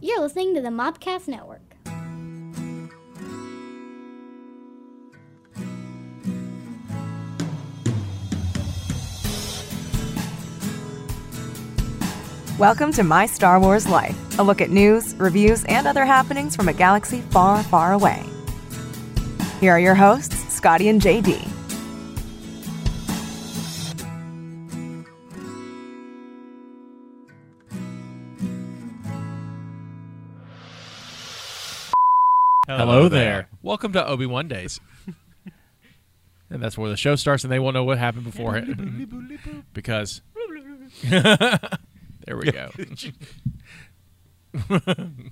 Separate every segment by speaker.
Speaker 1: You're listening to the Mobcast Network.
Speaker 2: Welcome to My Star Wars Life, a look at news, reviews, and other happenings from a galaxy far, far away. Here are your hosts, Scotty and JD.
Speaker 3: Uh, Hello there. Welcome to Obi Wan Days. and that's where the show starts, and they won't know what happened before it because. there we go.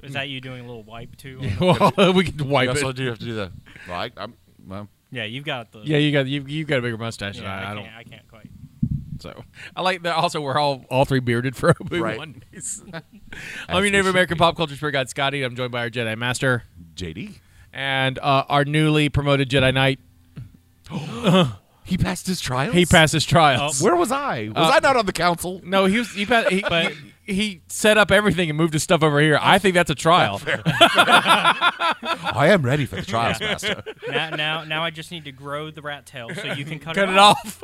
Speaker 4: Is that you doing a little wipe too? on the-
Speaker 3: well, we can
Speaker 5: I
Speaker 3: wipe
Speaker 5: also
Speaker 3: it.
Speaker 5: do have to do the. Well, I, I'm, well,
Speaker 4: Yeah, you've got the.
Speaker 3: Yeah, you got you you got a bigger mustache
Speaker 4: yeah,
Speaker 3: than I, I, don't.
Speaker 4: can't, I can't quite.
Speaker 3: So I like that. Also, we're all all three bearded for Obi Wan
Speaker 5: Right.
Speaker 3: Days.
Speaker 5: As
Speaker 3: I'm
Speaker 5: we
Speaker 3: your Native
Speaker 5: should
Speaker 3: American
Speaker 5: be.
Speaker 3: pop culture spirit guide, Scotty. I'm joined by our Jedi Master
Speaker 5: JD.
Speaker 3: and uh, our newly promoted Jedi Knight.
Speaker 5: He passed his trials.
Speaker 3: He passed his trials.
Speaker 5: Where was I? Was
Speaker 3: Uh,
Speaker 5: I not on the council?
Speaker 3: No, he was he, pa- he but he set up everything and moved his stuff over here. I think that's a trial.
Speaker 5: I am ready for the trials, master.
Speaker 4: Now, now, now I just need to grow the rat tail so you can cut,
Speaker 3: Cut
Speaker 4: it,
Speaker 3: it off.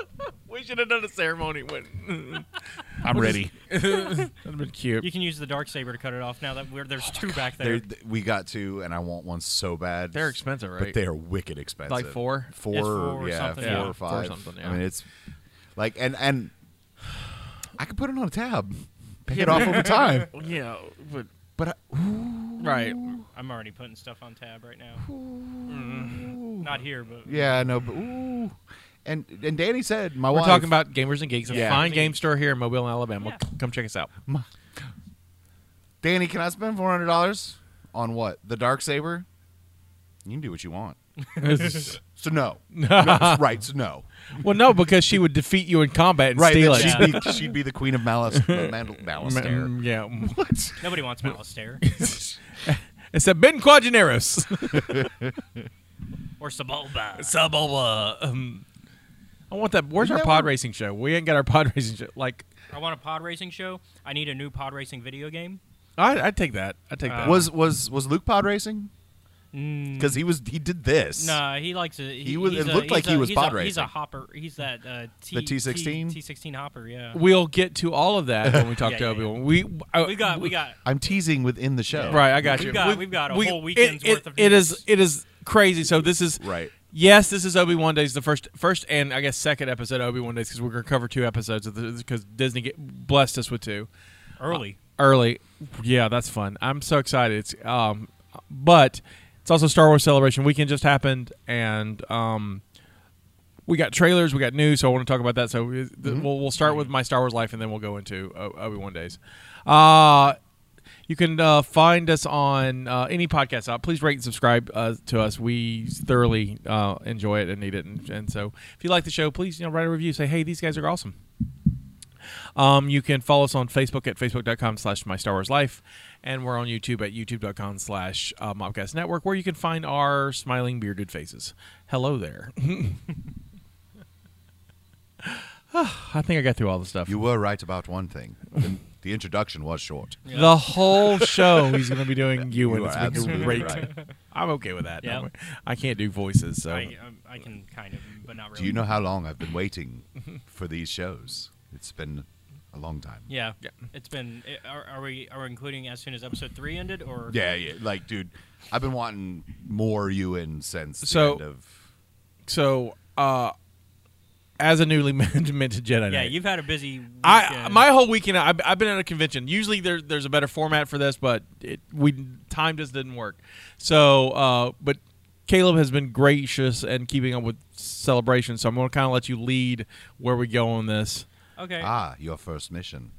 Speaker 3: we should have done a ceremony when
Speaker 5: I'm ready.
Speaker 3: that'd been cute.
Speaker 4: You can use the dark saber to cut it off. Now that we're, there's two back
Speaker 5: There,
Speaker 4: there.
Speaker 5: th- we got two, and I want one so bad.
Speaker 3: They're expensive, right?
Speaker 5: but they are wicked expensive.
Speaker 3: Like four?
Speaker 5: four,
Speaker 4: It's four or
Speaker 5: yeah,
Speaker 4: something,
Speaker 5: four
Speaker 4: yeah.
Speaker 5: or
Speaker 3: Four
Speaker 5: five.
Speaker 3: something, yeah.
Speaker 5: I mean, it's like, and and I could put it on a tab, pick it off over time.
Speaker 3: yeah, but
Speaker 5: But I,
Speaker 3: right.
Speaker 4: I'm already putting stuff on tab right now. Mm. Not here, but
Speaker 5: yeah, no, but ooh, and and Danny said my
Speaker 3: We're
Speaker 5: wife.
Speaker 3: talking about gamers and geeks. A
Speaker 5: Yeah.
Speaker 3: fine game store here in Mobile, Alabama.
Speaker 4: Yeah.
Speaker 3: Come check us out.
Speaker 5: Danny, can I spend four hundred dollars on what? The dark saber? You can do what you want. So no, no right? So no,
Speaker 3: well, no, because she would defeat you in combat and
Speaker 5: right?
Speaker 3: steal
Speaker 5: then
Speaker 3: it.
Speaker 4: Yeah.
Speaker 5: she'd, be, she'd be the queen of malice, uh, mandal,
Speaker 3: Mm,
Speaker 5: Malastair.
Speaker 3: yeah. What?
Speaker 4: nobody wants Malastare
Speaker 3: Except Ben Quadraneros.
Speaker 4: or Sebulba. uh,
Speaker 3: Subulba. Um, I want that. Where's
Speaker 5: Isn't
Speaker 3: our
Speaker 5: that
Speaker 3: pod
Speaker 5: what-
Speaker 3: racing show? We ain't got our pod racing show. Like,
Speaker 4: I want a pod racing show. I need a new pod racing video game.
Speaker 3: I, I'd take that. I'd take that.
Speaker 5: Uh, Was was was Luke pod racing? Because he was he did this.
Speaker 4: Nah, he likes it.
Speaker 5: He was-
Speaker 4: he's
Speaker 5: it
Speaker 4: a-
Speaker 5: looked
Speaker 4: he's
Speaker 5: like
Speaker 4: a,
Speaker 5: he was
Speaker 4: he's
Speaker 5: pod
Speaker 4: a, He's a
Speaker 5: racing.
Speaker 4: hopper. He's that uh, T,
Speaker 5: The T16?
Speaker 4: T sixteen hopper. Yeah.
Speaker 3: We'll get to all of that when we talk
Speaker 4: Yeah,
Speaker 3: to
Speaker 4: yeah,
Speaker 3: Obi Wan.
Speaker 4: yeah.
Speaker 3: We uh,
Speaker 4: We got. We got.
Speaker 5: I'm teasing within the show.
Speaker 3: right. I got
Speaker 4: We've
Speaker 3: you.
Speaker 4: got- we've got a whole weekend's
Speaker 3: it, it-
Speaker 4: worth of
Speaker 3: It
Speaker 4: news.
Speaker 3: is. It is crazy. So this is
Speaker 5: Right.
Speaker 3: Yes, this is Obi Wan Days, the first, first, and I guess second episode of Obi Wan Days because we're gonna cover two episodes of this because Disney get, blessed us with two
Speaker 4: Early.
Speaker 3: early. Yeah, that's fun. I'm so excited. It's um, but it's also Star Wars Celebration weekend just happened, and um, we got trailers, we got news. So I want to talk about that. So we, th- we'll we'll start with my Star Wars life, and then we'll go into Obi Wan Days. Uh you can uh, find us on uh, any podcast out. Please rate and subscribe uh, to us. We thoroughly uh, enjoy it and need it. And, and so, if you like the show, please you know write a review. Say, hey, these guys are awesome. Um, you can follow us on Facebook at facebook.com slash my Star Wars life. And we're on YouTube at youtube.com slash uh, mobcast network, where you can find our smiling bearded faces. Hello there. I think I got through all the stuff.
Speaker 5: You were right about one thing. The, the introduction was short.
Speaker 3: The whole show he's going to be doing you, and
Speaker 5: are
Speaker 3: it's gonna be
Speaker 5: absolutely
Speaker 3: great.
Speaker 5: right.
Speaker 3: I'm okay with that.
Speaker 4: Yeah.
Speaker 3: Don't worry. I can't do voices, so
Speaker 4: I, um, I can kind of, but not really.
Speaker 5: Do you know how long I've been waiting for these shows? It's been a long time.
Speaker 4: Yeah.
Speaker 3: Yeah.
Speaker 4: It's been. i- Are, are we are we including as soon as episode three ended or?
Speaker 5: Yeah, yeah. Like, dude, I've been wanting more you in since the
Speaker 3: So-
Speaker 5: end of.
Speaker 3: so uh, as a newly minted Jedi,
Speaker 4: Yeah,
Speaker 3: Knight,
Speaker 4: you've had a busy.
Speaker 3: I
Speaker 5: uh,
Speaker 4: weekend.
Speaker 3: my whole weekend I've, I've been at a convention. Usually there, there's a better format for this, but it we time just didn't work. So, uh, but Caleb has been gracious and keeping up with celebration. So I'm going to kind of let you lead where we go on this.
Speaker 4: Okay.
Speaker 5: Ah, your first mission.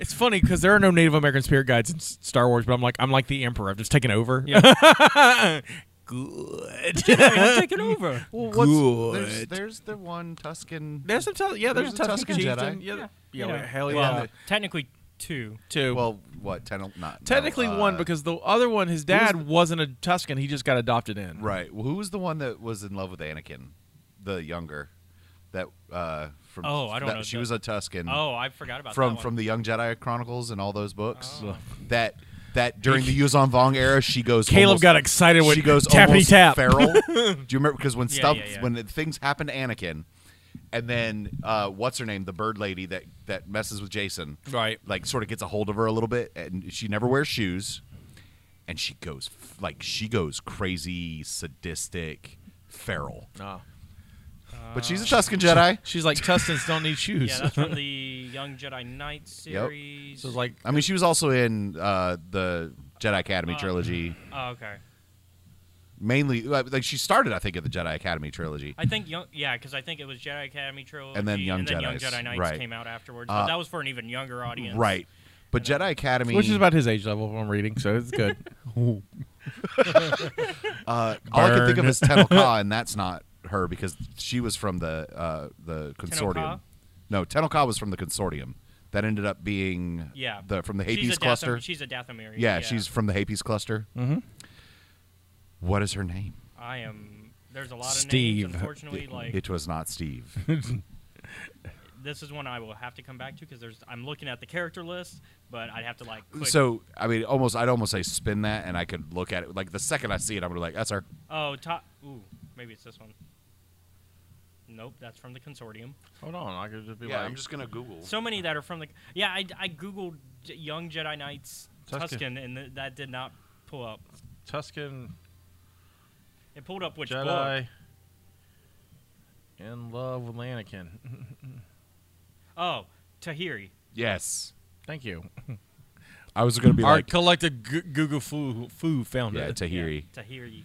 Speaker 3: It's funny because there are no Native American spirit guides in S- Star Wars, but I'm like I'm like the Emperor. I've just taken over.
Speaker 4: Yeah.
Speaker 3: Good.
Speaker 4: I'm taking over.
Speaker 5: Well,
Speaker 3: what's-
Speaker 5: There's,
Speaker 3: Good.
Speaker 5: there's the one Tuscan.
Speaker 3: There's some Tus- yeah, there's,
Speaker 5: There's a
Speaker 3: Tusken
Speaker 5: Tusken
Speaker 3: Chieftain.
Speaker 5: Jedi.
Speaker 3: Yeah, yeah,
Speaker 4: You know,
Speaker 3: well, hell
Speaker 4: well,
Speaker 3: yeah.
Speaker 4: Technically two.
Speaker 3: Two.
Speaker 5: Well, what? Ten, not- not
Speaker 3: technically
Speaker 5: uh,
Speaker 3: one because the other one, his dad wasn't a Tuscan. He just got adopted in.
Speaker 5: Right. Well, who was the one that was in love with Anakin, the younger? that uh, from
Speaker 4: Oh, I don't
Speaker 5: that-
Speaker 4: know
Speaker 5: She
Speaker 4: that.
Speaker 5: was a Tuscan
Speaker 4: Oh, I forgot about
Speaker 5: Hmm. from
Speaker 4: that one.
Speaker 5: from the Young Jedi Chronicles and all those books.
Speaker 3: Oh.
Speaker 5: That that during the Yuzon Vong era, she goes.
Speaker 3: Caleb
Speaker 5: almost-
Speaker 3: got excited when
Speaker 5: she goes
Speaker 3: tappity
Speaker 5: almost
Speaker 3: tap.
Speaker 5: feral. Do you remember? Because when
Speaker 4: Yeah,
Speaker 5: stuff
Speaker 4: yeah, yeah.
Speaker 5: when the things happen to Anakin, and then uh, what's her name, the bird lady that that messes with Jason,
Speaker 3: Right.
Speaker 5: Like sort of gets a hold of her a little bit, and she never wears shoes, and she goes f- like she goes crazy, sadistic, feral. But
Speaker 3: Ah.
Speaker 5: she's a Tuscan Jedi.
Speaker 3: She's like Tuscans don't need shoes.
Speaker 4: Yeah, that's from the Young Jedi Knight series.
Speaker 3: so it's like
Speaker 5: I mean, she was also in uh, the Jedi
Speaker 3: Ah.
Speaker 5: Academy trilogy.
Speaker 4: oh, okay.
Speaker 5: mainly uh, like she started i think at the jedi academy trilogy
Speaker 4: I think young, yeah, because I think it was Jedi Academy trilogy,
Speaker 5: And then Young
Speaker 4: and then
Speaker 5: Jedis,
Speaker 4: Young Jedi Knights
Speaker 5: right.
Speaker 4: came out afterwards.
Speaker 5: Uh,
Speaker 4: But that was for an even younger audience,
Speaker 5: right but jedi academy
Speaker 3: which is about his age level. If I'm reading, so it's good.
Speaker 5: uh, all i can think of
Speaker 3: Burn.
Speaker 5: is Tenel Ka, and that's not her because she was from the uh, the consortium
Speaker 4: Ka?
Speaker 5: no Tenel Ka was from the consortium that ended up being
Speaker 4: Yeah,
Speaker 5: the from the
Speaker 4: She's a
Speaker 5: hapes
Speaker 4: Dathom-
Speaker 5: cluster
Speaker 4: she's a Dathomiri.
Speaker 5: yeah, she's from the hapes cluster mm-hmm. is her name
Speaker 4: I am. There's a lot of
Speaker 3: Steve.
Speaker 4: names, unfortunately. Like
Speaker 5: it was not steve
Speaker 4: this is one I will have to come back to because there's. I'm looking at the character list, but I'd have to like. Quick,
Speaker 5: so i mean almost i'd almost say spin that and i could look at it like the second i see it i'm gonna be like that's her
Speaker 4: oh, top. Ooh, maybe it's this one. Nope, that's from the consortium.
Speaker 3: Hold on, I could just be like,
Speaker 5: gonna google
Speaker 4: So many that are from the. Yeah, I, I googled J- Young Jedi Knights
Speaker 3: Tusken.
Speaker 4: Tusken, and th- that did not pull up.
Speaker 3: Tuscan
Speaker 4: It pulled up which book.
Speaker 3: Jedi in love with Anakin.
Speaker 4: Oh, Tahiri.
Speaker 5: yes
Speaker 3: Thank you.
Speaker 5: i was gonna be
Speaker 3: Our
Speaker 5: like
Speaker 3: collective g- Google foo foo found
Speaker 5: Yeah,
Speaker 3: it.
Speaker 5: Tahiri,
Speaker 4: Yeah, Tahiri.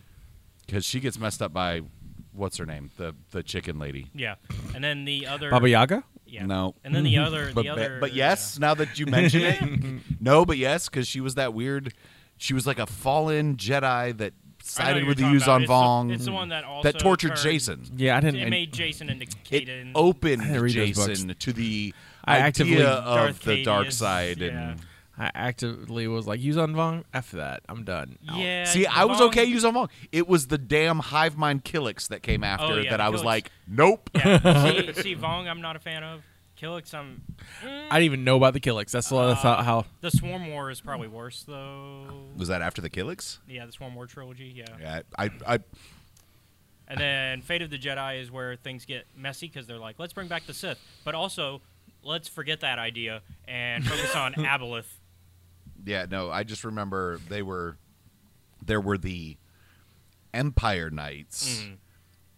Speaker 5: because she gets messed up by what's her name, the the chicken lady.
Speaker 4: Yeah, and then the other.
Speaker 3: Baba Yaga.
Speaker 4: Yeah.
Speaker 5: No.
Speaker 4: And then the other.
Speaker 5: But
Speaker 4: the
Speaker 5: ba-
Speaker 4: other.
Speaker 5: but yes, now that you mention it, no, but yes, because she was that weird. She was like a fallen Jedi that
Speaker 4: I know
Speaker 5: sided
Speaker 4: you're
Speaker 5: with the
Speaker 4: talking about.
Speaker 5: Yuzon
Speaker 4: It's the-
Speaker 5: Vong
Speaker 4: It's the one that also
Speaker 5: that tortured
Speaker 4: turned-
Speaker 5: Jason.
Speaker 3: Yeah, I didn't.
Speaker 4: It made Jason into
Speaker 5: It
Speaker 4: Kaden.
Speaker 5: opened
Speaker 3: I didn't read those
Speaker 5: Jason to the
Speaker 3: I
Speaker 5: idea
Speaker 3: actively-
Speaker 5: of
Speaker 4: Darth
Speaker 5: the dark
Speaker 4: Cadius,
Speaker 5: side,
Speaker 4: yeah.
Speaker 5: and
Speaker 3: I actively was like, use on Vong. After that, I'm done. Out.
Speaker 4: Yeah.
Speaker 5: see, I was
Speaker 4: Vong-
Speaker 5: okay Yuzon Vong. It was the damn hive mind Killix that came after
Speaker 4: Oh, yeah,
Speaker 5: that.
Speaker 4: the
Speaker 5: I was
Speaker 4: Killiks.
Speaker 5: like, nope.
Speaker 4: Yeah. see, see, Vong, I'm not a fan of. Killix, I'm.
Speaker 3: I didn't even know about the Killix. That's, uh, that's how, how.
Speaker 4: The Swarm War is probably worse though.
Speaker 5: Was that after the Killix?
Speaker 4: Yeah, the Swarm War trilogy. Yeah.
Speaker 5: Yeah, I, I
Speaker 4: And then Fate of the Jedi is where things get messy because they're like, let's bring back the Sith, but also let's forget that idea and focus on Aboleth.
Speaker 5: Yeah, no, I just remember they were there were the Empire Knights
Speaker 4: Mm-hmm. Mm.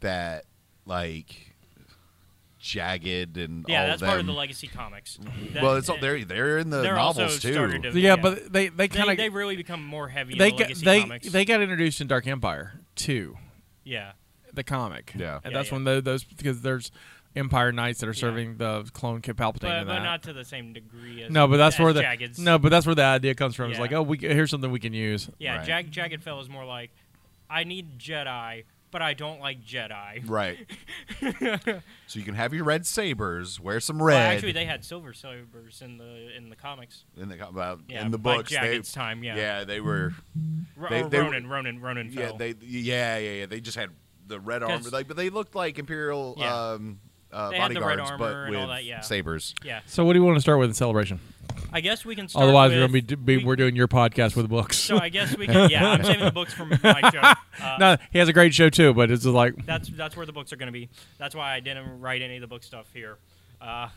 Speaker 5: that like jagged and
Speaker 4: Yeah,
Speaker 5: all
Speaker 4: that's
Speaker 5: them.
Speaker 4: part of the legacy comics. That-
Speaker 5: well, it's all, they're they're in the
Speaker 4: They're also
Speaker 5: novels too.
Speaker 4: started to-
Speaker 3: Yeah,
Speaker 4: Yeah.
Speaker 3: but they
Speaker 4: They,
Speaker 3: they kind of
Speaker 4: they really become more heavy
Speaker 3: they
Speaker 4: in the
Speaker 3: got,
Speaker 4: legacy
Speaker 3: they
Speaker 4: comics.
Speaker 3: they got introduced in Dark Empire too,
Speaker 4: yeah.
Speaker 3: the comic.
Speaker 5: Yeah.
Speaker 3: and
Speaker 4: Yeah,
Speaker 3: that's
Speaker 4: yeah.
Speaker 3: when tho- those because there's Empire Knights that are serving the clone Kid Palpatine.
Speaker 4: But,
Speaker 3: and
Speaker 4: but
Speaker 3: that.
Speaker 4: not to the same degree as
Speaker 3: no, but that's
Speaker 4: as
Speaker 3: where the
Speaker 4: Jagged's.
Speaker 3: no, but that's where the idea comes from. It's
Speaker 4: Yeah.
Speaker 3: like, oh, we here's something we can use.
Speaker 4: Yeah,
Speaker 5: Right.
Speaker 4: Jag- Jagged Fell is more like, I need Jedi, but I don't like Jedi.
Speaker 5: Right. so you can have your red sabers, wear some
Speaker 4: Well,
Speaker 5: red.
Speaker 4: actually, they had silver sabers in the in the comics.
Speaker 5: in the co- well,
Speaker 4: Yeah,
Speaker 5: in the
Speaker 4: by
Speaker 5: books, they,
Speaker 4: Jagged's time, yeah.
Speaker 5: they were.
Speaker 4: R-
Speaker 5: They-
Speaker 4: or
Speaker 5: they were-
Speaker 4: Ronan, Ronan, Ronan
Speaker 5: Yeah,
Speaker 4: fell.
Speaker 5: they yeah yeah yeah. They just had the red armor,
Speaker 4: 'Cause-
Speaker 5: like, but they looked like imperial
Speaker 4: Yeah.
Speaker 5: um, uh,
Speaker 4: They had the red
Speaker 5: bodyguards,
Speaker 4: armor
Speaker 5: but
Speaker 4: and all
Speaker 5: with
Speaker 4: that, yeah.
Speaker 5: sabers.
Speaker 4: yeah.
Speaker 3: So, what do you want to start with in celebration?
Speaker 4: I guess we can. Start
Speaker 3: Otherwise,
Speaker 4: with,
Speaker 3: we're gonna be, d- be
Speaker 4: we-
Speaker 3: we're doing your podcast with books.
Speaker 4: So uh, I guess we can. Yeah, I'm saving the books from my show. Uh,
Speaker 3: no, he has a great show too, but it's just like
Speaker 4: That's that's where the books are going to be. That's why I didn't write any of the book stuff here. Uh,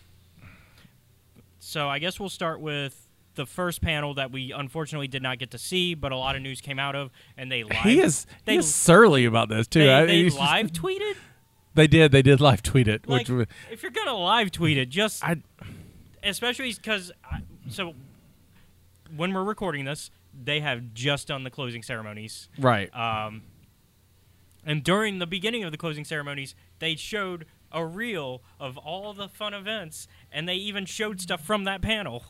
Speaker 4: so I guess we'll start with the first panel that we unfortunately did not get to see, but a lot of news came out of, and they live.
Speaker 3: he is
Speaker 4: They,
Speaker 3: he is surly about this too.
Speaker 4: they,
Speaker 3: I-
Speaker 4: they
Speaker 3: he's-
Speaker 4: live tweeted.
Speaker 3: They did. They did live tweet it,
Speaker 4: Like,
Speaker 3: which was-
Speaker 4: if you're gonna live tweet it, just
Speaker 3: I
Speaker 4: especially because so when we're recording this, they have just done the closing ceremonies.
Speaker 3: right.
Speaker 4: Um, and during the beginning of the closing ceremonies, they showed a reel of all the fun events, and they even showed stuff from that panel.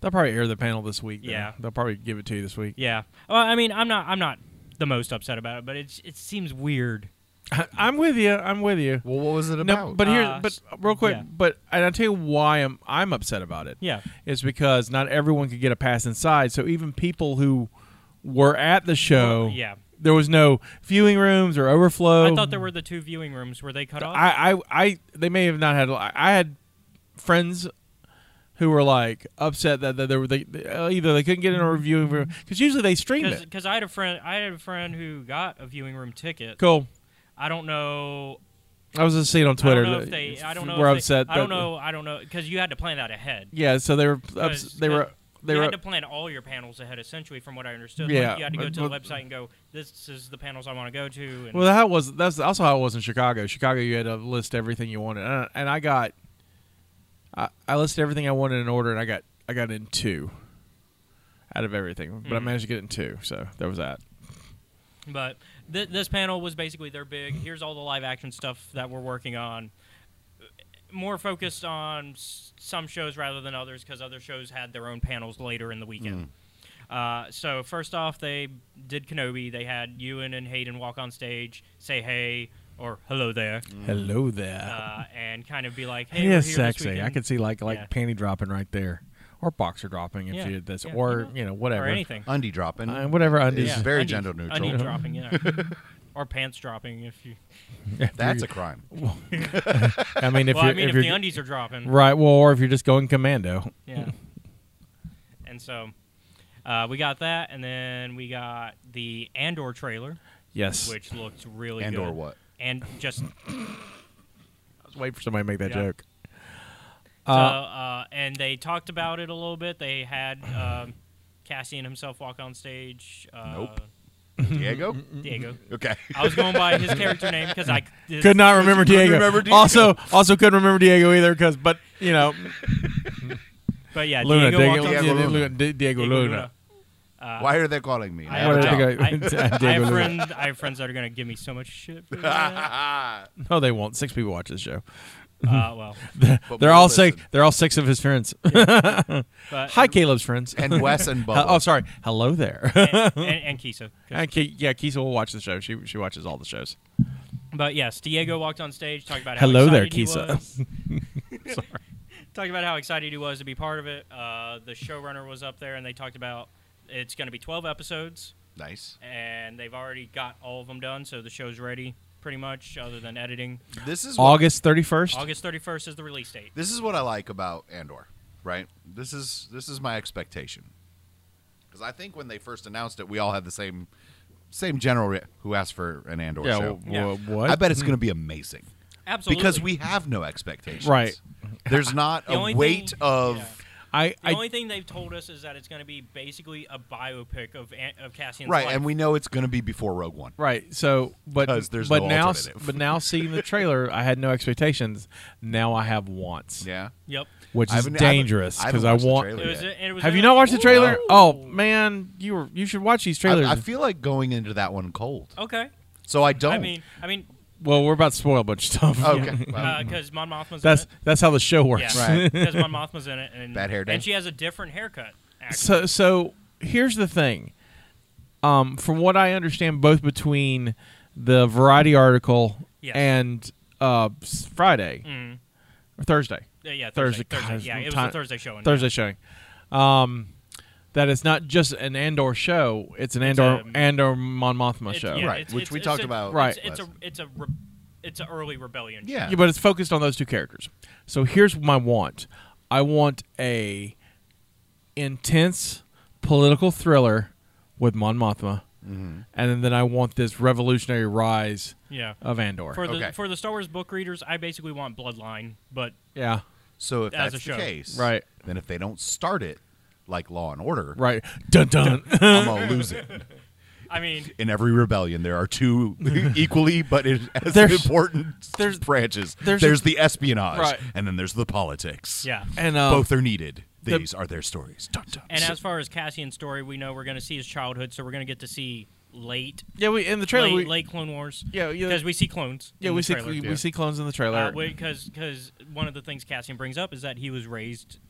Speaker 3: They'll probably air the panel this week. though.
Speaker 4: Yeah.
Speaker 3: they'll probably give it to you this week.
Speaker 4: Yeah. Well, I mean, I'm not, I'm not the most upset about it, but it's, it seems weird.
Speaker 3: I'm with you. I'm with you.
Speaker 5: Well, what was it
Speaker 3: No, but here,
Speaker 4: Uh,
Speaker 3: but real quick,
Speaker 4: yeah.
Speaker 3: but and I'll tell you why I'm I'm upset about it.
Speaker 4: Yeah.
Speaker 3: it's because not everyone could get a pass inside. So even people who were at the show,
Speaker 4: yeah.
Speaker 3: there was no viewing rooms or overflow.
Speaker 4: I thought there were the two viewing rooms. Were they cut off?
Speaker 3: I, I, I, they may have not had. I I had friends who were like upset that, that they were they, uh, either they couldn't get in a reviewing room because usually they stream it.
Speaker 4: Because I had a friend, I had a friend who got a viewing room ticket.
Speaker 3: Cool.
Speaker 4: I don't know.
Speaker 3: I was just seeing on Twitter.
Speaker 4: I don't know if
Speaker 3: that
Speaker 4: they. I don't know.
Speaker 3: Were
Speaker 4: if they-
Speaker 3: upset.
Speaker 4: I don't
Speaker 3: that-
Speaker 4: know. I don't know because you had to plan that ahead.
Speaker 3: Yeah, so they were. Ups,
Speaker 4: 'Cause-
Speaker 3: they were.
Speaker 4: 'cause
Speaker 3: They
Speaker 4: you
Speaker 3: were.
Speaker 4: had to plan all your panels ahead, essentially, from what I understood.
Speaker 3: Yeah,
Speaker 4: like you had to go
Speaker 3: but-
Speaker 4: to the
Speaker 3: but-
Speaker 4: website and go, "This is the panels I want to go to." And
Speaker 3: Well, that was that's also how it was in Chicago. Chicago, you had to list everything you wanted, and I, and I got, I, I listed everything I wanted in order, and I got I got in two, out of everything,
Speaker 4: Mm.
Speaker 3: but I managed to get in two, so there was that.
Speaker 4: But th- this panel was basically their big. Here's all the live action stuff that we're working on. More focused on s- some shows rather than others because other shows had their own panels later in the
Speaker 3: Mm.
Speaker 4: weekend. Uh, so first off, they did Kenobi. They had Ewan and Hayden walk on stage, say hey or hello there,
Speaker 3: Hello there.
Speaker 4: uh, and kind of be like,
Speaker 3: Mm. He
Speaker 4: hey, we're
Speaker 3: is
Speaker 4: here
Speaker 3: sexy.
Speaker 4: This
Speaker 3: I could see like like
Speaker 4: Yeah.
Speaker 3: panty dropping right there, or boxer dropping if
Speaker 4: Yeah,
Speaker 3: you did this,
Speaker 4: yeah,
Speaker 3: or
Speaker 4: you know,
Speaker 3: you know whatever,
Speaker 4: or anything.
Speaker 5: Undie dropping.
Speaker 3: Uh, whatever undies.
Speaker 5: It's very
Speaker 4: onion-
Speaker 5: gender neutral.
Speaker 4: Onion dropping, yeah. or pants dropping if you.
Speaker 5: That's a crime.
Speaker 3: I mean, if
Speaker 4: well,
Speaker 3: you're
Speaker 4: I mean,
Speaker 3: if
Speaker 4: if,
Speaker 3: you're
Speaker 4: the undies are dropping.
Speaker 3: right, well, or if you're just going commando.
Speaker 4: Yeah. and so uh, we got that, and then we got the Andor trailer,
Speaker 3: Yes,
Speaker 4: which looked really
Speaker 5: And
Speaker 4: good.
Speaker 5: or what?
Speaker 4: And just
Speaker 3: I was waiting for somebody to make that
Speaker 4: Yeah.
Speaker 3: joke.
Speaker 4: so, uh, and they talked about it a little bit. They had um, Cassian himself walk on stage. Uh,
Speaker 5: Nope. Diego?
Speaker 4: Diego.
Speaker 5: Okay.
Speaker 4: I was going by his character name because I this-
Speaker 3: Could not remember Diego.
Speaker 5: remember Diego.
Speaker 3: Also, also couldn't remember Diego either. Because, but you know,
Speaker 4: But yeah,
Speaker 3: Luna,
Speaker 4: Diego
Speaker 3: Diego,
Speaker 4: walked on
Speaker 3: Diego,
Speaker 5: Diego Luna.
Speaker 3: Luna, Di- Diego
Speaker 4: Diego Luna.
Speaker 3: Luna.
Speaker 5: Why are they calling me?
Speaker 4: Uh, I
Speaker 5: have
Speaker 4: have
Speaker 5: a
Speaker 4: a
Speaker 5: job.
Speaker 4: I, I
Speaker 3: Diego
Speaker 4: have
Speaker 3: Luna.
Speaker 4: friends. I have friends that are gonna give me so much shit. For that.
Speaker 3: No, they won't. Six people watch this show.
Speaker 4: Uh, well,
Speaker 5: But
Speaker 3: They're all
Speaker 5: we'll
Speaker 3: six.
Speaker 5: listen.
Speaker 3: They're all six of his friends.
Speaker 4: but,
Speaker 3: Hi, Caleb's friends.
Speaker 5: And Wes and Bubba.
Speaker 3: oh, sorry. Hello there.
Speaker 4: and, and, and Kisa.
Speaker 3: and Ke- yeah, Keisha will watch the show. She she watches all the shows.
Speaker 4: But yes, Diego walked on stage, talked about
Speaker 3: Hello
Speaker 4: how
Speaker 3: there,
Speaker 4: excited he
Speaker 3: Kisa.
Speaker 4: was. Talked about how excited he was to be part of it. Uh, the showrunner was up there, and they talked about it's going to be 12 episodes,
Speaker 5: Nice.
Speaker 4: and they've already got all of them done, so the show's ready pretty much, other than editing.
Speaker 5: This is what,
Speaker 3: August thirty first.
Speaker 4: August 31st is the release date.
Speaker 5: this is what I like about Andor, right? This is this is my expectation. Because I think when they first announced it, we all had the same same general re- who asked for an Andor
Speaker 3: Yeah.
Speaker 5: show.
Speaker 3: wh- wh- What? Mm-hmm.
Speaker 5: I bet it's going to be amazing
Speaker 4: Absolutely.
Speaker 5: because we have no expectations.
Speaker 3: Right.
Speaker 5: There's not
Speaker 4: The only
Speaker 5: a weight
Speaker 4: thing-
Speaker 5: of
Speaker 4: yeah.
Speaker 3: I
Speaker 4: The
Speaker 3: I
Speaker 4: only thing they've told us is that it's going to be basically a biopic of An- of Cassian's
Speaker 5: right,
Speaker 4: life.
Speaker 5: and we know it's going to be before Rogue One.
Speaker 3: Right. So, but
Speaker 5: 'Cause there's
Speaker 3: but
Speaker 5: no
Speaker 3: now
Speaker 5: alternative.
Speaker 3: but now seeing the trailer, I had no expectations. Now I have wants,
Speaker 5: Yeah.
Speaker 4: Yep.
Speaker 3: which
Speaker 5: I
Speaker 3: is
Speaker 5: haven't- I haven't-
Speaker 3: dangerous
Speaker 5: I
Speaker 3: because
Speaker 5: haven't
Speaker 3: I,
Speaker 5: watched the
Speaker 3: want.
Speaker 5: trailer.
Speaker 4: It was,
Speaker 5: Yeah.
Speaker 4: and it was
Speaker 3: Have you
Speaker 4: in-
Speaker 3: not watched the
Speaker 4: Ooh.
Speaker 3: trailer? Oh man, you were you should watch these trailers.
Speaker 5: I, I feel like going into that one cold,
Speaker 4: Okay.
Speaker 5: so I
Speaker 3: Oh.
Speaker 5: don't.
Speaker 4: Oh, I mean, I mean,
Speaker 3: well, we're about to spoil a bunch of stuff.
Speaker 5: okay. well,
Speaker 4: because Mon Mothma's in
Speaker 3: that's
Speaker 4: it.
Speaker 3: that's how the show works.
Speaker 4: Yeah,
Speaker 5: Right.
Speaker 4: Because Mon Mothma's in it, and
Speaker 5: Bad hair day.
Speaker 4: and she has a different haircut. Actually.
Speaker 3: So so here's the thing. Um, from what I understand, both between the Variety article
Speaker 4: Yes.
Speaker 3: and uh, s- Friday
Speaker 4: Mm.
Speaker 3: or Thursday,
Speaker 4: Yeah, Uh, yeah, Thursday.
Speaker 3: Thursday. God,
Speaker 4: Thursday.
Speaker 3: it's
Speaker 4: Yeah,
Speaker 3: been
Speaker 4: it was
Speaker 3: time-
Speaker 4: a Thursday show. and
Speaker 3: Thursday showing. Um, that it's not just an Andor show; it's an
Speaker 4: It's
Speaker 3: Andor
Speaker 4: a-
Speaker 3: Andor Mon Mothma
Speaker 4: it's-
Speaker 3: show,
Speaker 4: yeah,
Speaker 5: Right,
Speaker 4: it's-
Speaker 5: which
Speaker 4: it's-
Speaker 5: we
Speaker 4: it's
Speaker 5: talked
Speaker 4: a-
Speaker 5: about
Speaker 3: Right.
Speaker 4: It's, it's a it's a re- it's an early rebellion. show.
Speaker 5: yeah.
Speaker 3: Yeah, but it's focused on those two characters. So here's my want: I want a intense political thriller with Mon Mothma,
Speaker 5: Mm-hmm.
Speaker 3: and then I want this revolutionary rise
Speaker 4: yeah.
Speaker 3: of Andor.
Speaker 4: For the
Speaker 5: Okay.
Speaker 4: for the Star Wars book readers, I basically want Bloodline, but
Speaker 3: yeah,
Speaker 5: So if
Speaker 4: As
Speaker 5: that's
Speaker 4: a show.
Speaker 5: the case,
Speaker 3: Right.
Speaker 5: Then if they don't start it like Law and Order,
Speaker 3: right. Dun dun.
Speaker 5: I'm gonna lose it.
Speaker 4: I mean,
Speaker 5: In every rebellion, there are two equally but as
Speaker 3: There's-
Speaker 5: important
Speaker 3: there's-
Speaker 5: branches.
Speaker 3: there's
Speaker 5: There's,
Speaker 3: a-
Speaker 5: the espionage,
Speaker 3: Right.
Speaker 5: and then there's the politics.
Speaker 4: yeah.
Speaker 3: and uh,
Speaker 5: both are needed.
Speaker 3: the-
Speaker 5: These are their stories. Dun, dun.
Speaker 4: And
Speaker 5: So-
Speaker 4: as far as Cassian's story, we know we're going to see his childhood, so we're going to get to see late
Speaker 3: Yeah, we in the trailer.
Speaker 4: late,
Speaker 3: we,
Speaker 4: late Clone Wars.
Speaker 3: Yeah, yeah.
Speaker 4: Because we see clones.
Speaker 3: yeah,
Speaker 4: in
Speaker 3: we
Speaker 4: the
Speaker 3: see
Speaker 4: trailer. Uh,
Speaker 3: we, we see clones in the trailer.
Speaker 4: Because because one of the things Cassian brings up is that he was raised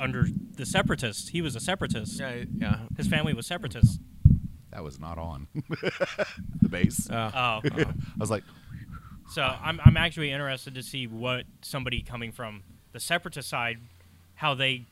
Speaker 4: under the separatists. He was a separatist.
Speaker 3: yeah, yeah.
Speaker 4: His family was separatists.
Speaker 5: that was not on the base.
Speaker 3: Uh,
Speaker 4: Oh,
Speaker 5: I was like,
Speaker 4: so I'm I'm actually interested to see what somebody coming from the separatist side, how they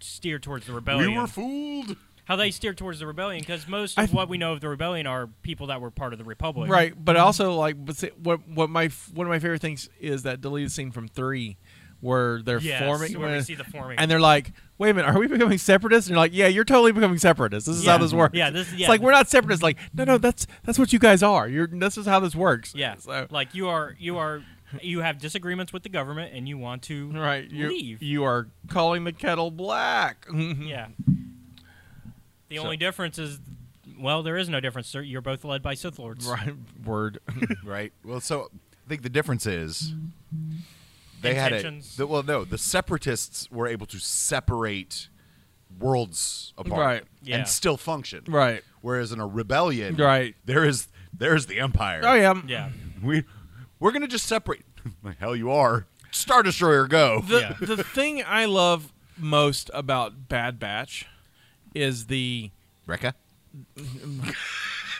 Speaker 4: steer towards the rebellion.
Speaker 5: we were fooled.
Speaker 4: how they steer towards the rebellion because most
Speaker 3: I
Speaker 4: of
Speaker 3: th-
Speaker 4: what we know of the rebellion are people that were part of the republic.
Speaker 3: Right,
Speaker 4: mm-hmm.
Speaker 3: but also like, but see, what what my f- one of my favorite things is that deleted scene from three, where they're
Speaker 4: Yes,
Speaker 3: forming,
Speaker 4: where we
Speaker 3: uh,
Speaker 4: see the forming.
Speaker 3: and they're like, "Wait a minute, are we becoming separatists?" And you're like, "Yeah, you're totally becoming separatists. This is how
Speaker 4: Yeah.
Speaker 3: this works."
Speaker 4: Yeah, this- yeah.
Speaker 3: It's like we're not separatists. Like, no, no, that's that's what you guys are. You're this is how this works.
Speaker 4: Yeah.
Speaker 3: So,
Speaker 4: Like you are you are you have disagreements with the government and you want to
Speaker 3: right, you
Speaker 4: leave.
Speaker 3: you are calling the kettle black.
Speaker 4: yeah. The
Speaker 3: So-
Speaker 4: only difference is well, there is no difference, sir. You're both led by Sith Lords.
Speaker 3: Right. Word.
Speaker 5: right? Well, so I think the difference is they had it.
Speaker 4: Intentions.
Speaker 5: The, well, no, the separatists were able to separate worlds apart
Speaker 3: Right.
Speaker 4: Yeah.
Speaker 5: and still function,
Speaker 3: Right.
Speaker 5: Whereas in a rebellion,
Speaker 3: Right.
Speaker 5: there is there is the empire.
Speaker 3: oh yeah.
Speaker 4: Yeah.
Speaker 5: we we're gonna just separate. Like, Hell, you are Star Destroyer, go!
Speaker 3: the
Speaker 4: Yeah.
Speaker 3: the thing I love most about Bad Batch is the
Speaker 5: Rekka.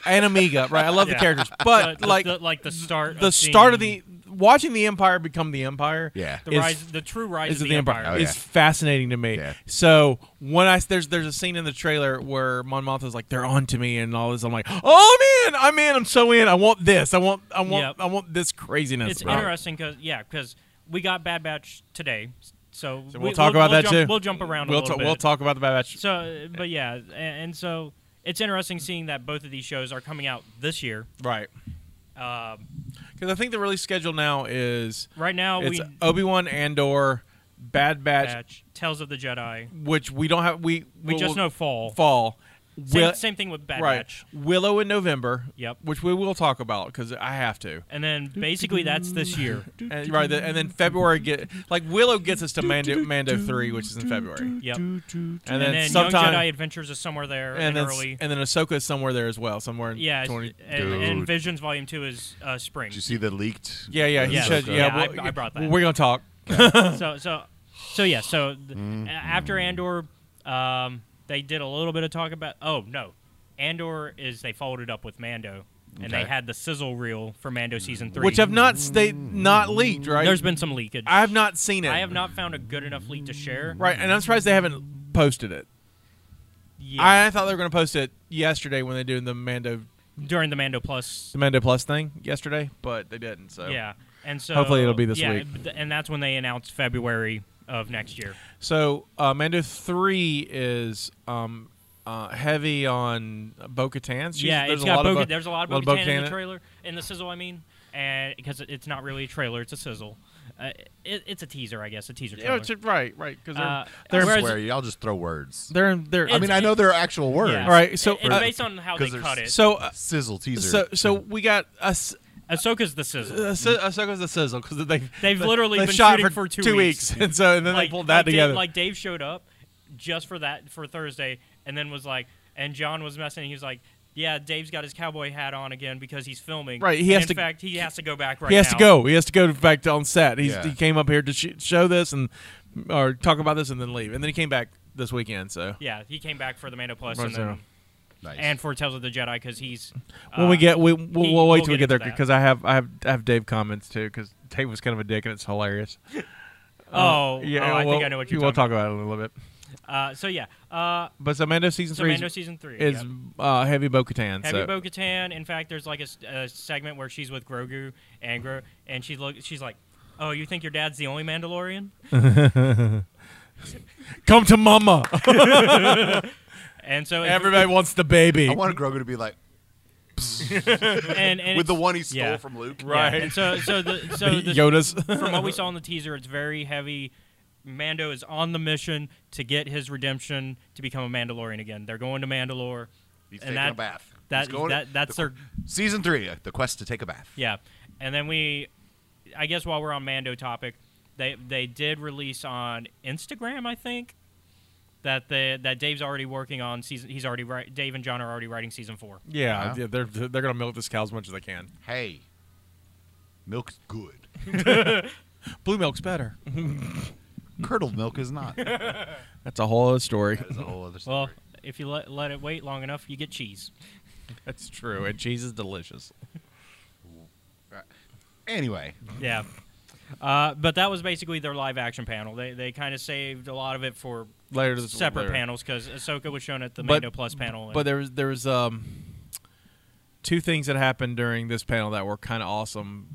Speaker 3: and Amiga, right? I love the
Speaker 4: Yeah.
Speaker 3: characters, but
Speaker 4: The-
Speaker 3: like
Speaker 4: the, like the start
Speaker 3: the
Speaker 4: of
Speaker 3: start of
Speaker 4: seeing
Speaker 3: the watching the Empire become the Empire,
Speaker 5: Yeah.
Speaker 4: the
Speaker 3: is-
Speaker 4: rise the true rise
Speaker 3: is
Speaker 4: of the, empire.
Speaker 5: Oh, yeah.
Speaker 3: is fascinating to me.
Speaker 5: Yeah.
Speaker 3: So when I there's there's a scene in the trailer where Mon Mothma's like they're on to me and all this, I'm like, oh man, I'm in, I'm so in, I want this, I want, I want,
Speaker 4: Yep.
Speaker 3: I want this craziness.
Speaker 4: It's
Speaker 3: Right.
Speaker 4: interesting because yeah, because we got Bad Batch today, s- so,
Speaker 3: So
Speaker 4: we-
Speaker 3: we'll talk about
Speaker 4: we'll
Speaker 3: that
Speaker 4: jump,
Speaker 3: too.
Speaker 4: We'll jump around a
Speaker 3: We'll
Speaker 4: little
Speaker 3: ta-
Speaker 4: bit.
Speaker 3: we'll talk about the Bad Batch.
Speaker 4: So, but yeah, and, and so it's interesting seeing that both of these shows are coming out this year.
Speaker 3: Right.
Speaker 4: Um,
Speaker 3: Because I think the release schedule now is
Speaker 4: right now,
Speaker 3: it's
Speaker 4: we
Speaker 3: Obi Wan Andor, Bad Batch,
Speaker 4: Batch, Tales of the Jedi.
Speaker 3: which we don't have. We
Speaker 4: We just know fall.
Speaker 3: fall.
Speaker 4: Same,
Speaker 3: Will-
Speaker 4: same thing with Bad
Speaker 3: right.
Speaker 4: Batch.
Speaker 3: Willow in November.
Speaker 4: Yep.
Speaker 3: Which we will talk about because I have to.
Speaker 4: And then basically that's this year.
Speaker 3: And, right. the- and then February get like Willow gets us to Mando, Mando three, which is in February.
Speaker 4: Yep.
Speaker 3: And
Speaker 4: And
Speaker 3: then,
Speaker 4: then
Speaker 3: sometime
Speaker 4: Young Jedi Adventures is somewhere there
Speaker 3: and
Speaker 4: and
Speaker 3: then
Speaker 4: early.
Speaker 3: and then Ahsoka is somewhere there as well, somewhere in
Speaker 4: yeah, it's-
Speaker 3: twenty.
Speaker 4: and, and
Speaker 5: Dude.
Speaker 4: Visions Volume Two is uh, spring.
Speaker 5: Did you see the leaked?
Speaker 3: Yeah, yeah, he
Speaker 4: Yeah.
Speaker 3: said-
Speaker 4: Ahsoka.
Speaker 3: yeah.
Speaker 4: Yeah,
Speaker 3: well,
Speaker 4: I- I brought that.
Speaker 3: We're gonna talk.
Speaker 4: so so so yeah so th-
Speaker 3: Mm-hmm.
Speaker 4: a- after andor um, they did a little bit of talk about oh no andor is they followed it up with mando and they
Speaker 5: Okay.
Speaker 4: had the sizzle reel for mando season three
Speaker 3: Mm. Which have not they not leaked, right?
Speaker 4: there's been some leakage
Speaker 3: I have not seen it.
Speaker 4: I have not found a good enough leak to share
Speaker 3: Right, and I'm surprised they haven't posted it.
Speaker 4: yet
Speaker 3: I, I thought they were going to post it yesterday when they did the Mando
Speaker 4: during the mando plus
Speaker 3: the Mando Plus thing yesterday, but they didn't. So
Speaker 4: yeah and so
Speaker 3: Hopefully it'll be this
Speaker 4: yeah,
Speaker 3: week.
Speaker 4: th- and that's when they announced february of next year
Speaker 3: so uh, Mando three is um, uh, heavy on Bo Katan.
Speaker 4: yeah
Speaker 3: there's
Speaker 4: it's
Speaker 3: a
Speaker 4: got
Speaker 3: lot
Speaker 4: Bo-
Speaker 3: of Bo-
Speaker 4: there's a lot
Speaker 3: lot
Speaker 4: of Bo-Katan in
Speaker 3: Bo-Katan
Speaker 4: the trailer in the sizzle I mean and because it's not really a trailer it's a sizzle uh, it, it's a teaser I guess a teaser
Speaker 3: Yeah,
Speaker 4: trailer
Speaker 3: it's, right, right, because they're,
Speaker 4: Uh,
Speaker 3: they're,
Speaker 5: I
Speaker 4: whereas-
Speaker 5: swear, y'all just throw words.
Speaker 3: they're they're
Speaker 5: I mean, I know they're actual words.
Speaker 4: Yeah.
Speaker 3: All right, so,
Speaker 4: It- it's
Speaker 3: uh,
Speaker 4: based on how
Speaker 5: 'cause
Speaker 4: they
Speaker 5: there's-
Speaker 4: cut it.
Speaker 3: so uh,
Speaker 5: Sizzle teaser.
Speaker 3: so so we got us.
Speaker 4: Ahsoka's the sizzle.
Speaker 3: Uh, so, Ahsoka's a sizzle because they
Speaker 4: They've literally
Speaker 3: they
Speaker 4: been
Speaker 3: shot
Speaker 4: shooting
Speaker 3: for
Speaker 4: for two
Speaker 3: weeks.
Speaker 4: weeks.
Speaker 3: and so and then
Speaker 4: like,
Speaker 3: they pulled that
Speaker 4: like Dave-
Speaker 3: together.
Speaker 4: like Dave showed up just for that for Thursday, and then was like, and John was messing. He was like, "Yeah, Dave's got his cowboy hat on again because he's filming.
Speaker 3: Right, he
Speaker 4: And
Speaker 3: has
Speaker 4: in
Speaker 3: to-
Speaker 4: fact, he has to go back right.
Speaker 3: he has
Speaker 4: now.
Speaker 3: to go. He has to go back to on set. He's,
Speaker 5: Yeah.
Speaker 3: He came up here to sh- show this and or talk about this and then leave. And then he came back this weekend. So
Speaker 4: Yeah, he came back for the Mando Plus
Speaker 3: Right,
Speaker 4: and, then,
Speaker 3: so-
Speaker 5: nice.
Speaker 4: and for Tales of the Jedi because he's
Speaker 3: when we
Speaker 4: uh,
Speaker 3: get we we'll,
Speaker 4: he-
Speaker 3: we'll wait
Speaker 4: we'll
Speaker 3: till we
Speaker 4: get
Speaker 3: get there
Speaker 4: into that.
Speaker 3: because I have I have I have Dave comments too because Dave was kind of a dick and it's hilarious.
Speaker 4: oh oh, I
Speaker 3: uh, we'll-
Speaker 4: think I know what you're
Speaker 3: We'll
Speaker 4: talking.
Speaker 3: talk about it in a little bit.
Speaker 4: about. Uh, so yeah, uh,
Speaker 3: But so Mando season
Speaker 4: so
Speaker 3: three
Speaker 4: Mando
Speaker 3: is,
Speaker 4: season three
Speaker 3: is
Speaker 4: yep.
Speaker 3: uh, heavy Bo-Katan.
Speaker 4: Heavy
Speaker 3: so.
Speaker 4: Bo Katan. In fact, there's like a, s- a segment where she's with Grogu and Gro- and she look, she's like, "Oh, you think your dad's the only Mandalorian?"
Speaker 3: Come to Mama.
Speaker 4: And so it's-
Speaker 3: Everybody wants the baby.
Speaker 5: I wanted Grogu to be like
Speaker 4: and, and
Speaker 5: with the
Speaker 4: it's-
Speaker 5: one he stole
Speaker 4: yeah.
Speaker 5: from Luke.
Speaker 4: Yeah, And so so the so the,
Speaker 3: Yoda's.
Speaker 4: from what we saw in the teaser, it's very heavy. Mando is on the mission to get his redemption to become a Mandalorian again. They're going to Mandalore.
Speaker 5: He's
Speaker 4: and
Speaker 5: taking
Speaker 4: that,
Speaker 5: a bath.
Speaker 4: That,
Speaker 5: He's going to-
Speaker 4: that that's
Speaker 5: the-
Speaker 4: their
Speaker 5: Season three, uh, the quest to take a bath.
Speaker 4: Yeah, and then we, I guess while we're on Mando topic, they they did release on Instagram, I think, that the that Dave's already working on season. He's already write, Dave and John are already writing season four.
Speaker 3: yeah,
Speaker 5: Uh-huh.
Speaker 3: yeah, they're they're gonna milk this cow as much as they can.
Speaker 5: Hey, milk's good.
Speaker 3: Blue milk's better.
Speaker 5: Curdled milk is not. That
Speaker 3: That's a whole other story.
Speaker 5: is a whole other story.
Speaker 4: Well, if you let let it wait long enough, you get cheese.
Speaker 3: That's true, and cheese is delicious.
Speaker 5: anyway,
Speaker 4: Yeah. Uh, but that was basically their live action panel. They they kind of saved a lot of it for
Speaker 3: Later this-
Speaker 4: separate
Speaker 3: later.
Speaker 4: panels because Ahsoka was shown at the
Speaker 3: But-
Speaker 4: Mando Plus panel. and-
Speaker 3: But there was there was um two things that happened during this panel that were kind of awesome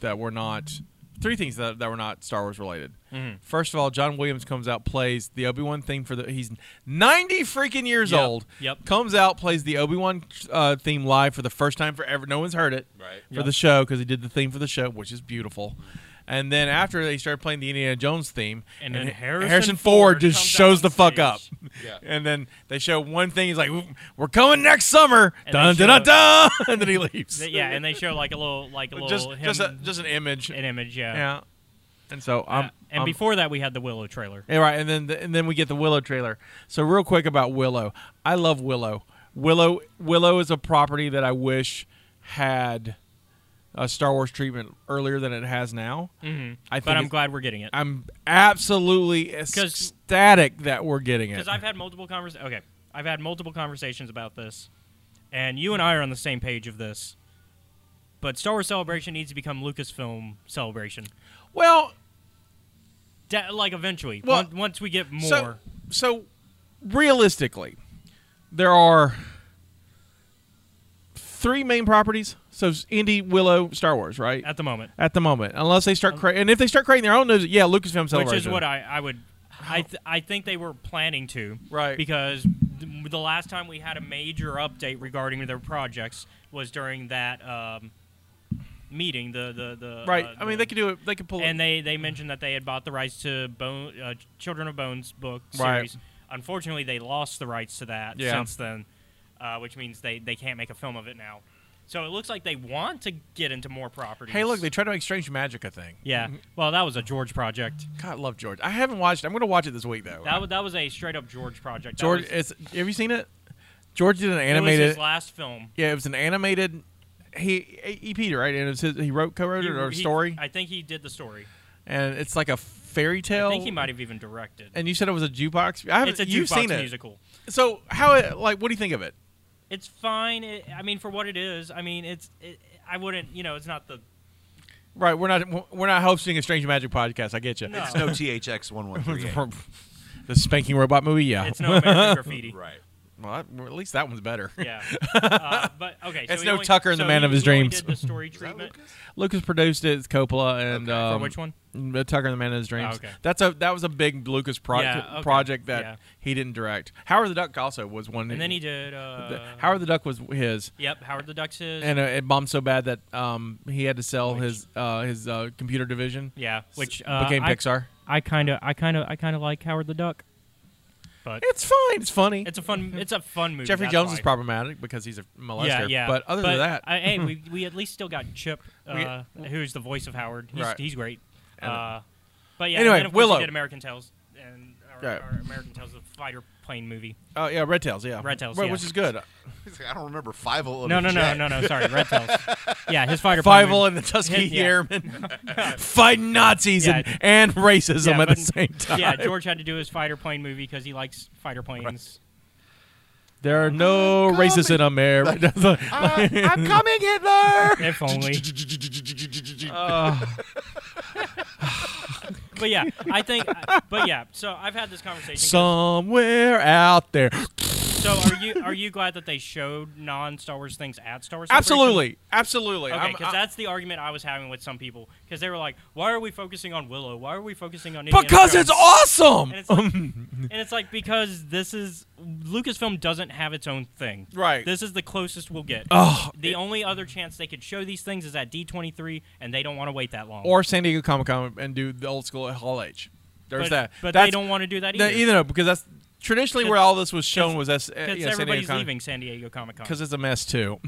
Speaker 3: that were not three things that, that were not Star Wars related.
Speaker 4: Mm-hmm.
Speaker 3: First of all, John Williams comes out plays the Obi Wan thing for the he's 90 freaking years
Speaker 4: Yep,
Speaker 3: old.
Speaker 4: yep.
Speaker 3: Comes out plays the Obi Wan uh, theme live for the first time forever. No one's heard it
Speaker 5: Right.
Speaker 3: for
Speaker 4: Yep.
Speaker 3: the show because he did the theme for the show, which is beautiful. And then after they started playing the Indiana Jones theme,
Speaker 4: And then
Speaker 3: Ha-
Speaker 4: Harrison
Speaker 3: Ford
Speaker 4: Ford
Speaker 3: just
Speaker 4: comes
Speaker 3: shows
Speaker 4: out
Speaker 3: the
Speaker 4: on
Speaker 3: fuck
Speaker 4: stage.
Speaker 3: up.
Speaker 5: Yeah.
Speaker 3: And then they show one thing. He's like, "We're coming next summer."
Speaker 4: And
Speaker 3: Dun
Speaker 4: they
Speaker 3: dun
Speaker 4: show-
Speaker 3: dun dun. And then he leaves.
Speaker 4: Th- yeah, and they show like a little like a little
Speaker 3: just
Speaker 4: him,
Speaker 3: just a, just an image.
Speaker 4: an image. Yeah.
Speaker 3: yeah. And so
Speaker 4: Uh,
Speaker 3: I'm
Speaker 4: and
Speaker 3: I'm-
Speaker 4: before that, we had the Willow trailer.
Speaker 3: Yeah, right, and then and then we get the Willow trailer. So real quick about Willow, I love Willow. Willow Willow is a property that I wish had a Star Wars treatment earlier than it has now. Mm-hmm. I think
Speaker 4: But I'm
Speaker 3: it's-
Speaker 4: glad we're getting it
Speaker 3: I'm absolutely
Speaker 4: 'Cause-
Speaker 3: ecstatic that we're getting it.
Speaker 4: because I've had multiple convers. Okay, I've had multiple conversations about this, and you and I are on the same page of this. But Star Wars Celebration needs to become Lucasfilm Celebration,
Speaker 3: well,
Speaker 4: Da- like eventually.
Speaker 3: Well,
Speaker 4: on- once we get more,
Speaker 3: So, so realistically, there are three main properties. So it's Indy, Willow, Star Wars, right?
Speaker 4: at the moment,
Speaker 3: At the moment, unless they start creating, and if they start creating their own, news, yeah, Lucasfilm
Speaker 4: which
Speaker 3: Celebration,
Speaker 4: is what I, uh, I would. I, th- I think they were planning to
Speaker 3: Right.
Speaker 4: because th- the last time we had a major update regarding their projects was during that um, meeting the the, the
Speaker 3: right.
Speaker 4: uh,
Speaker 3: I mean,
Speaker 4: the-
Speaker 3: they could do it. They could pull.
Speaker 4: and they they mentioned that they had bought the rights to Bone uh, Children of Bones book
Speaker 3: Right.
Speaker 4: series. Unfortunately, they lost the rights to that
Speaker 3: Yeah.
Speaker 4: since then, uh, which means they they can't make a film of it now. So it looks like they want to get into more properties.
Speaker 3: hey, look, they Mm-hmm. tried to make Strange Magic a thing.
Speaker 4: yeah. Well, that was a George project.
Speaker 3: God, I love George. I haven't watched. it. I'm going to watch it this week though.
Speaker 4: That was that was a straight up George project. That
Speaker 3: George,
Speaker 4: was,
Speaker 3: it's, have you seen it? George did an
Speaker 4: it was
Speaker 3: animated.
Speaker 4: his last film.
Speaker 3: yeah, it was an animated. He he would right, and it was his, he wrote co-wrote it or
Speaker 4: He- he-
Speaker 3: story,
Speaker 4: I think he did the story.
Speaker 3: and it's like a fairy tale.
Speaker 4: I think he might have even directed.
Speaker 3: And you said it was a jukebox. I haven't.
Speaker 4: it's a
Speaker 3: you've
Speaker 4: jukebox
Speaker 3: seen it.
Speaker 4: musical.
Speaker 3: So how? It, like, what do you think of it?
Speaker 4: It's fine. It, I mean, for what it is, I mean, it's. It, I wouldn't. You know, it's not the
Speaker 3: Right, we're not we're not hosting a Strange Magic podcast. I get you.
Speaker 4: No.
Speaker 5: It's no THX one one three.
Speaker 3: the spanking robot movie, yeah.
Speaker 4: It's no American graffiti.
Speaker 5: Right.
Speaker 3: well, that- well, at least that one's better.
Speaker 4: Yeah. Uh, but okay. So
Speaker 3: It's
Speaker 4: he
Speaker 3: no
Speaker 4: only-
Speaker 3: Tucker and the
Speaker 4: so
Speaker 3: Man
Speaker 4: he-
Speaker 3: of his
Speaker 4: he only
Speaker 3: Dreams.
Speaker 4: Did the story treatment.
Speaker 3: Lucas produced it. It's Coppola and um,
Speaker 4: For which one?
Speaker 3: The Tucker and the Man of His Dreams.
Speaker 4: okay.
Speaker 3: That's a that was a big Lucas pro-
Speaker 4: Yeah, okay.
Speaker 3: project that
Speaker 4: Yeah.
Speaker 3: he didn't direct. Howard the Duck also was one.
Speaker 4: And then he did. Uh,
Speaker 3: the- Howard the Duck was his,
Speaker 4: Yep. Howard the Duck's his.
Speaker 3: and uh, it bombed so bad that um, he had to sell
Speaker 4: Which-
Speaker 3: his uh, his uh, computer division.
Speaker 4: yeah. Which
Speaker 3: S-
Speaker 4: uh,
Speaker 3: became
Speaker 4: I,
Speaker 3: Pixar.
Speaker 4: I kind of, I kind of, I kind of like Howard the Duck. But
Speaker 3: It's fine. It's funny.
Speaker 4: it's a fun, it's a fun movie.
Speaker 3: Jeffrey
Speaker 4: that's
Speaker 3: Jones
Speaker 4: why.
Speaker 3: is problematic because he's a molester.
Speaker 4: Yeah, yeah.
Speaker 3: But other than that, hmm.
Speaker 4: I, hey, we, we at least still got Chip,
Speaker 3: We-
Speaker 4: uh, who's the voice of Howard. He's,
Speaker 3: Right.
Speaker 4: he's great.
Speaker 3: And-
Speaker 4: Uh, but yeah,
Speaker 3: Anyway,
Speaker 4: and then of course he
Speaker 3: Willow.
Speaker 4: did American Tales and or,
Speaker 3: Right.
Speaker 4: or American Tales, the fighter plane movie.
Speaker 3: oh yeah, Red Tails, yeah,
Speaker 4: Red Tails,
Speaker 3: Right,
Speaker 4: yeah.
Speaker 3: which is good.
Speaker 5: I don't remember five. oh
Speaker 4: No, no, no, no, no. Sorry, Red Tails. Yeah, his fighter plane.
Speaker 3: Fivel
Speaker 4: movie.
Speaker 3: and the Tuskegee
Speaker 4: Yeah.
Speaker 3: Airmen fighting Nazis
Speaker 4: Yeah.
Speaker 3: and, and racism
Speaker 4: yeah,
Speaker 3: at the
Speaker 4: but-
Speaker 3: same time.
Speaker 4: Yeah, George had to do his fighter plane movie because he likes fighter planes.
Speaker 3: There are no
Speaker 5: Coming. Uh,
Speaker 3: racists in America.
Speaker 5: I'm coming, Hitler.
Speaker 4: If only.
Speaker 3: Uh,
Speaker 4: But yeah, I think. But yeah, so I've had this conversation. 'cause-
Speaker 3: Somewhere out there.
Speaker 4: So are you are you glad that they showed non Star Wars things at Star Wars? Celebration?
Speaker 3: Absolutely, absolutely.
Speaker 4: Okay,
Speaker 3: I'm- uh,
Speaker 4: because
Speaker 3: I-
Speaker 4: that's the argument I was having with some people because they were like, "Why are we focusing on Willow? Why are we focusing on?" Indiana
Speaker 3: because
Speaker 4: Jones?"
Speaker 3: it's Um. awesome.
Speaker 4: And it's, like, and it's like because this is Lucasfilm doesn't have its own thing.
Speaker 3: Right.
Speaker 4: This is the closest we'll get.
Speaker 3: Oh,
Speaker 4: the only other chance they could show these things is at D23, and they don't want to wait that long.
Speaker 3: or San Diego Comic Con and do the old school at Hall H. There's
Speaker 4: but,
Speaker 3: that.
Speaker 4: But
Speaker 3: That's-
Speaker 4: they don't want to do that
Speaker 3: No,
Speaker 4: either.
Speaker 3: either no, because that's traditionally where all this was shown was as
Speaker 4: Because
Speaker 3: uh, yeah, San Diego
Speaker 4: everybody's
Speaker 3: Comic
Speaker 4: leaving San Diego Comic Con.
Speaker 3: because it's a mess too.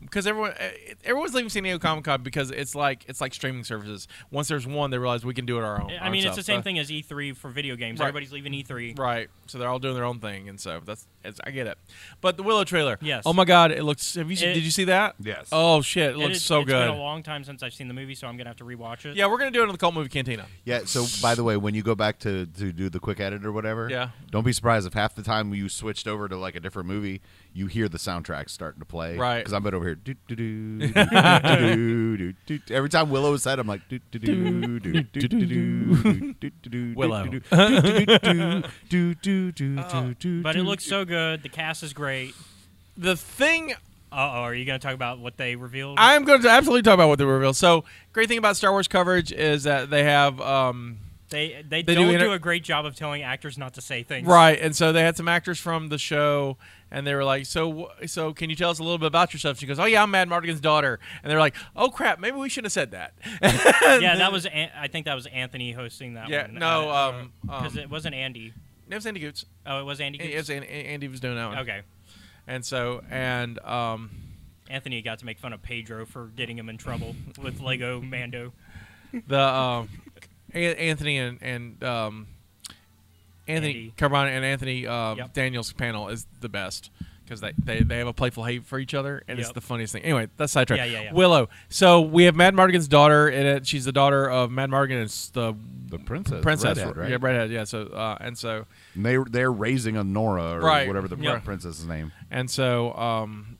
Speaker 3: Because everyone, eh, everyone's leaving San Diego Comic Con because it's like it's like streaming services. Once there's one, they realize we can do it our own.
Speaker 4: I mean, it's
Speaker 3: ourselves.
Speaker 4: the same
Speaker 3: So-
Speaker 4: thing as E3 for video games.
Speaker 3: Right.
Speaker 4: Everybody's leaving E E3.
Speaker 3: right? So they're all doing their own thing, and so that's it's, I get it. But the Willow trailer,
Speaker 4: Yes.
Speaker 3: Oh my God, it looks. Have you seen,
Speaker 4: It-
Speaker 3: did you see that?
Speaker 5: Yes.
Speaker 3: Oh shit, it
Speaker 4: It
Speaker 3: looks
Speaker 4: is-
Speaker 3: so
Speaker 4: It's
Speaker 3: good.
Speaker 4: been a long time since I've seen the movie, so I'm gonna have to rewatch it.
Speaker 3: yeah, we're gonna do it on the Cult Movie Cantina.
Speaker 5: Yeah. So, by the way, when you go back to to do the quick edit or whatever,
Speaker 3: Yeah.
Speaker 5: don't be surprised if half the time you switched over to like a different movie, you hear the soundtrack starting to play,
Speaker 3: Right.
Speaker 5: Because I'm been over here. do, do, do, do, do, do, do, do. Every time Willow is said, I'm like do, do, do, do, do, do, do, do, do, do, do,
Speaker 3: Willow. Oh,
Speaker 5: do, do, do, do, do, do, do, do,
Speaker 4: But it
Speaker 5: do,
Speaker 4: looks
Speaker 5: do.
Speaker 4: so good. The cast is great.
Speaker 3: The thing
Speaker 4: Uh oh, are you going to talk about what they revealed?
Speaker 3: I'm going to absolutely talk about what they reveal. So, great thing about Star Wars coverage is that they have um,
Speaker 4: they they,
Speaker 3: They do
Speaker 4: don't do,
Speaker 3: inter-
Speaker 4: a great job of telling actors not to say things.
Speaker 3: Right, and so they had some actors from the show, and they were like, "So, wh- so can you tell us a little bit about yourself?" She goes, "Oh yeah, I'm Mad Mardigan's daughter," and they're like, "Oh crap, maybe we shouldn't have said that."
Speaker 4: Yeah, that was. An- I think that was Anthony hosting that
Speaker 3: Yeah,
Speaker 4: one.
Speaker 3: no,
Speaker 4: Uh,
Speaker 3: um,
Speaker 4: because
Speaker 3: um,
Speaker 4: it wasn't Andy.
Speaker 3: it was Andy Goots.
Speaker 4: Oh, it was Andy.
Speaker 3: It
Speaker 4: Gooch?
Speaker 3: was An- Andy was doing that one.
Speaker 4: Okay,
Speaker 3: and so and um,
Speaker 4: Anthony got to make fun of Pedro for getting him in trouble with Lego Mando.
Speaker 3: the um, An- Anthony and and um, Anthony
Speaker 4: Andy.
Speaker 3: Carbon and Anthony uh,
Speaker 4: Yep.
Speaker 3: Daniels panel is the best because they, they they have a playful hate for each other, and it's
Speaker 4: Yep.
Speaker 3: the funniest thing. Anyway, that's sidetrack.
Speaker 4: Yeah, yeah, yeah.
Speaker 3: Willow. So we have Mad Mardigan's daughter, and it, she's the daughter of Mad Mardigan. and It's the
Speaker 5: The princess,
Speaker 3: princess,
Speaker 5: redhead,
Speaker 3: yeah,
Speaker 5: right?
Speaker 3: redhead, yeah. So uh, and so
Speaker 5: And They they're raising a Nora or
Speaker 3: Right.
Speaker 5: whatever the
Speaker 3: Yeah.
Speaker 5: princess's name.
Speaker 3: and so um,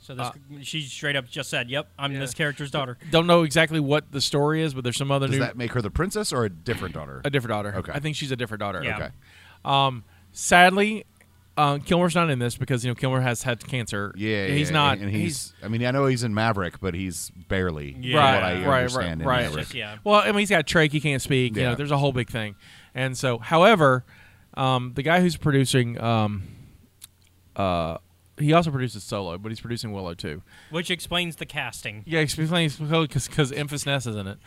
Speaker 4: So this,
Speaker 3: Uh,
Speaker 4: she straight up just said, "Yep, I'm
Speaker 3: Yeah.
Speaker 4: this character's daughter."
Speaker 3: don't know exactly what the story is, but there's some other
Speaker 5: Does
Speaker 3: new
Speaker 5: that make her the princess or a different daughter?
Speaker 3: a different daughter.
Speaker 5: Okay.
Speaker 3: I think she's a different daughter.
Speaker 4: Yeah.
Speaker 5: Okay.
Speaker 3: Um, sadly, um, Kilmer's not in this because you know Kilmer has had cancer.
Speaker 5: Yeah,
Speaker 3: he's
Speaker 5: yeah,
Speaker 3: not.
Speaker 5: And, and he's, I mean, I know he's in Maverick, but he's barely.
Speaker 4: Yeah.
Speaker 5: From
Speaker 3: right,
Speaker 5: what I
Speaker 3: right,
Speaker 5: understand
Speaker 3: right,
Speaker 5: in
Speaker 3: right.
Speaker 5: Maverick.
Speaker 4: Just, yeah.
Speaker 3: Well, I mean, he's got a trach; he can't speak. You
Speaker 5: Yeah.
Speaker 3: know, there's a whole big thing, and so, however, um, the guy who's producing, um, uh, he also produces Solo, but he's producing Willow too.
Speaker 4: Which explains the casting.
Speaker 3: Yeah, explain because Infus Ness is in it,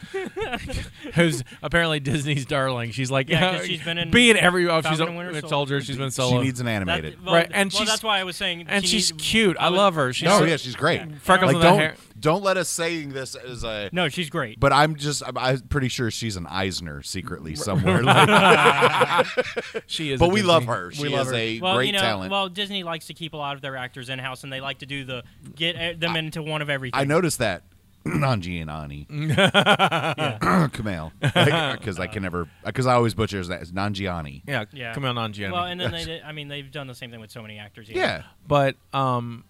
Speaker 3: who's apparently Disney's darling. She's like, uh,
Speaker 4: Yeah, 'cause she's been in
Speaker 3: being every oh,
Speaker 4: Falcon
Speaker 3: she's
Speaker 4: and Winter
Speaker 3: a soldier.
Speaker 4: Soldier.
Speaker 3: She's been
Speaker 5: She
Speaker 3: Solo.
Speaker 5: needs an
Speaker 4: That,
Speaker 5: animated.
Speaker 4: well,
Speaker 3: Right,
Speaker 4: th-
Speaker 3: and
Speaker 4: well,
Speaker 3: she's-
Speaker 4: that's why I was saying.
Speaker 3: and
Speaker 4: she
Speaker 3: she's
Speaker 4: need-
Speaker 3: cute. I
Speaker 4: was-
Speaker 3: love her. She's
Speaker 5: no,
Speaker 3: so-
Speaker 5: yeah, she's great.
Speaker 3: Freckles
Speaker 5: Like,
Speaker 3: in the
Speaker 5: don't
Speaker 3: hair.
Speaker 5: don't let us saying this as a.
Speaker 4: No, she's great.
Speaker 5: But I'm just I'm, I'm pretty sure she's an Eisner secretly somewhere. Like,
Speaker 3: She is,
Speaker 5: but
Speaker 3: a
Speaker 5: we
Speaker 3: Disney-
Speaker 5: love her. She
Speaker 3: We love
Speaker 5: is
Speaker 3: her.
Speaker 5: a
Speaker 4: well,
Speaker 5: great
Speaker 4: you know,
Speaker 5: talent.
Speaker 4: well, Disney likes to keep a lot of their actors in house, and they like to do the get uh, them into one of everything.
Speaker 5: I noticed that on Gianni Kamal because I can never because I always butcher his name. It's Nanjiani.
Speaker 3: Yeah,
Speaker 4: Yeah.
Speaker 3: come on on Gianni.
Speaker 4: Well, and uh, then they, did, I mean, they've done the same thing with so many actors. you know.
Speaker 5: Yeah.
Speaker 3: but um,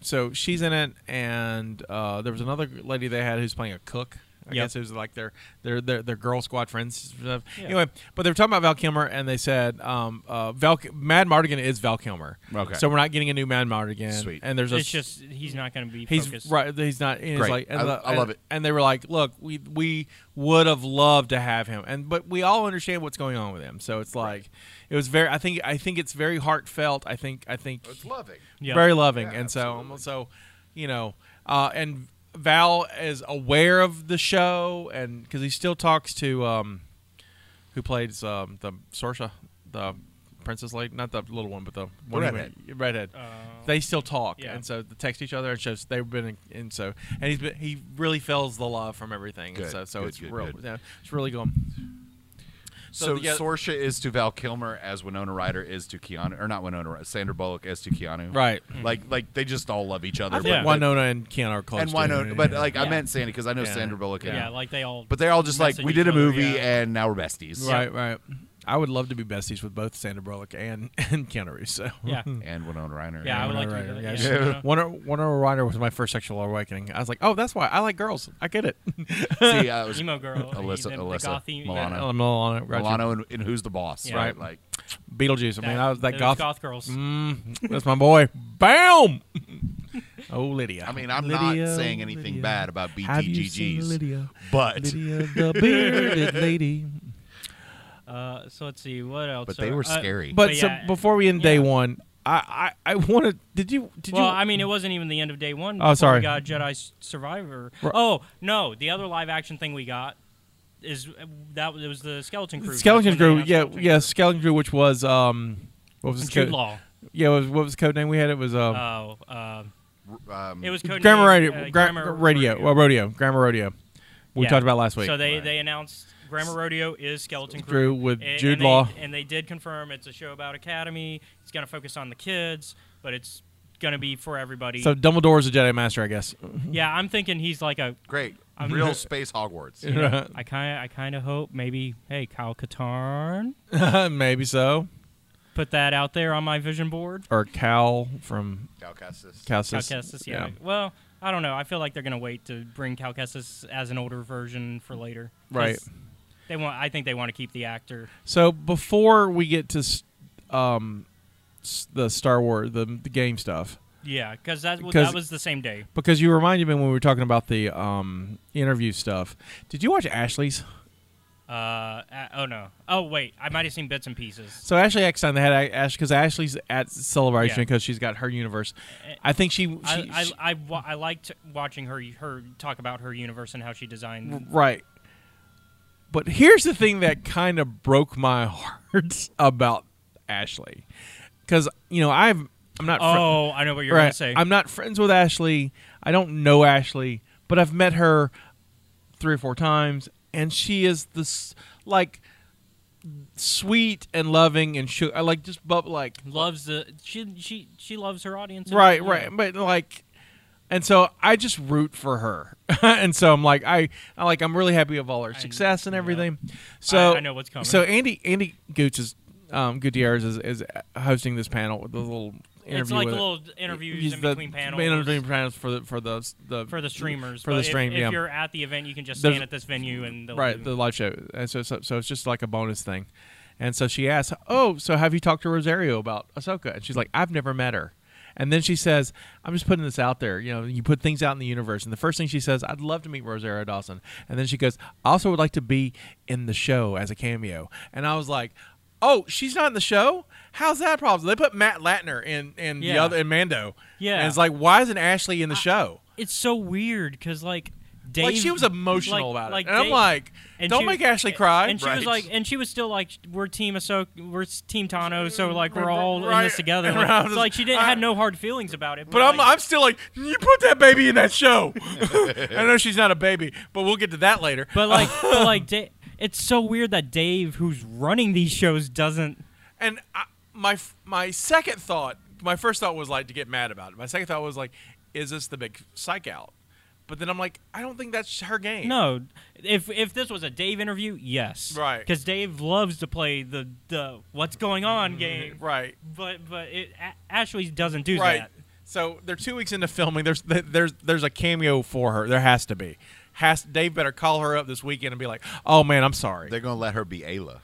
Speaker 3: so she's in it, and uh, there was another lady they had who's playing a cook. I
Speaker 4: Yep.
Speaker 3: guess it was like their their their, their girl squad friends. and Stuff.
Speaker 4: Yeah.
Speaker 3: Anyway, but they were talking about Val Kilmer, and they said um, uh, Val Mad Mardigan is Val Kilmer.
Speaker 5: Okay.
Speaker 3: so we're not getting a new Mad Mardigan.
Speaker 5: Sweet.
Speaker 3: And there's a
Speaker 4: It's just he's not going to be.
Speaker 3: He's
Speaker 4: focused.
Speaker 3: right. He's not. And it's
Speaker 5: Great.
Speaker 3: like, and
Speaker 5: I-
Speaker 3: the-
Speaker 5: I
Speaker 3: and-
Speaker 5: love it.
Speaker 3: And they were like, "Look, we we would have loved to have him, and but we all understand what's going on with him. So it's like, it was very. I think I think it's very heartfelt. I think I think
Speaker 5: It's loving.
Speaker 4: Yeah.
Speaker 3: very loving,
Speaker 5: Yeah,
Speaker 3: and so um, so, you know, uh, and Val is aware of the show, and because he still talks to um, who plays um the Sorsha, the princess lady, not the little one, but the one who-
Speaker 5: Redhead.
Speaker 3: redhead
Speaker 4: Uh,
Speaker 3: they still talk
Speaker 4: Yeah.
Speaker 3: and so they text each other and shows they've been in, and so and he's been, he really feels the love from everything and
Speaker 5: Good,
Speaker 3: so so
Speaker 5: good,
Speaker 3: it's
Speaker 5: good,
Speaker 3: real
Speaker 5: good.
Speaker 3: yeah, it's really going
Speaker 5: So,
Speaker 3: So the-
Speaker 5: Sorsha is to Val Kilmer as Winona Ryder is to Keanu, or not Winona, Ry- Sandra Bullock as to Keanu. Hmm.
Speaker 3: right
Speaker 5: Like, like they just all love each other.
Speaker 4: I
Speaker 5: but
Speaker 4: think Yeah.
Speaker 5: they-
Speaker 3: Winona and Keanu are close
Speaker 5: and
Speaker 3: to
Speaker 5: Winona,
Speaker 3: him.
Speaker 5: but
Speaker 3: Yeah.
Speaker 5: like I
Speaker 4: Yeah.
Speaker 5: meant Sandy because I know
Speaker 3: Yeah.
Speaker 5: Sandra Bullock.
Speaker 4: yeah.
Speaker 5: and-
Speaker 4: like they all.
Speaker 5: but they're all just like
Speaker 4: message
Speaker 5: we did a
Speaker 4: each other,
Speaker 5: movie
Speaker 4: yeah.
Speaker 5: and now we're besties.
Speaker 3: right right I would love to be besties with both Sandra Bullock and and Keanu Reeves so
Speaker 4: Yeah,
Speaker 5: And Winona Ryder.
Speaker 4: yeah, I would
Speaker 3: Winona
Speaker 4: like to.
Speaker 3: Ryder,
Speaker 4: do that,
Speaker 3: yeah,
Speaker 4: yeah,
Speaker 3: she-
Speaker 4: you know.
Speaker 3: Winona Winona Ryder was my first sexual awakening I was like oh that's why I like girls I get it
Speaker 5: See, I was
Speaker 4: Emo girl,
Speaker 5: Alyssa-
Speaker 4: the- the
Speaker 5: Alyssa
Speaker 4: gothy-
Speaker 5: Milano.
Speaker 3: I'm Milano, right,
Speaker 5: Milano and, and Who's the Boss.
Speaker 4: Yeah.
Speaker 5: Right. Like
Speaker 3: Beetlejuice I mean I was that
Speaker 4: those
Speaker 3: goth,
Speaker 4: girls.
Speaker 3: Mm, that's my boy Bam oh Lydia
Speaker 5: I mean, I'm
Speaker 3: Lydia,
Speaker 5: not saying anything
Speaker 3: Lydia.
Speaker 5: bad about
Speaker 3: Have you seen
Speaker 5: BTGGs,
Speaker 3: Lydia?
Speaker 5: but
Speaker 3: Lydia the bearded lady.
Speaker 4: Uh, so let's see what else.
Speaker 5: but
Speaker 4: are-
Speaker 5: they were
Speaker 4: uh,
Speaker 5: scary.
Speaker 3: But
Speaker 4: yeah,
Speaker 3: so before we end day
Speaker 4: yeah.
Speaker 3: one, I I, I want to. Did you did
Speaker 4: well,
Speaker 3: you?
Speaker 4: I mean, it wasn't even the end of day one.
Speaker 3: Oh,
Speaker 4: before
Speaker 3: sorry.
Speaker 4: We got Jedi S- Survivor.
Speaker 3: Right.
Speaker 4: Oh no, the other live action thing we got is uh, that it was the Skeleton Crew.
Speaker 3: Skeleton
Speaker 4: That's when
Speaker 3: Crew.
Speaker 4: they announced Skeleton
Speaker 3: Yeah, yeah, Skeleton Crew, which was um, what was his
Speaker 4: Crew. Jude
Speaker 3: code?
Speaker 4: Law.
Speaker 3: Yeah, what was, what was the code name we had? It was um,
Speaker 4: Oh, uh,
Speaker 5: um,
Speaker 4: it was code
Speaker 3: Grammar
Speaker 4: name,
Speaker 3: Radio,
Speaker 4: uh,
Speaker 3: Gra- Radio, well, Rodeo, Grammar Rodeo. We
Speaker 4: Yeah.
Speaker 3: talked about last week.
Speaker 4: So they, they announced Grammar Rodeo is Skeleton
Speaker 3: Crew
Speaker 4: Crew
Speaker 3: with
Speaker 4: and-
Speaker 3: Jude
Speaker 4: and they-
Speaker 3: Law.
Speaker 4: and they did confirm it's a show about Academy. It's going to focus on the kids, but it's going to be for everybody.
Speaker 3: so Dumbledore is a Jedi Master, I guess.
Speaker 4: yeah, I'm thinking he's like a.
Speaker 5: great.
Speaker 4: I'm-
Speaker 5: Real space Hogwarts.
Speaker 4: you
Speaker 3: Uh.
Speaker 4: know, I kind of I kind of hope maybe hey Kyle Katarn
Speaker 3: Maybe so.
Speaker 4: put that out there on my vision board.
Speaker 3: Or Cal from
Speaker 5: Cal Kestis.
Speaker 3: Calcis.
Speaker 4: Cal Kestis, yeah. Well, I don't know. I feel like they're gonna wait to bring Cal Kestis as an older version for later. 'Cause
Speaker 3: Right.
Speaker 4: They want. I think they want to keep the actor.
Speaker 3: So before we get to s- um, s- the Star Wars, the, the game stuff,
Speaker 4: Yeah, because that, w-
Speaker 3: 'Cause-
Speaker 4: that was the same day.
Speaker 3: because you reminded me when we were talking about the um, interview stuff. Did you watch Ashley's?
Speaker 4: Uh, a- oh no. Oh wait, I might have seen bits and pieces.
Speaker 3: So Ashley Eckstein, they had A- Ash because Ashley's at Celebration
Speaker 4: Yeah.
Speaker 3: because she's got her universe. I think she, she,
Speaker 4: I, I,
Speaker 3: she-
Speaker 4: I, wa- I liked watching her her talk about her universe and how she designed.
Speaker 3: right. But here's the thing that kind of broke my heart about Ashley, because you know I've I'm not. fr-
Speaker 4: Oh, I know what you're
Speaker 3: right,
Speaker 4: gonna say.
Speaker 3: I'm not friends with Ashley. I don't know Ashley, but I've met her three or four times, and she is this like sweet and loving and sh- I like just but like
Speaker 4: loves the she she she loves her audience. and-
Speaker 3: right
Speaker 4: yeah.
Speaker 3: right but like and so i just root for her and so i'm like i i like i'm really happy of all her success and
Speaker 4: yeah.
Speaker 3: everything so
Speaker 4: I know what's coming.
Speaker 3: so andy andy gooch is um gutierrez is, is hosting this panel with the little interview
Speaker 4: It's like
Speaker 3: with it.
Speaker 4: little interviews
Speaker 3: He's
Speaker 4: in
Speaker 3: the
Speaker 4: between panels.
Speaker 3: in between panels for the for the the
Speaker 4: for the streamers
Speaker 3: for the
Speaker 4: but
Speaker 3: stream
Speaker 4: If, if
Speaker 3: yeah
Speaker 4: you're at the event, you can just
Speaker 3: There's-
Speaker 4: stand at this venue and they'll
Speaker 3: right the
Speaker 4: do-
Speaker 3: live show and so, so so it's just like a bonus thing and so she asks oh so have you talked to rosario about ahsoka and she's like i've never met her and then she says i'm just putting this out there you know you put things out in the universe and the first thing she says i'd love to meet rosario dawson and then she goes i also would like to be in the show as a cameo and i was like oh she's not in the show how's that a problem they put matt latner in in the
Speaker 4: Yeah.
Speaker 3: other in mando
Speaker 4: Yeah.
Speaker 3: and it's like why isn't ashley in the show
Speaker 4: It's so weird because like Dave,
Speaker 3: like she was emotional
Speaker 4: like-
Speaker 3: about it,
Speaker 4: like
Speaker 3: and I'm
Speaker 4: Dave-
Speaker 3: like,
Speaker 4: and
Speaker 3: "Don't
Speaker 4: she-
Speaker 3: make Ashley cry."
Speaker 4: And she was like, and she was still like, "We're team Ahsoka, we're team Tano, so like we're
Speaker 3: Right,
Speaker 4: all in
Speaker 3: right.
Speaker 4: this together."
Speaker 3: And
Speaker 4: Like,
Speaker 3: I was
Speaker 4: it's like she didn't
Speaker 3: I-
Speaker 4: had no hard feelings about it.
Speaker 3: But I'm,
Speaker 4: like,
Speaker 3: I'm still like, you put that baby in that show. I know she's not a baby, but we'll get to that later.
Speaker 4: but like, but like, da- it's so weird that Dave, who's running these shows, doesn't.
Speaker 3: And I, my f- my second thought, my first thought was like to get mad about it. My second thought was like, is this the big psych out? But then I'm like, I don't think that's her game.
Speaker 4: No, if if this was a Dave interview, yes,
Speaker 3: Right.
Speaker 4: because Dave loves to play the the what's going on
Speaker 3: Mm-hmm.
Speaker 4: game,
Speaker 3: Right.
Speaker 4: But but it, a- Ashley doesn't do
Speaker 3: Right.
Speaker 4: that.
Speaker 3: So they're two weeks into filming. There's there's there's a cameo for her. There has to be. Has Dave better call her up this weekend and be like, oh man, I'm sorry.
Speaker 5: They're gonna let her be Ayla.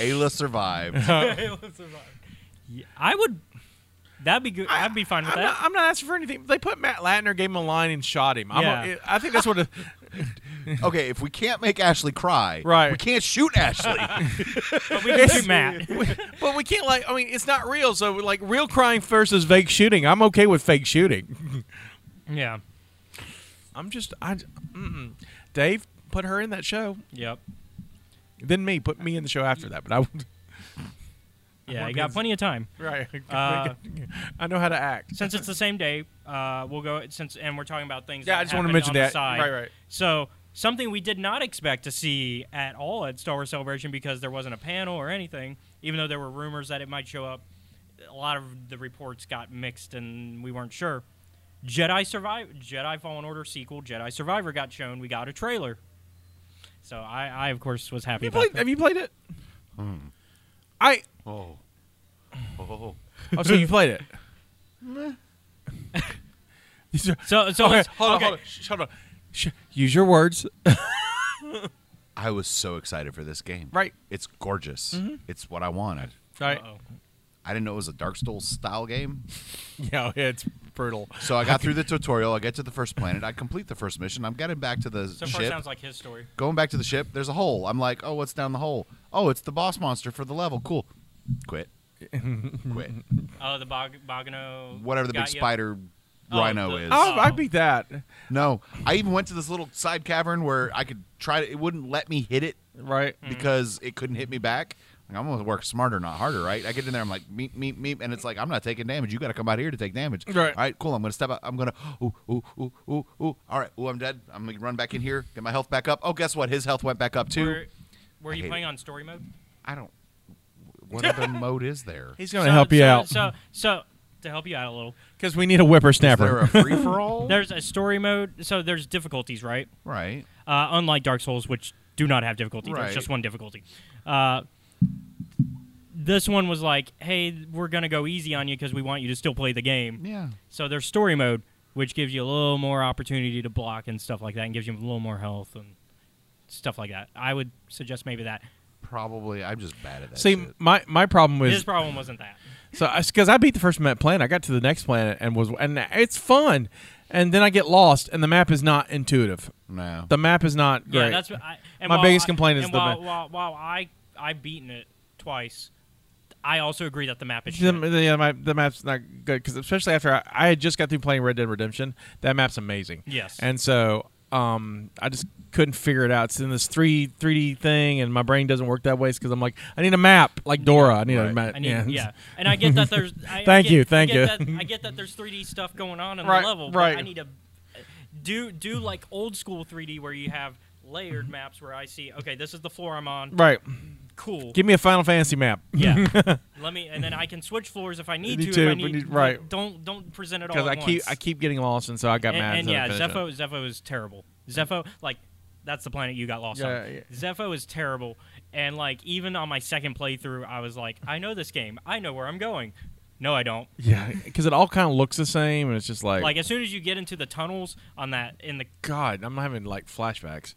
Speaker 5: Ayla survived.
Speaker 4: Yeah, I would. That'd be good. I'd be fine with
Speaker 3: I'm
Speaker 4: that.
Speaker 3: not, I'm not asking for anything. They put Matt Latner, gave him a line, and shot him. I'm
Speaker 4: Yeah.
Speaker 3: a, I think that's what. A,
Speaker 5: okay, if we can't make Ashley cry,
Speaker 3: Right.
Speaker 5: we can't shoot Ashley.
Speaker 4: but we can shoot Matt.
Speaker 3: but we can't like. I mean, it's not real. So like, real crying versus fake shooting. I'm okay with fake shooting.
Speaker 4: yeah.
Speaker 3: I'm just. I. Mm-mm. Dave put her in that show.
Speaker 4: Yep.
Speaker 3: Then me put me in the show after that. But I. would-
Speaker 4: Yeah.
Speaker 3: Or
Speaker 4: You got
Speaker 3: means-
Speaker 4: plenty of time.
Speaker 3: Right.
Speaker 4: Uh,
Speaker 3: I know how to act.
Speaker 4: Since it's the same day, uh, we'll go since and we're talking about things.
Speaker 3: Yeah,
Speaker 4: that
Speaker 3: I just wanna
Speaker 4: happened
Speaker 3: mention
Speaker 4: on the
Speaker 3: that.
Speaker 4: side.
Speaker 3: Right, right.
Speaker 4: So something we did not expect to see at all at Star Wars Celebration because there wasn't a panel or anything, even though there were rumors that it might show up. A lot of the reports got mixed and we weren't sure. Jedi Survive, Jedi Fallen Order sequel, Jedi Survivor got shown. We got a trailer. So I, I of course was happy
Speaker 3: You
Speaker 4: about
Speaker 3: played,
Speaker 4: that.
Speaker 3: have you played it? Hmm. I.
Speaker 5: oh. Oh.
Speaker 3: Oh, so you played it. These are-
Speaker 4: So so
Speaker 3: okay,
Speaker 4: it's-
Speaker 3: hold on,
Speaker 4: okay.
Speaker 3: hold on. Shh, hold on. Shh, use your words.
Speaker 5: I was so excited for this game.
Speaker 3: Right.
Speaker 5: It's gorgeous.
Speaker 4: Mm-hmm.
Speaker 5: It's what I wanted.
Speaker 3: right.
Speaker 4: Uh-oh.
Speaker 5: I didn't know it was a Dark Souls style game.
Speaker 3: Yeah, it's brutal.
Speaker 5: So I got through the tutorial. I get to the first planet. I complete the first mission. I'm getting back to the
Speaker 4: So far
Speaker 5: ship.
Speaker 4: sounds like his story.
Speaker 5: Going back to the ship, there's a hole. I'm like, oh, what's down the hole? Oh, it's the boss monster for the level. Cool. Quit. Quit.
Speaker 4: Oh, the Bog- Bogano.
Speaker 5: Whatever the
Speaker 4: got
Speaker 5: big
Speaker 4: ya.
Speaker 5: spider
Speaker 4: Oh,
Speaker 5: rhino
Speaker 4: the-
Speaker 5: is.
Speaker 3: Oh, I
Speaker 4: Oh.
Speaker 3: beat that.
Speaker 5: No. I even went to this little side cavern where I could try to, it wouldn't let me hit it
Speaker 3: Right.
Speaker 4: Mm.
Speaker 5: because it couldn't hit me back. Like, I'm gonna work smarter, not harder, right? I get in there, I'm like meep meep meep, and it's like I'm not taking damage. You got to come out here to take damage.
Speaker 3: Right.
Speaker 5: All right. Cool. I'm gonna step out. I'm gonna ooh ooh ooh ooh ooh. All right. Ooh, I'm dead. I'm gonna run back in here, get my health back up. Oh, guess what? His health went back up too.
Speaker 4: Were, were
Speaker 5: I hate
Speaker 4: you
Speaker 5: it.
Speaker 4: playing on story mode?
Speaker 5: I don't. What other mode is there? Is
Speaker 3: He's going to help you
Speaker 4: so,
Speaker 3: out
Speaker 4: So, so to help you out a little,
Speaker 3: because we need a whippersnapper.
Speaker 5: there a free for all?
Speaker 4: there's a story mode. So there's difficulties, right?
Speaker 5: Right.
Speaker 4: Uh, unlike Dark Souls, which do not have difficulty, there's
Speaker 5: Right.
Speaker 4: just one difficulty. Uh, this one was like, hey, we're gonna go easy on you because we want you to still play the game.
Speaker 5: Yeah.
Speaker 4: So there's story mode. which gives you a little more opportunity to block and stuff like that, and gives you a little more health and stuff like that. I would suggest maybe that.
Speaker 5: Probably, I'm just bad at that.
Speaker 3: See,
Speaker 5: shit.
Speaker 3: my my problem
Speaker 4: His
Speaker 3: is
Speaker 4: problem wasn't that.
Speaker 3: so because I beat the first ma- planet, I got to the next planet and was and it's fun, and then I get lost and the map is not intuitive.
Speaker 5: no.
Speaker 3: The map is not great.
Speaker 4: Yeah, that's what I, and
Speaker 3: My
Speaker 4: while
Speaker 3: biggest
Speaker 4: I-
Speaker 3: complaint is
Speaker 4: and
Speaker 3: the
Speaker 4: while,
Speaker 3: ma-
Speaker 4: while, while I I've beaten it twice. I also agree that the map is
Speaker 3: the,
Speaker 4: shit.
Speaker 3: the, yeah, my, the map's not good because especially after I, I had just got through playing Red Dead Redemption, that map's amazing.
Speaker 4: Yes.
Speaker 3: and so um, I just couldn't figure it out. It's in this three three D thing, and my brain doesn't work that way because I'm like, I need a map like Dora. I need a
Speaker 5: Right.
Speaker 3: map.
Speaker 4: I need,
Speaker 3: yeah.
Speaker 4: yeah. and I get that there's. I, I
Speaker 3: Thank
Speaker 4: get-
Speaker 3: you, thank
Speaker 4: I get
Speaker 3: you.
Speaker 4: That, I get that there's 3D stuff going on in
Speaker 3: Right,
Speaker 4: the level, but
Speaker 3: right.
Speaker 4: I need to do do like old school 3D where you have layered maps where I see, okay, this is the floor I'm on.
Speaker 3: Right.
Speaker 4: Cool.
Speaker 3: Give me a Final Fantasy map.
Speaker 4: yeah. Let me, and then I can switch floors if I need,
Speaker 3: need
Speaker 4: to.
Speaker 3: to,
Speaker 4: if I
Speaker 3: but
Speaker 4: need,
Speaker 3: you- right.
Speaker 4: Don't don't present it all.
Speaker 3: Because I
Speaker 4: at
Speaker 3: keep
Speaker 4: once.
Speaker 3: I keep getting lost, and so I got
Speaker 4: and,
Speaker 3: mad.
Speaker 4: and
Speaker 3: so I
Speaker 4: yeah,
Speaker 3: finished it.
Speaker 4: Zepho Zepho is terrible. Zepho like that's the planet you got lost
Speaker 3: Yeah,
Speaker 4: on.
Speaker 3: yeah.
Speaker 4: Zepho is terrible, and like even on my second playthrough, I was like, I know this game. I know where I'm going. No, I don't.
Speaker 3: Yeah, because it all kind of looks the same, and it's just like,
Speaker 4: Like as soon as you get into the tunnels on that in the
Speaker 3: God, I'm having like flashbacks.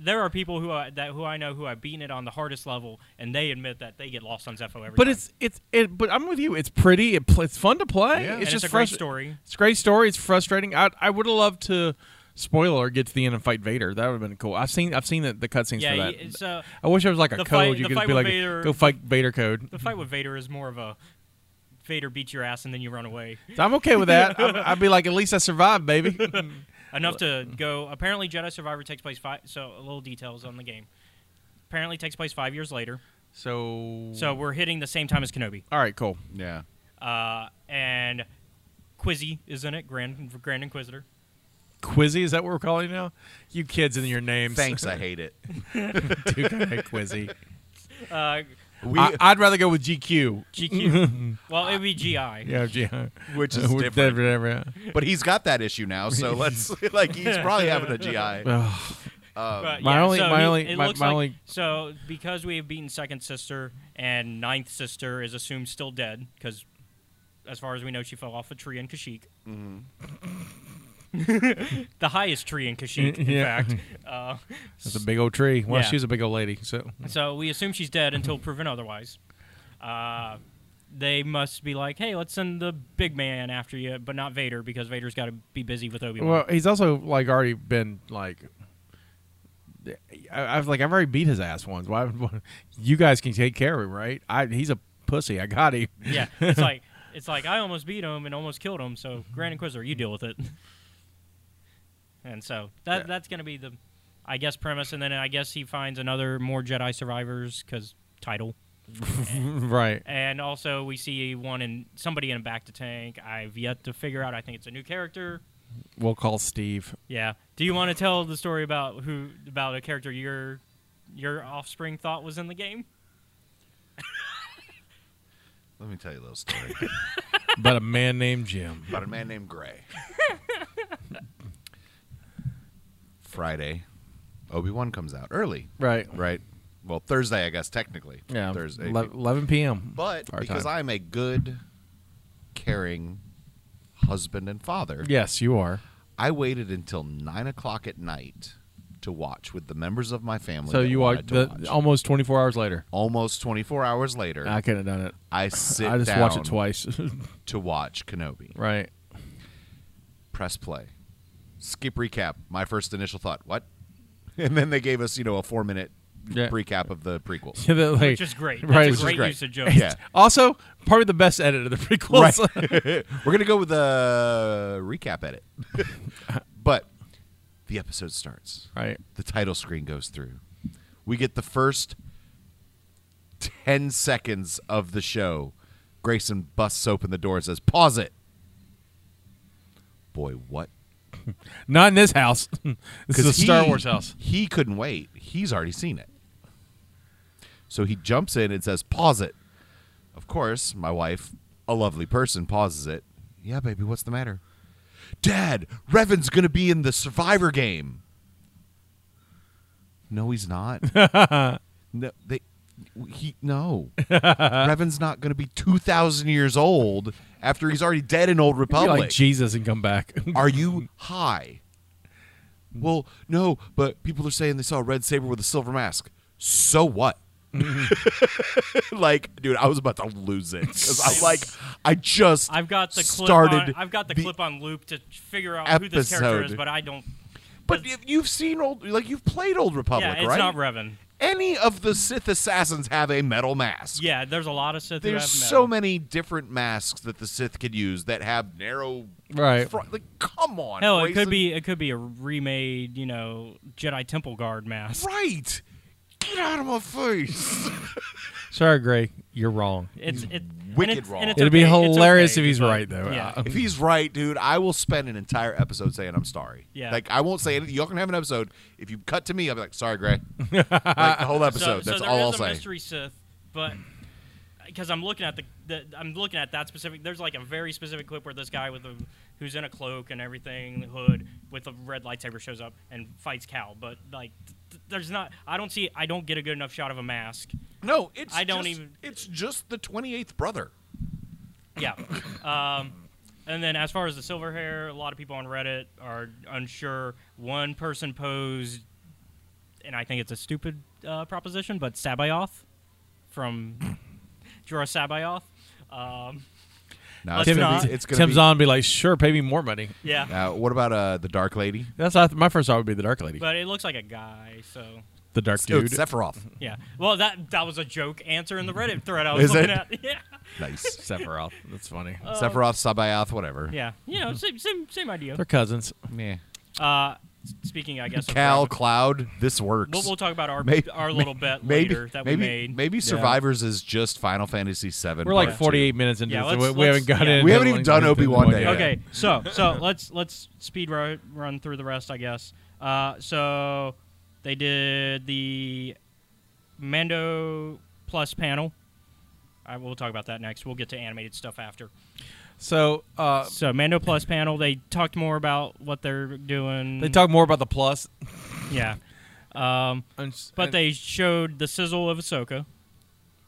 Speaker 4: there are people who I, that who I know who have beaten it on the hardest level, and they admit that they get lost on Zepho every time.
Speaker 3: But it's it's it. But I'm with you. It's pretty. It pl- it's fun to play.
Speaker 5: Yeah.
Speaker 3: It's
Speaker 5: And
Speaker 4: And
Speaker 3: just
Speaker 4: a great
Speaker 3: frus-
Speaker 4: story.
Speaker 3: It's a great story. It's frustrating. I I would have loved to spoiler get to the end and fight Vader. That would have been cool. I've seen I've seen the, the cutscenes
Speaker 4: Yeah,
Speaker 3: for
Speaker 4: y-
Speaker 3: that.
Speaker 4: it's uh,
Speaker 3: I wish there was like a
Speaker 4: the
Speaker 3: code
Speaker 4: fight-
Speaker 3: you
Speaker 4: the
Speaker 3: could
Speaker 4: fight
Speaker 3: be
Speaker 4: with
Speaker 3: like
Speaker 4: Vader-
Speaker 3: go fight Vader code.
Speaker 4: the fight with Vader is more of a Vader beats your ass and then you run away.
Speaker 3: So I'm okay with that. I'm, I'd be like at least I survived, baby.
Speaker 4: enough to
Speaker 3: mm-hmm.
Speaker 4: go. Apparently, Jedi Survivor takes place five. So a little details on the game. Apparently, takes place five years later.
Speaker 3: so
Speaker 4: So we're hitting the same time as Kenobi.
Speaker 3: all right, cool.
Speaker 5: yeah.
Speaker 4: Uh, and Quizzy is in it. Grand Grand Inquisitor.
Speaker 3: Quizzy is that what we're calling it now? You kids and your names.
Speaker 5: Thanks, I hate it.
Speaker 3: Dude, I hate Quizzy.
Speaker 4: Uh,
Speaker 5: We,
Speaker 3: I, I'd rather go with GQ.
Speaker 4: GQ. well, it would be GI.
Speaker 3: Yeah, yeah.
Speaker 5: Which is
Speaker 3: We're
Speaker 5: different.
Speaker 3: different, yeah.
Speaker 5: but he's got that issue now, so let's like he's probably having a GI.
Speaker 3: Ugh.
Speaker 4: But
Speaker 3: My
Speaker 4: yeah,
Speaker 3: only-
Speaker 4: so
Speaker 3: my
Speaker 4: he-
Speaker 3: only-
Speaker 4: it
Speaker 3: my-
Speaker 4: looks
Speaker 3: my
Speaker 4: like-
Speaker 3: only-
Speaker 4: So because we have beaten Second Sister and Ninth Sister is assumed still dead because, as far as we know, she fell off a tree in Kashyyyk. the highest tree in Kashyyyk, in
Speaker 3: Yeah.
Speaker 4: fact. Uh,
Speaker 3: That's a big old tree. Well,
Speaker 4: Yeah.
Speaker 3: she was a big old lady, so
Speaker 4: so we assume she's dead until proven otherwise. Uh, they must be like, hey, let's send the big man after you, but not Vader because Vader's got to be busy with Obi Wan.
Speaker 3: Well, he's also like already been like, I, I've like I've already beat his ass once. Why? would- You guys can take care of him, right? I he's a pussy. I got him.
Speaker 4: yeah, it's like it's like I almost beat him and almost killed him. So Grand Inquisitor, you deal with it. And so that that's gonna be the, I guess premise, and then I guess he finds another more Jedi survivors because title,
Speaker 3: right.
Speaker 4: and also we see one in somebody in back to tank. I've yet to figure out. I think it's a new character.
Speaker 3: We'll call Steve.
Speaker 4: Yeah. Do you want to tell the story about who about a character your your offspring thought was in the game?
Speaker 5: Let me tell you a little story
Speaker 3: But a man named Jim.
Speaker 5: about a man named Gray. Friday, Obi Wan comes out early,
Speaker 3: Right.
Speaker 5: right? Well, Thursday, I guess technically.
Speaker 3: Yeah.
Speaker 5: Thursday.
Speaker 3: Ele- 11 p.m.
Speaker 5: But
Speaker 3: Our
Speaker 5: because
Speaker 3: time.
Speaker 5: I'm a good, caring husband and father,
Speaker 3: yes, you are.
Speaker 5: I waited until nine o'clock at night to watch with the members of my family.
Speaker 3: So
Speaker 5: that
Speaker 3: you are
Speaker 5: wanted to
Speaker 3: the,
Speaker 5: watch.
Speaker 3: almost 24 hours later.
Speaker 5: almost 24 hours later.
Speaker 3: I couldn't have done it.
Speaker 5: I sit
Speaker 3: I just
Speaker 5: down
Speaker 3: watched it twice.
Speaker 5: to watch Kenobi.
Speaker 3: right.
Speaker 5: Press play. Skip recap. My first initial thought, what? And then they gave us, you know, a four minute
Speaker 3: Yeah.
Speaker 5: recap of the prequel.
Speaker 3: Yeah, that, like-
Speaker 4: Which is great. That's
Speaker 3: Right,
Speaker 4: a
Speaker 3: which is
Speaker 4: great,
Speaker 5: great.
Speaker 4: use of jokes.
Speaker 5: Yeah.
Speaker 3: Also, probably the best edit of the prequels.
Speaker 5: We're going to go with the recap edit. but the episode starts.
Speaker 3: right.
Speaker 5: The title screen goes through. We get the first 10 seconds of the show. Grayson busts open the door and says, Pause it. Boy, what
Speaker 3: Not in this house. this is a
Speaker 5: Because
Speaker 3: Star
Speaker 5: he-
Speaker 3: Wars house.
Speaker 5: He couldn't wait. He's already seen it. So he jumps in and says, pause it. Of course, my wife, a lovely person, pauses it. Yeah, baby, what's the matter? Dad, Revan's going to be in the Survivor game. No, he's not. no, they He no. Revan's not going to be two thousand years old after he's already dead in Old
Speaker 3: Be
Speaker 5: Republic.
Speaker 3: like Jesus and come back.
Speaker 5: Are you high? Well, no, but people are saying they saw a red saber with a silver mask. So what?
Speaker 4: Mm-hmm.
Speaker 5: like, dude, I was about to lose it because I'm like, I just
Speaker 4: I've got the clip
Speaker 5: started.
Speaker 4: On, I've got the, clip on loop to figure out who this character is,
Speaker 5: episode.
Speaker 4: but I don't.
Speaker 5: But you- you've seen old, like you've played Old Republic,
Speaker 4: yeah, it's
Speaker 5: right?
Speaker 4: not Revan.
Speaker 5: Any of the Sith assassins have a metal mask.
Speaker 4: Yeah, there's a lot of Sith. who
Speaker 5: There's
Speaker 4: have
Speaker 5: so
Speaker 4: metal.
Speaker 5: many different masks that the Sith could use that have narrow.
Speaker 3: Right.
Speaker 5: Front. Like, come on.
Speaker 4: Hell, it could
Speaker 5: Grayson.
Speaker 4: be it could be a remade, you know, Jedi Temple Guard mask.
Speaker 5: Right. Get out of my face.
Speaker 3: Sorry, Gray, you're wrong.
Speaker 4: It's it,
Speaker 5: wicked
Speaker 4: and it's,
Speaker 5: wrong.
Speaker 4: And it's
Speaker 3: It'd be
Speaker 4: okay, it's
Speaker 3: hilarious
Speaker 4: okay,
Speaker 3: if he's
Speaker 4: but-
Speaker 3: right, though.
Speaker 4: Yeah.
Speaker 3: Uh,
Speaker 5: if he's right, dude, I will spend an entire episode saying I'm sorry.
Speaker 4: Yeah.
Speaker 5: Like I won't say anything. Y'all can have an episode. If you cut to me, I'll be like, sorry, Gray. like the whole
Speaker 4: So,
Speaker 5: episode.
Speaker 4: so
Speaker 5: That's
Speaker 4: there
Speaker 5: all
Speaker 4: is
Speaker 5: I'll
Speaker 4: a
Speaker 5: say.
Speaker 4: mystery Sith, but because I'm looking at the, the I'm looking at that specific. There's like a very specific clip where this guy with a who's in a cloak and everything, hood with a red lightsaber shows up and fights Cal. But like, th- there's not. I don't see. I don't get a good enough shot of a mask.
Speaker 5: No, it's
Speaker 4: I don't
Speaker 5: just,
Speaker 4: even-
Speaker 5: it's just the twenty eighth brother.
Speaker 4: Yeah. Um, and then as far as the silver hair, a lot of people on Reddit are unsure. One person posed, and I think it's a stupid uh, proposition, but Sabayoth from Jorah Sabayoth. Um,
Speaker 5: No,
Speaker 4: Let's
Speaker 5: it's
Speaker 4: not.
Speaker 5: gonna be it's gonna
Speaker 3: Tim's
Speaker 5: be
Speaker 3: on be like, sure, pay me more money.
Speaker 4: yeah.
Speaker 5: Uh, what about uh the Dark Lady?
Speaker 3: That's not, my first thought would be the Dark Lady,
Speaker 4: But it looks like a guy, so
Speaker 3: the Dark
Speaker 5: Dude,
Speaker 3: Dude.
Speaker 5: Sephiroth.
Speaker 4: yeah. Well, that that was a joke answer in the Reddit thread I was
Speaker 5: Is
Speaker 4: looking
Speaker 5: it?
Speaker 4: at. Yeah.
Speaker 5: Nice.
Speaker 3: Sephiroth. That's funny.
Speaker 5: Sephiroth, Sabayath, whatever.
Speaker 4: Uh, Yeah. You know, same same, same idea.
Speaker 3: They're cousins.
Speaker 5: Yeah.
Speaker 4: Uh, s- speaking, I guess. of
Speaker 5: Cal,
Speaker 4: Reddit,
Speaker 5: Cloud, this works.
Speaker 4: We'll, we'll talk about our
Speaker 5: May-
Speaker 4: our little bet
Speaker 5: maybe,
Speaker 4: later that
Speaker 5: maybe,
Speaker 4: we made.
Speaker 5: maybe Survivors is just Final Fantasy VII.
Speaker 3: We're like
Speaker 5: part two.
Speaker 3: 48 minutes into
Speaker 4: Yeah,
Speaker 3: this. so
Speaker 4: let's-
Speaker 3: we, we haven't
Speaker 4: let's-
Speaker 3: gotten
Speaker 4: yeah.
Speaker 3: into
Speaker 5: We haven't
Speaker 3: the
Speaker 5: even
Speaker 3: link-
Speaker 5: done
Speaker 3: into the
Speaker 5: Obi-Wan
Speaker 3: one
Speaker 5: yet.
Speaker 3: yet.
Speaker 4: Okay, so so let's let's speed ru- run through the rest, I guess. Uh, so they did the Mando Plus panel. I will talk about that next. We'll get to animated stuff after.
Speaker 3: So uh,
Speaker 4: So Mando Plus panel, they talked more about what they're doing.
Speaker 3: they talk more about the plus.
Speaker 4: yeah. Um,
Speaker 3: and s-
Speaker 4: but
Speaker 3: and-
Speaker 4: they showed the sizzle of Ahsoka,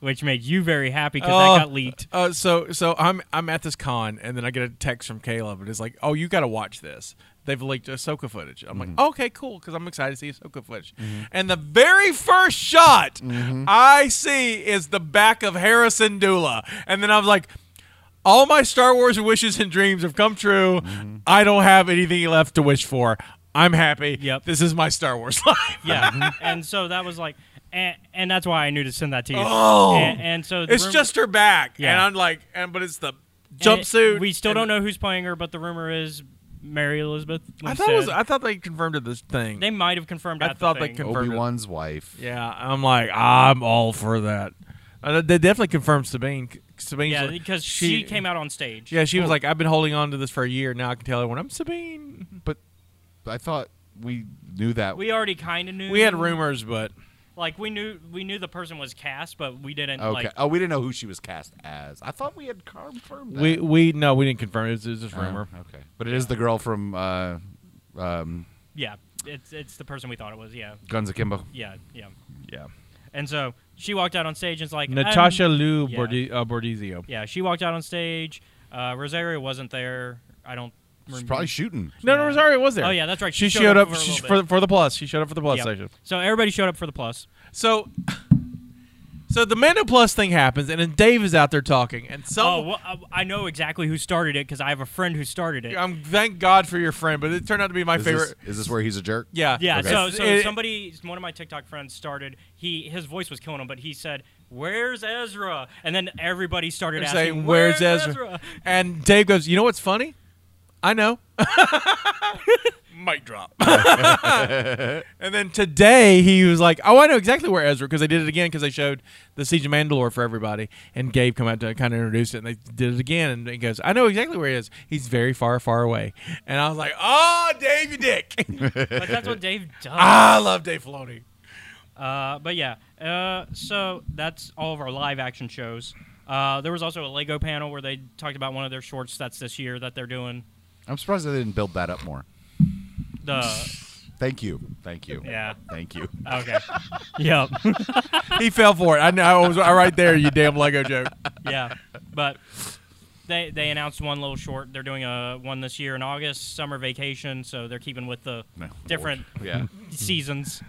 Speaker 4: which made you very happy because
Speaker 3: Oh.
Speaker 4: that got leaked.
Speaker 3: Uh, so so I'm I'm at this con and then I get a text from Caleb and it's like, oh, you got to watch this. They've leaked Ahsoka footage. I'm
Speaker 4: Mm-hmm.
Speaker 3: like, okay, cool, because I'm excited to see Ahsoka footage. And the very first shot
Speaker 4: Mm-hmm.
Speaker 3: I see is the back of Harrison Dula, and then I was like. All my Star Wars wishes and dreams have come true.
Speaker 4: Mm-hmm.
Speaker 3: I don't have anything left to wish for. I'm happy.
Speaker 4: Yep.
Speaker 3: This is my Star Wars life.
Speaker 4: Yeah, and so that was like, and, and that's why I knew to send that to you.
Speaker 3: Oh.
Speaker 4: and, and so the
Speaker 3: It's
Speaker 4: rumor-
Speaker 3: just her back.
Speaker 4: Yeah.
Speaker 3: And I'm like, and but it's the
Speaker 4: and it-
Speaker 3: jumpsuit.
Speaker 4: we still
Speaker 3: and-
Speaker 4: don't know who's playing her, but the rumor is Mary Elizabeth.
Speaker 3: I thought it was,
Speaker 4: Winstead.
Speaker 3: I thought they confirmed it this thing.
Speaker 4: they might have confirmed.
Speaker 3: I
Speaker 4: at the
Speaker 3: thought they
Speaker 4: thing.
Speaker 3: confirmed-
Speaker 5: Obi-Wan's wife.
Speaker 3: yeah, I'm like I'm all for that. Uh, they definitely confirmed Sabine. Sabine.
Speaker 4: Yeah, because she, came out on stage.
Speaker 3: Yeah, she was like, I've been holding on to this for a year. Now I can tell everyone I'm Sabine.
Speaker 5: But I thought we knew that.
Speaker 4: we already kind of knew.
Speaker 3: We had rumors, but
Speaker 4: Like we knew we knew the person was cast, but we didn't.
Speaker 5: okay.
Speaker 4: Like,
Speaker 5: oh, we didn't know who she was cast as. I thought we had confirmed that.
Speaker 3: we we no, we didn't confirm it. It was, it was just
Speaker 5: Oh,
Speaker 3: rumor.
Speaker 5: okay. But it is the girl from uh, um,
Speaker 4: yeah, it's it's the person we thought it was. Yeah,
Speaker 5: Guns Akimbo.
Speaker 4: yeah, yeah.
Speaker 3: Yeah,
Speaker 4: Um, And so she walked out on stage and it's like "I'm-
Speaker 3: Natasha Lou
Speaker 4: yeah.
Speaker 3: Bordi- uh, Bordizio.
Speaker 4: Yeah, she walked out on stage. Uh, Rosario wasn't there. I don't.
Speaker 5: She's
Speaker 4: remember.
Speaker 5: probably shooting.
Speaker 3: No, no, Rosario was there.
Speaker 4: Oh, yeah, that's right.
Speaker 3: She,
Speaker 4: She
Speaker 3: showed, up, for,
Speaker 4: a little
Speaker 3: for,
Speaker 4: bit.
Speaker 3: the plus. She showed up for the plus
Speaker 4: Yeah.
Speaker 3: section.
Speaker 4: So everybody showed up for the plus.
Speaker 3: So, so the Mando Plus thing happens, and then Dave is out there talking, and some.
Speaker 4: Oh, well, I I know exactly who started it because I have a friend who started it.
Speaker 3: I'm thank God for your friend, but it turned out to be my
Speaker 5: Is
Speaker 3: favorite.
Speaker 5: this, is this where he's a jerk?
Speaker 3: yeah,
Speaker 4: yeah,
Speaker 5: Okay.
Speaker 4: so, so
Speaker 3: It-
Speaker 4: somebody, one of my TikTok friends started. He his voice was killing him, but he said, "Where's Ezra?" And then everybody started asking,
Speaker 3: saying, "Where's Ezra? And Dave goes, "You know what's funny? I know." Mic drop. and then today he was like, "Oh, I know exactly where Ezra because they did it again because they showed the Siege of Mandalore for everybody." And Gabe come out to kind of introduce it, and they did it again. And he goes, "I know exactly where he is. He's very far, far away." And I was like, "Oh, Dave, you dick!
Speaker 4: But that's what Dave does.
Speaker 3: I love Dave Filoni."
Speaker 4: Uh, but yeah, uh, so that's all of our live action shows. Uh, there was also a Lego panel where they talked about one of their shorts that's this year that they're doing.
Speaker 5: I'm surprised they didn't build that up more.
Speaker 4: The
Speaker 5: Thank you. Thank you.
Speaker 4: Yeah.
Speaker 5: Thank you.
Speaker 4: Okay. yep.
Speaker 3: he fell for it. I know. I was right there. You damn Lego joke.
Speaker 4: yeah, but they they announced one little short. They're doing a one this year in August, summer vacation, so they're keeping with the
Speaker 5: No,
Speaker 4: different
Speaker 5: Lord. Yeah.
Speaker 4: seasons.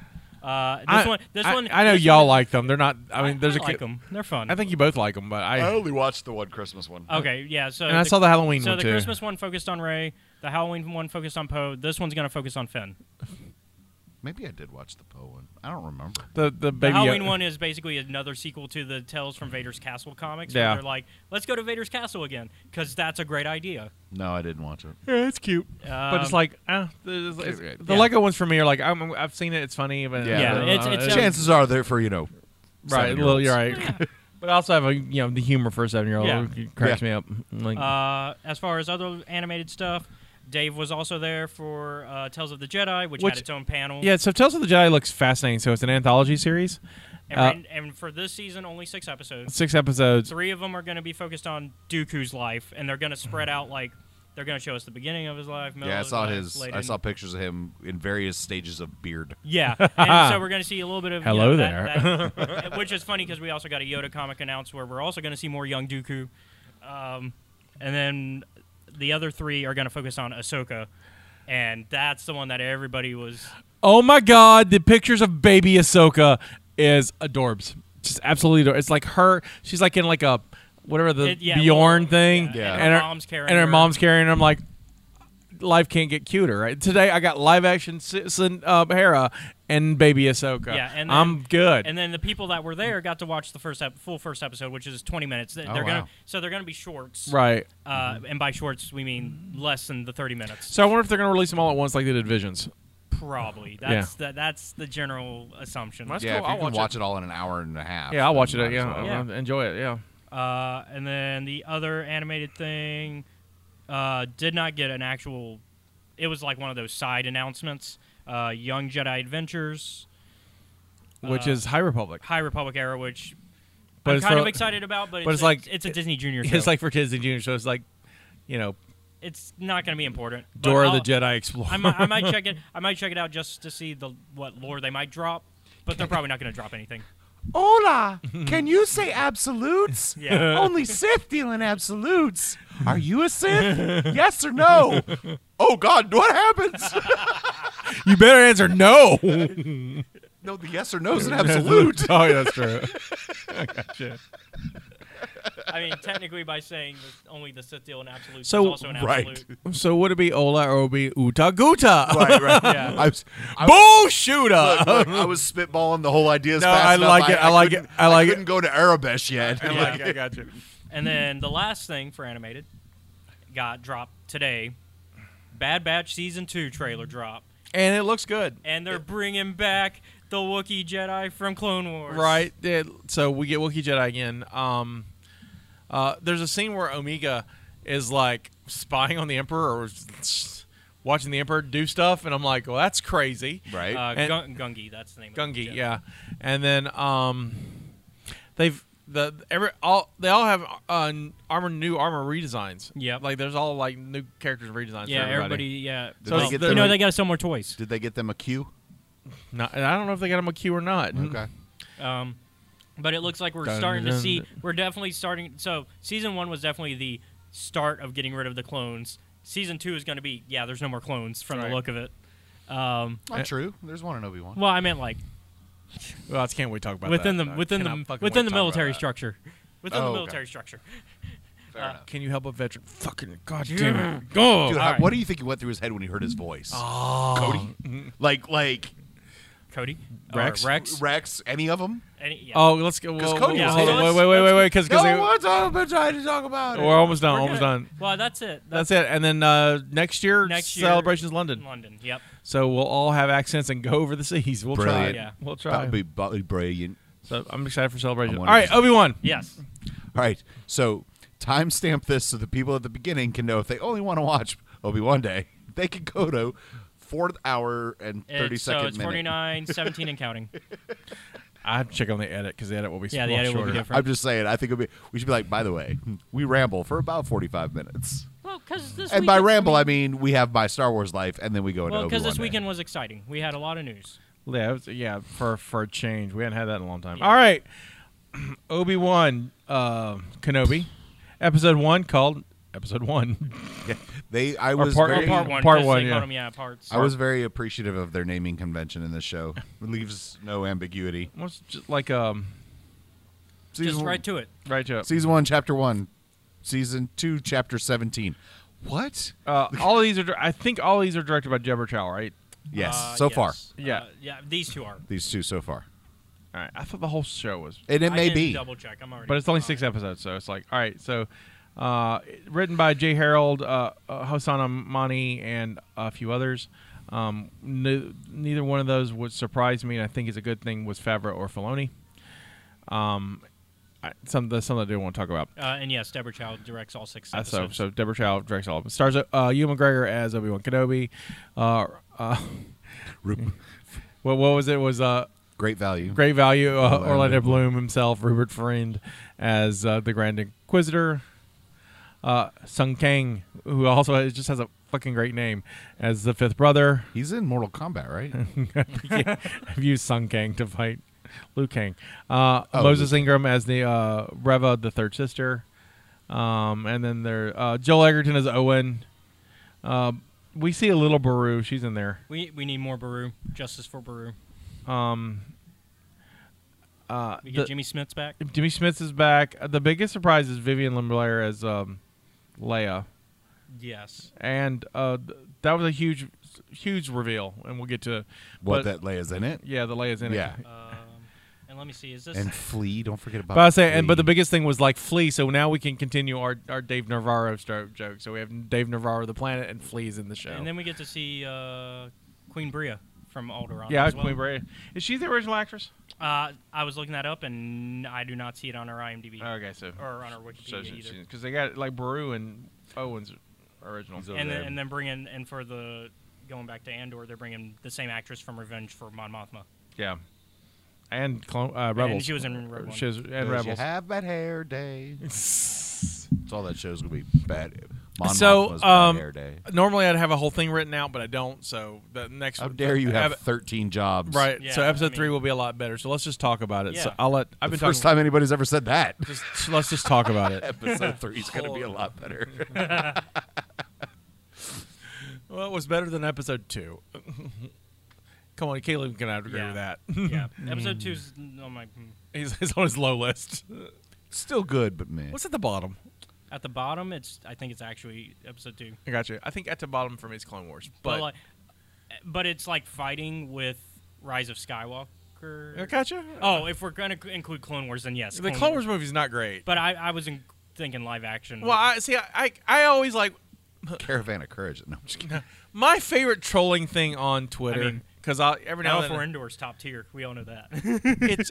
Speaker 4: Uh, this
Speaker 3: I,
Speaker 4: one, this
Speaker 3: I-
Speaker 4: one,
Speaker 3: I know
Speaker 4: this
Speaker 3: y'all
Speaker 4: one-
Speaker 3: like them. They're not. I mean, there's a.
Speaker 4: like
Speaker 3: ki-
Speaker 4: them. Oh. They're fun.
Speaker 3: I think you both like them, but I.
Speaker 5: only watched the one Christmas one.
Speaker 4: Okay, yeah. So
Speaker 3: And I saw the Halloween
Speaker 4: so
Speaker 3: one,
Speaker 4: the
Speaker 3: too.
Speaker 4: Christmas one focused on Ray. The Halloween one focused on Poe. This one's gonna focus on Finn.
Speaker 5: Maybe I did watch the Poe one. I don't remember.
Speaker 3: the the
Speaker 4: The
Speaker 3: baby uh,
Speaker 4: Halloween
Speaker 3: Yoda-
Speaker 4: one is basically another sequel to the Tales from Vader's Castle comics.
Speaker 3: Yeah.
Speaker 4: Where they're like, let's go to Vader's Castle again because that's a great idea.
Speaker 5: No, I didn't watch it.
Speaker 3: Yeah, it's cute, but it's
Speaker 4: Um,
Speaker 3: like ah, the- the- it's- the
Speaker 4: Yeah.
Speaker 3: Lego ones for me are like I'm, I've seen it. It's funny, but
Speaker 5: Yeah.
Speaker 4: Yeah,
Speaker 3: uh,
Speaker 4: it's- it's-
Speaker 3: uh,
Speaker 5: Chances are they're for you know.
Speaker 3: right. Well,
Speaker 5: seven-year-olds.
Speaker 3: you're right. But I also have a you know the humor for a seven year old
Speaker 4: Yeah.
Speaker 3: cracks
Speaker 5: Yeah.
Speaker 3: me up. Like,
Speaker 4: Uh, as far as other animated stuff, Dave was also there for uh, Tales of the Jedi, which,
Speaker 3: Which-
Speaker 4: had its own panel.
Speaker 3: yeah, so Tales of the Jedi looks fascinating. So it's an anthology series,
Speaker 4: And,
Speaker 3: uh,
Speaker 4: right- and for this season, only six episodes.
Speaker 3: six episodes.
Speaker 4: Three of them are going to be focused on Dooku's life, and they're going to spread out like they're going to show us the beginning of his life. middle
Speaker 5: Yeah, I
Speaker 4: of
Speaker 5: saw
Speaker 4: life,
Speaker 5: his.
Speaker 4: late
Speaker 5: I
Speaker 4: in-
Speaker 5: saw pictures of him in various stages of beard.
Speaker 4: Yeah, and so we're going to see a little bit of you know,
Speaker 3: Hello
Speaker 4: that- that- which is funny because we also got a Yoda comic announced where we're also going to see more young Dooku, um, and then the other three are going to focus on Ahsoka, and that's the one that everybody was.
Speaker 3: Oh my God, the pictures of baby Ahsoka is adorbs. Just absolutely adorable. It's like her. She's like in like a whatever the
Speaker 4: It- yeah,
Speaker 3: Bjorn
Speaker 4: well,
Speaker 3: thing.
Speaker 4: yeah.
Speaker 3: And, her, mom's carrying. And her, mom's carrying. her. I'm like, life can't get cuter, right? Today I got live action Citizen uh, Hera and baby Ahsoka.
Speaker 4: Yeah, and then-
Speaker 3: I'm good.
Speaker 4: And then the people that were there got to watch the first ep- full first episode, which is 20 minutes. They- They're
Speaker 5: Oh,
Speaker 4: gonna
Speaker 5: wow.
Speaker 4: so they're going to be shorts,
Speaker 3: right.
Speaker 4: Uh, and by shorts we mean less than the 30 minutes,
Speaker 3: Mm-hmm. So I wonder if they're gonna release them all at once like they did Visions.
Speaker 4: probably. That's the, that's the general assumption.
Speaker 3: That's cool.
Speaker 5: yeah, if you
Speaker 3: I'll
Speaker 5: can
Speaker 3: watch
Speaker 5: watch, it. all in an hour and a half.
Speaker 3: Yeah, I'll
Speaker 5: then
Speaker 3: watch it.
Speaker 5: might as
Speaker 3: Yeah,
Speaker 5: well.
Speaker 3: I'll- I'll enjoy it. Yeah.
Speaker 4: Uh, and then the other animated thing uh, did not get an actual. It was like one of those side announcements. Uh, Young Jedi Adventures, Uh,
Speaker 3: Which is High Republic.
Speaker 4: High Republic era, which
Speaker 3: But
Speaker 4: I'm
Speaker 3: it's
Speaker 4: kind
Speaker 3: for-
Speaker 4: of excited about, but,
Speaker 3: but
Speaker 4: it's,
Speaker 3: it's like-
Speaker 4: it's a Disney Junior. Show.
Speaker 3: It's like for kids and juniors, so it's like, you know,
Speaker 4: it's not going to be important. but
Speaker 3: Dora
Speaker 4: I'll-
Speaker 3: the Jedi Explorer.
Speaker 4: I might, I might check it. I might check it out just to see the what lore they might drop, but they're probably not going to drop anything.
Speaker 5: Hola, can you say absolutes?
Speaker 4: Yeah.
Speaker 5: Only Sith deal in absolutes. Are you a Sith? yes or no? Oh God, what happens?
Speaker 3: you better answer no.
Speaker 5: no, the yes or no is an absolute.
Speaker 3: oh, yeah, that's true.
Speaker 4: I mean, technically, by saying that only the Sith deal in absolute
Speaker 3: So-
Speaker 4: is also an
Speaker 5: right.
Speaker 4: absolute.
Speaker 3: So would it be Ola or would it be Uta Guta?
Speaker 5: right, right.
Speaker 4: Yeah.
Speaker 5: I was, I,
Speaker 3: Boo shooter.
Speaker 5: look, look, I was spitballing the whole idea as
Speaker 3: No,
Speaker 5: fast
Speaker 3: I
Speaker 5: enough.
Speaker 3: like it, I like it,
Speaker 5: couldn't-
Speaker 3: I like it.
Speaker 5: couldn't go to Arabesh yet.
Speaker 4: Yeah. like, I
Speaker 3: got you.
Speaker 4: And then the last thing for animated got dropped today. Bad Batch season two trailer drop,
Speaker 3: And it looks good.
Speaker 4: and they're bringing back the Wookiee Jedi from Clone Wars.
Speaker 3: Right. Yeah, so we get Wookiee Jedi again. Um, uh, there's a scene where Omega is like spying on the Emperor or watching the Emperor do stuff, and I'm like, well, that's crazy.
Speaker 5: Right.
Speaker 4: Uh,
Speaker 3: And-
Speaker 4: Gun- Gungi, that's the name. of the
Speaker 3: Gungi,
Speaker 4: Jedi.
Speaker 3: yeah. And then um, they've the every all they all have uh, armor new armor redesigns.
Speaker 4: Yep.
Speaker 3: like there's all like new characters and redesigns.
Speaker 4: Yeah,
Speaker 3: for
Speaker 4: everybody. Yeah.
Speaker 5: So
Speaker 4: Well,
Speaker 5: they get
Speaker 4: you know
Speaker 5: their-
Speaker 4: they got to sell more toys.
Speaker 5: Did they get them a cue?
Speaker 3: No, and I don't know if they got them a queue or not.
Speaker 5: Okay.
Speaker 4: Um, but it looks like we're
Speaker 3: Dun,
Speaker 4: starting to
Speaker 3: dun,
Speaker 4: see.
Speaker 3: dun.
Speaker 4: We're definitely starting. So season one was definitely the start of getting rid of the clones. Season two is going to be yeah. There's no more clones from
Speaker 3: Right.
Speaker 4: the look of it. Um,
Speaker 5: Not true. There's one in Obi Wan.
Speaker 4: well, I meant like
Speaker 3: Well, I just can't wait to talk about
Speaker 4: within
Speaker 3: that.
Speaker 4: the
Speaker 3: I
Speaker 4: within
Speaker 3: cannot
Speaker 4: the
Speaker 3: fucking
Speaker 4: within the
Speaker 3: wait to talk about
Speaker 4: military
Speaker 3: that.
Speaker 4: structure, within
Speaker 5: Oh,
Speaker 4: the
Speaker 5: okay.
Speaker 4: military structure.
Speaker 5: Fair enough.
Speaker 3: Can you help a veteran? Fucking goddamn it! Go.
Speaker 5: Dude,
Speaker 4: all
Speaker 5: how-
Speaker 4: right. Oh.
Speaker 5: what do you think went through his head when he heard his voice? Cody, like like
Speaker 4: Cody,
Speaker 3: Oh, Rex?
Speaker 4: or Rex.
Speaker 5: Rex, any of them?
Speaker 4: Any, yeah.
Speaker 3: Oh, let's go. Well,
Speaker 5: Because Cody
Speaker 3: well,
Speaker 4: was
Speaker 3: hold
Speaker 4: in
Speaker 3: on,
Speaker 4: it.
Speaker 3: wait, wait, wait, wait, wait, because
Speaker 5: I've been trying to talk about
Speaker 3: we're almost done.
Speaker 4: We're
Speaker 3: Almost
Speaker 4: good.
Speaker 3: done.
Speaker 4: Well, that's it.
Speaker 3: That's it. And then uh, next year,
Speaker 4: Next year-
Speaker 3: celebrations London.
Speaker 4: London. Yep.
Speaker 3: So we'll all have accents and go over the seas. We'll try.
Speaker 5: Brilliant.
Speaker 4: Yeah.
Speaker 3: We'll try.
Speaker 5: That would be bu- brilliant.
Speaker 3: so I'm excited for celebration.
Speaker 5: I
Speaker 3: All
Speaker 5: wanna
Speaker 3: right,
Speaker 5: just-
Speaker 3: Obi Wan.
Speaker 4: Yes.
Speaker 5: All right, so timestamp this so the people at the beginning can know if they only want to watch Obi Wan Day, they can go to fourth hour and thirty
Speaker 4: It's- so
Speaker 5: second
Speaker 4: it's
Speaker 5: minute.
Speaker 4: 49, 17, and counting.
Speaker 3: I have to check on the edit because the edit will be
Speaker 4: Yeah, the
Speaker 3: well
Speaker 4: edit will be
Speaker 3: shorter.
Speaker 4: different.
Speaker 5: I'm just saying. I think it'd be, we should be like. By the way, we ramble for about forty five minutes.
Speaker 4: Well, Because this
Speaker 5: And by
Speaker 4: weekend-
Speaker 5: ramble, I mean we have my Star Wars life, and then we go into
Speaker 4: well,
Speaker 5: Obi-Wan
Speaker 4: because this
Speaker 5: Day.
Speaker 4: weekend was exciting. We had a lot of news.
Speaker 3: Yeah, it was- yeah, for for a change, we hadn't had that in a long time. All right, Obi Wan uh, Kenobi, episode one called episode one.
Speaker 5: Yeah. They, I
Speaker 3: Or
Speaker 5: was
Speaker 3: part- or
Speaker 5: very,
Speaker 4: Oh, part one.
Speaker 3: Part
Speaker 4: 'cause
Speaker 3: one,
Speaker 4: They
Speaker 3: yeah.
Speaker 4: called 'em, yeah, parts.
Speaker 5: I was very appreciative of their naming convention in this show. It leaves no ambiguity.
Speaker 3: What's just like um
Speaker 4: just
Speaker 5: Season-
Speaker 4: right to it.
Speaker 3: right to it.
Speaker 5: Season one, chapter one. Season two, chapter seventeen. What?
Speaker 3: Uh, all of these are. dir- I think all of these are directed by Jebber Chow, right?
Speaker 5: Yes,
Speaker 4: Uh,
Speaker 5: so far.
Speaker 4: yes.
Speaker 3: Yeah.
Speaker 4: Uh, yeah. These two are.
Speaker 5: These two so far.
Speaker 3: All right. I thought the whole show was,
Speaker 5: And it
Speaker 4: I
Speaker 5: may
Speaker 4: didn't
Speaker 5: be.
Speaker 4: Double check. I'm already.
Speaker 3: but it's only
Speaker 4: on
Speaker 3: six
Speaker 4: it.
Speaker 3: episodes, so it's like all right. So, uh, written by Jay Harold, uh, uh, Hosan Mani, and a few others. Um, ne- neither one of those would surprise me, and I think it's a good thing was Favreau or Filoni. Um, I, some that's something I do want to talk about.
Speaker 4: Uh, and yes, Deborah Chow directs all six
Speaker 3: Uh, so,
Speaker 4: episodes.
Speaker 3: so Deborah Chow directs all of them. Stars uh, Ewan McGregor as Obi Wan Kenobi. Uh, uh,
Speaker 5: Ru-
Speaker 3: what, what was it? Was uh,
Speaker 5: Great value.
Speaker 3: great value. Uh,
Speaker 5: Orlando
Speaker 3: Orlando Bloom himself, Rupert Friend as uh, the Grand Inquisitor. Uh, Sung Kang, who also has- just has a fucking great name, as the fifth brother.
Speaker 5: He's in Mortal Kombat, right?
Speaker 3: I've used Sung Kang to fight Liu Kang. Uh,
Speaker 5: Oh,
Speaker 3: Moses
Speaker 5: Liu
Speaker 3: Ingram as the uh, Reva, the third sister. Um, and then there, uh, Joel Egerton as Owen. Uh, we see a little Baru. She's in there.
Speaker 4: we we need more Baru. Justice for Baru.
Speaker 3: Um, uh,
Speaker 4: We get
Speaker 3: the-
Speaker 4: Jimmy Smith's back.
Speaker 3: Jimmy Smith is back. Uh, The biggest surprise is Vivian Limblair as um, Leia,
Speaker 4: Yes.
Speaker 3: and uh, th- that was a huge, huge reveal. And we'll get to
Speaker 5: what
Speaker 3: but-
Speaker 5: that Leia's in it.
Speaker 3: Yeah, the Leia's in
Speaker 5: Yeah.
Speaker 3: it. Uh,
Speaker 4: Um, and let me see. Is this?
Speaker 5: And Flea. Don't forget about
Speaker 3: But I say, and but the
Speaker 5: Flea.
Speaker 3: biggest thing was like Flea. So now we can continue our, our Dave Navarro stro- joke. So we have Dave Navarro the planet and Flea's in the show.
Speaker 4: and then we get to see uh, Queen Bria from Alderaan.
Speaker 3: yeah,
Speaker 4: as well.
Speaker 3: Queen Brea. Is she the original actress?
Speaker 4: Uh, I was looking that up, and I do not see it on her IMDb
Speaker 3: Okay, so
Speaker 4: or on her Wikipedia either.
Speaker 3: because they got like Baru and Owens original.
Speaker 5: He's over
Speaker 4: and
Speaker 5: there.
Speaker 4: then, and then bringing and for the going back to Andor, they're bringing the same actress from Revenge for Mon Mothma.
Speaker 3: Yeah, and Clone, uh, Rebels.
Speaker 4: she was in Rebel.
Speaker 3: She was and
Speaker 5: Does you
Speaker 3: Rebels.
Speaker 5: have that hair day. It's all that show's gonna be bad. Mon
Speaker 3: So,
Speaker 5: Mothma's
Speaker 3: um,
Speaker 5: bad hair day.
Speaker 3: Normally, I'd have a whole thing written out, but I don't. So the next,
Speaker 5: How dare you have
Speaker 3: have-
Speaker 5: thirteen jobs?
Speaker 3: right?
Speaker 4: Yeah,
Speaker 3: so episode
Speaker 4: I mean-
Speaker 3: three will be a lot better. So let's just talk about it. So
Speaker 4: Yeah.
Speaker 3: I'll let. I've
Speaker 5: The
Speaker 3: been
Speaker 5: first
Speaker 3: talking.
Speaker 5: time anybody's ever said that.
Speaker 3: Just let's just talk about it.
Speaker 5: Episode three is gonna be a lot better.
Speaker 3: Well, it was better than episode two. Come on, Caleb can agree
Speaker 4: Yeah.
Speaker 3: with that.
Speaker 4: Yeah,
Speaker 3: Mm-hmm.
Speaker 4: episode two's oh my,
Speaker 3: he's, he's on his low list.
Speaker 5: Still good, but man.
Speaker 3: What's at the bottom?
Speaker 4: at the bottom. It's I think it's actually episode two,
Speaker 3: I got you. I think at the bottom for me is Clone Wars,
Speaker 4: but
Speaker 3: but
Speaker 4: like, but it's like fighting with Rise of Skywalker.
Speaker 3: I got you.
Speaker 4: Oh, if we're gonna include Clone Wars, then yes,
Speaker 3: the Clone Wars movie's not great.
Speaker 4: But I, I was in, thinking live action.
Speaker 3: well, I see. I I, I always like
Speaker 5: Caravan of Courage? No, I'm just kidding.
Speaker 3: my favorite trolling thing on Twitter
Speaker 4: mean,
Speaker 3: because I, every now
Speaker 4: now
Speaker 3: and
Speaker 4: if
Speaker 3: then
Speaker 4: we're indoors, Oh, top tier. We all know that.
Speaker 3: it's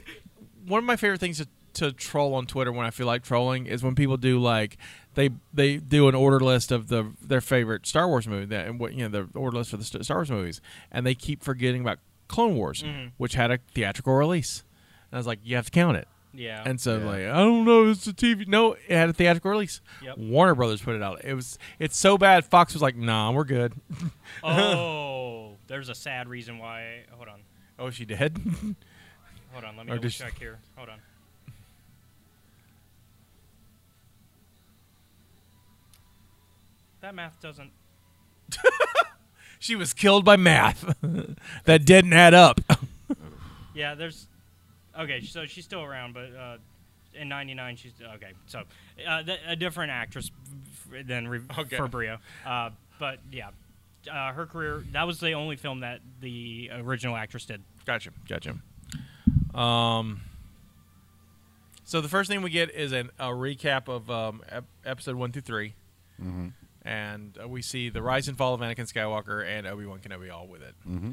Speaker 3: one of my favorite things to, to troll on Twitter when I feel like trolling is when people do like they they do an order list of the their favorite Star Wars movie that and what you know the order list for the St- Star Wars movies and they keep forgetting about Clone Wars
Speaker 4: Mm-hmm.
Speaker 3: which had a theatrical release and I was like you have to count it
Speaker 4: yeah.
Speaker 3: and so
Speaker 5: Yeah.
Speaker 3: like I don't know it's a TV no it had a theatrical release
Speaker 4: Yep.
Speaker 3: Warner Brothers put it out it was it's so bad Fox was like nah we're good
Speaker 4: oh, there's a sad reason why. Hold on.
Speaker 3: oh she did
Speaker 4: Hold on, let
Speaker 3: Or
Speaker 4: me double
Speaker 3: just-
Speaker 4: check here. Hold on. That math doesn't.
Speaker 3: she was killed by math that didn't add up
Speaker 4: Yeah, there's. Okay, so she's still around, but uh, in '99 she's okay. So uh, th- a different actress f- than Re-
Speaker 3: Okay.
Speaker 4: for Bria. Uh, but yeah, uh, her career. That was the only film that the original actress did.
Speaker 3: Gotcha. Gotcha. Um, so the first thing we get is an, a recap of um, ep- episode one through 3 and uh, we see the rise and fall of Anakin Skywalker and Obi Wan Kenobi all with it. Mm-hmm.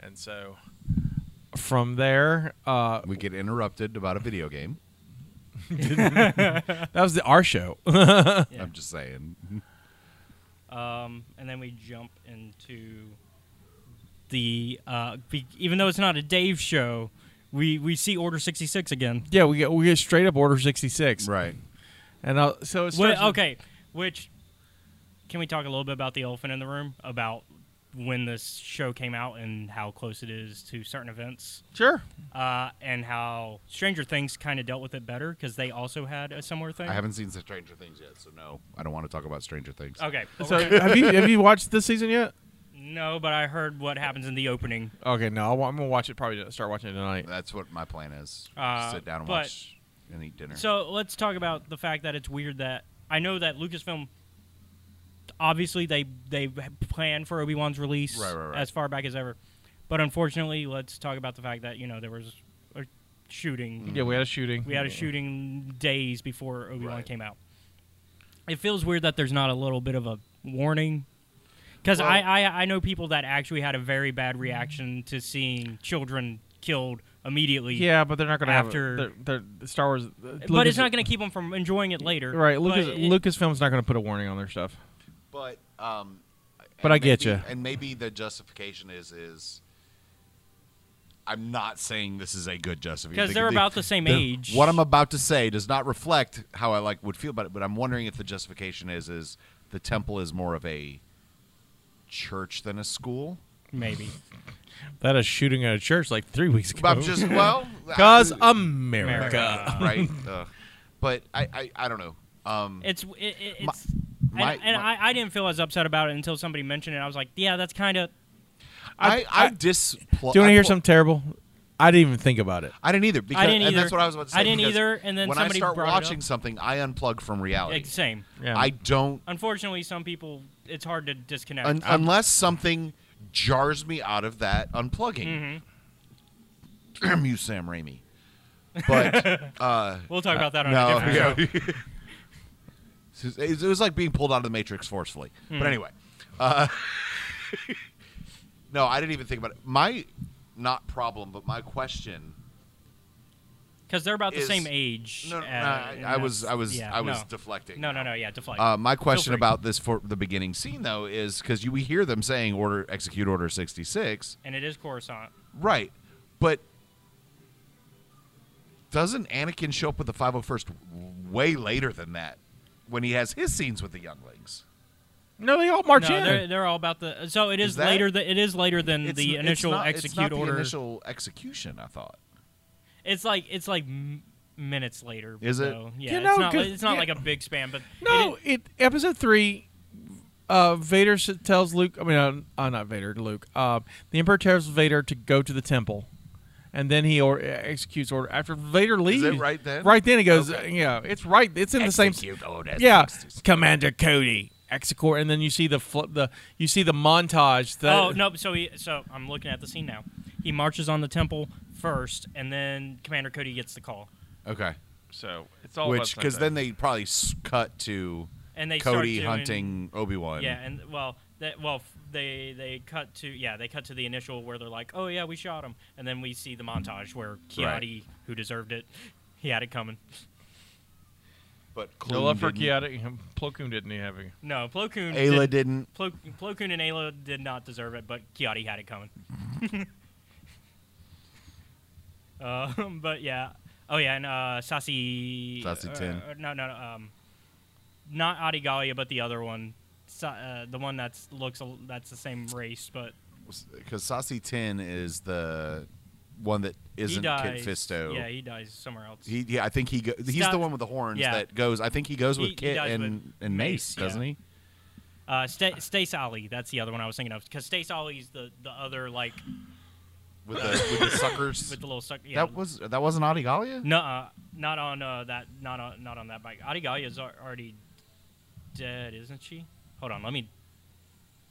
Speaker 3: And so from there, uh,
Speaker 5: we get interrupted about a video game.
Speaker 3: that was the our show.
Speaker 4: Yeah.
Speaker 5: I'm just saying.
Speaker 4: Um, and then we jump into the uh, be- even though it's not a Dave show, we we see Order sixty six again.
Speaker 3: yeah, we get we get straight up Order sixty six,
Speaker 5: Right.
Speaker 3: And i so it's
Speaker 4: Wh- okay, which Can we talk a little bit about the elephant in the room about when this show came out and how close it is to certain events?
Speaker 3: Sure.
Speaker 4: uh, and how Stranger Things kind of dealt with it better because they also had a similar thing.
Speaker 5: I haven't seen Stranger Things yet, so no, I don't want to talk about Stranger Things.
Speaker 4: Okay. but
Speaker 3: So
Speaker 4: we're gonna-
Speaker 3: have you have you watched this season yet?
Speaker 4: no, but I heard what happens in the opening.
Speaker 3: Okay, no, I wa- I'm gonna watch it. Probably start watching it tonight.
Speaker 5: That's what my plan is.
Speaker 4: Uh,
Speaker 5: Sit down and
Speaker 4: but-
Speaker 5: watch and eat dinner.
Speaker 4: So let's talk about the fact that it's weird that I know that Lucasfilm. Obviously, they they planned for Obi Wan's release
Speaker 5: Right, right, right.
Speaker 4: as far back as ever, but unfortunately, let's talk about the fact that you know there was a shooting.
Speaker 5: Mm-hmm.
Speaker 3: Yeah, we had a shooting.
Speaker 4: We had a shooting days before Obi Wan
Speaker 5: Right.
Speaker 4: came out. It feels weird that there's not a little bit of a warning. Because I, I, I know people that actually had a very bad reaction to seeing children killed immediately.
Speaker 3: Yeah, but they're not gonna
Speaker 4: After-
Speaker 3: have they're, they're, Star Wars. uh,
Speaker 4: But it's not going to keep them from enjoying it later.
Speaker 3: Right,
Speaker 4: But
Speaker 3: Lucas,
Speaker 4: it-
Speaker 3: Lucasfilm's not gonna put a warning on their stuff.
Speaker 5: but um,
Speaker 3: But
Speaker 5: and
Speaker 3: I get
Speaker 5: maybe-
Speaker 3: ya.
Speaker 5: And maybe the justification is is I'm not saying this is a good justification
Speaker 4: 'Cause they're about the same age.
Speaker 5: What I'm about to say does not reflect how I like would feel about it. But I'm wondering if the justification is is the temple is more of a church than a school.
Speaker 4: Maybe.
Speaker 3: That is shooting at a church like three weeks ago.
Speaker 5: But I'm just well
Speaker 3: Oh. Cause
Speaker 5: I-
Speaker 3: America.
Speaker 4: America.
Speaker 5: right. Ugh. but I, I I don't know. Um,
Speaker 4: It's it, it,
Speaker 5: My-
Speaker 4: it's
Speaker 5: my-
Speaker 4: and, and
Speaker 5: my-
Speaker 4: I, I didn't feel as upset about it until somebody mentioned it. I was like, yeah, that's kind of
Speaker 5: I I, dis. pl-
Speaker 3: Do you want
Speaker 5: I
Speaker 3: to hear
Speaker 5: pl-
Speaker 3: something terrible? I didn't even think about it.
Speaker 5: I didn't either. Because,
Speaker 4: didn't
Speaker 5: And
Speaker 4: either.
Speaker 5: that's what I was about to say.
Speaker 4: I didn't
Speaker 5: because
Speaker 4: either, and then
Speaker 5: when
Speaker 4: somebody
Speaker 5: I start
Speaker 4: brought it
Speaker 5: watching
Speaker 4: up.
Speaker 5: something, I unplug from reality.
Speaker 4: like, same.
Speaker 3: Yeah.
Speaker 5: I don't
Speaker 4: Unfortunately, some people it's hard to disconnect.
Speaker 5: un- unless something jars me out of that unplugging.
Speaker 4: Mm-hmm.
Speaker 5: Damn you, Sam Raimi. But
Speaker 4: we'll talk about that on a
Speaker 5: no,
Speaker 4: different show.
Speaker 5: yeah. it was like being pulled out of the Matrix forcefully.
Speaker 4: Hmm.
Speaker 5: But anyway, uh, no, I didn't even think about it. My not problem, but my question.
Speaker 4: Because they're about the
Speaker 5: is-
Speaker 4: same age.
Speaker 5: No, no,
Speaker 4: uh,
Speaker 5: no,
Speaker 4: and
Speaker 5: I, I was,
Speaker 4: that's-
Speaker 5: I was,
Speaker 4: yeah,
Speaker 5: I was
Speaker 4: no.
Speaker 5: deflecting.
Speaker 4: No, no, no, yeah, deflect.
Speaker 5: Uh, my question
Speaker 4: free.
Speaker 5: about this for the beginning scene though is because we hear them saying order execute order 66
Speaker 4: and it is Coruscant.
Speaker 5: right but doesn't anakin show up with the 501st way later than that when he has his scenes with the younglings
Speaker 3: No, they all march
Speaker 4: no,
Speaker 3: in.
Speaker 4: they're, they're all about the. So it is,
Speaker 5: Is that-
Speaker 4: later. The, it is later than
Speaker 5: It's-
Speaker 4: the
Speaker 5: it's
Speaker 4: initial
Speaker 5: not- it's
Speaker 4: execute
Speaker 5: not the
Speaker 4: order.
Speaker 5: initial execution i thought
Speaker 4: It's like it's like m- minutes later.
Speaker 5: Is it?
Speaker 4: so, Yeah,
Speaker 3: You
Speaker 4: it's
Speaker 3: know,
Speaker 4: not.
Speaker 3: 'cause-
Speaker 4: It's not
Speaker 3: yeah.
Speaker 4: like a big span, but
Speaker 3: no,
Speaker 4: it,
Speaker 3: it, episode three. Uh, Vader s- tells Luke. I mean, uh, uh, not Vader. Luke. Uh, the Emperor tells Vader to go to the temple, and then he or- eh, executes order after Vader leaves.
Speaker 5: it right then?
Speaker 3: Right then he goes. uh, Yeah, it's right. It's in the same.
Speaker 5: order
Speaker 3: Yeah, Commander Cody. Execute, and then you see the fl- the you see the montage. That,
Speaker 4: oh no. So he. So I'm looking at the scene now. He marches on the temple first, and then Commander Cody gets the call,
Speaker 5: okay
Speaker 3: So it's all
Speaker 5: which because then they probably s- cut to
Speaker 4: and they start
Speaker 5: cody
Speaker 4: doing-
Speaker 5: hunting obi-wan
Speaker 4: Yeah, and well, that well, f- they they cut to yeah, they cut to the initial where they're like, oh yeah, we shot him, and then we see the montage where
Speaker 5: Right.
Speaker 4: Kiadi, who deserved it, he had it coming.
Speaker 5: but
Speaker 3: no love for
Speaker 5: Kloon
Speaker 3: Kiadi. Plo Koon didn't have it.
Speaker 4: No, Plo Koon.
Speaker 5: didn't- Ayla
Speaker 4: did,
Speaker 5: didn't
Speaker 4: Plo, Plo Koon and Ayla did not deserve it, but Kiadi had it coming. um, but yeah, oh yeah, and uh, Sasi.
Speaker 5: Sassy
Speaker 4: uh,
Speaker 5: Tin.
Speaker 4: uh, no, no, no, um, not Adi Gallia, but the other one. Sa- uh, the one that's looks a- that's the same race, but
Speaker 5: because Saucy Tin is the one that
Speaker 4: he
Speaker 5: isn't Kit
Speaker 4: dies.
Speaker 5: Fisto.
Speaker 4: Yeah, he dies somewhere else.
Speaker 5: he, yeah, I think he go, he's
Speaker 4: Stop-
Speaker 5: the one with the horns
Speaker 4: yeah.
Speaker 5: that goes. I think he goes with
Speaker 4: He- he
Speaker 5: Kit
Speaker 4: dies
Speaker 5: and
Speaker 4: with
Speaker 5: and
Speaker 4: Mace,
Speaker 5: Mace, doesn't
Speaker 4: yeah.
Speaker 5: he?
Speaker 4: Uh, Sta- Stace Ollie, that's the other one I was thinking of, because Stace Ollie's the, the other like
Speaker 5: With the, with the suckers.
Speaker 4: with the little suck. Yeah,
Speaker 5: That was that wasn't Adigalia.
Speaker 4: no, uh, not on uh, that, not on, not on that bike. Adigalia's al- already dead, isn't she? Hold on, let me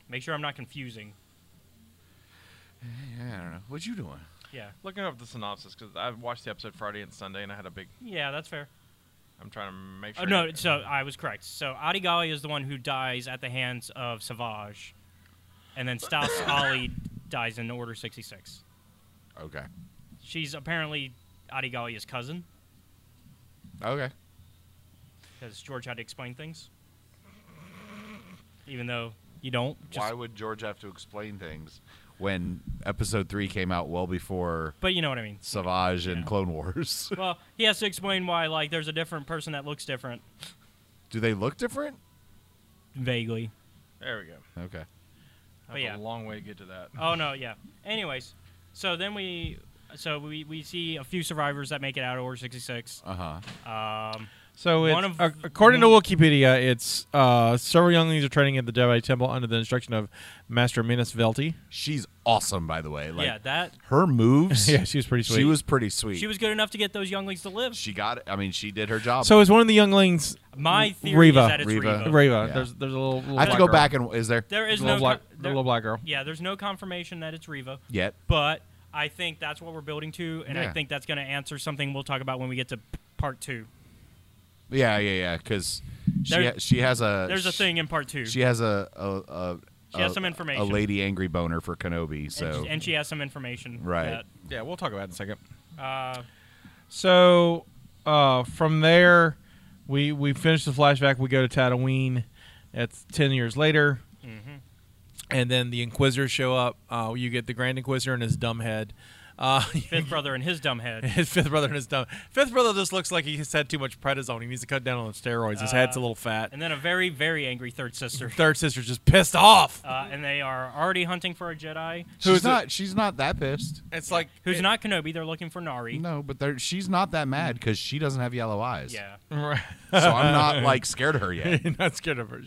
Speaker 4: make sure I'm not confusing.
Speaker 5: Yeah, I don't know. What you doing?
Speaker 4: Yeah,
Speaker 3: Looking up the synopsis because I watched the episode Friday and Sunday, and I had a big.
Speaker 4: yeah, that's fair.
Speaker 3: I'm trying to make
Speaker 4: Oh, no, so I was correct. So Adigalia is the one who dies at the hands of Savage, and then Stace Ollie dies in Order 66.
Speaker 5: Okay.
Speaker 4: She's apparently Adigalia's cousin.
Speaker 5: Okay.
Speaker 4: because George had to explain things, even though you don't. Just,
Speaker 5: Why would George have to explain things when Episode Three came out well before
Speaker 4: But you know what I mean.
Speaker 5: Savage and Clone Wars?
Speaker 4: Well, he has to explain why like there's a different person that looks different
Speaker 5: Do they look different?
Speaker 4: vaguely.
Speaker 3: There we go.
Speaker 5: Okay.
Speaker 4: But Oh, yeah.
Speaker 3: a long way to get to that.
Speaker 4: Oh no, yeah. Anyways, so then we, so we, we see a few survivors that make it out of Order 66.
Speaker 5: Uh huh.
Speaker 4: Um,
Speaker 3: So, it's,
Speaker 4: One of-
Speaker 3: ac- according to Wikipedia, it's uh, several younglings are training at the Jedi Temple under the instruction of Master Minas Velti.
Speaker 5: She's awesome, by the way. Like
Speaker 4: yeah, that
Speaker 5: her moves.
Speaker 3: Yeah, she was pretty sweet.
Speaker 5: She was pretty sweet.
Speaker 4: she was good enough to get those younglings to live.
Speaker 5: She got. it. I mean, she did her job.
Speaker 3: So, is one of the younglings
Speaker 4: My theory
Speaker 3: Reva.
Speaker 4: is that it's
Speaker 5: Reva.
Speaker 4: Reva.
Speaker 3: Reva?
Speaker 5: Yeah.
Speaker 3: There's there's a little. little
Speaker 5: I
Speaker 3: black
Speaker 5: have to go
Speaker 3: girl.
Speaker 5: back and is there
Speaker 4: There is
Speaker 3: The little
Speaker 4: no
Speaker 3: black,
Speaker 4: con-
Speaker 3: the
Speaker 4: there-
Speaker 3: little black girl.
Speaker 4: Yeah, there's no confirmation that it's Reva,
Speaker 5: yet?
Speaker 4: but I think that's what we're building to, and
Speaker 5: Yeah.
Speaker 4: I think that's going to answer something we'll talk about when we get to p- part two.
Speaker 5: Yeah, yeah, yeah. Because she
Speaker 4: There-
Speaker 5: ha- she has a
Speaker 4: There's a
Speaker 5: sh-
Speaker 4: thing in part two.
Speaker 5: She has a a, a
Speaker 4: She has
Speaker 5: a-
Speaker 4: some information.
Speaker 5: A lady angry boner for Kenobi.
Speaker 4: and,
Speaker 5: So
Speaker 4: she, and she has some information.
Speaker 5: Right.
Speaker 3: Yeah, we'll talk about it in a second.
Speaker 4: That, uh,
Speaker 3: So uh, from there, we we finish the flashback. We go to Tatooine. That's ten years later,
Speaker 4: Mm-hmm.
Speaker 3: and then the Inquisitors show up. Uh, you get the Grand Inquisitor and his dumb head. Uh,
Speaker 4: fifth brother and his dumb head.
Speaker 3: his fifth brother and his dumb fifth brother just looks like he's had too much prednisone. He needs to cut down on the steroids. His head's a little
Speaker 4: Uh,
Speaker 3: fat.
Speaker 4: And then a very, very angry third sister.
Speaker 3: Third sister's just pissed off.
Speaker 4: Uh, and they are already hunting for a Jedi
Speaker 5: she's
Speaker 3: who's it-
Speaker 5: not she's not that pissed.
Speaker 3: It's like
Speaker 4: who's
Speaker 3: it-
Speaker 4: not Kenobi. They're looking for Nari.
Speaker 5: No, but there, she's not that mad because she doesn't have yellow eyes.
Speaker 4: Yeah.
Speaker 5: So I'm not like scared of her yet.
Speaker 3: not scared of her.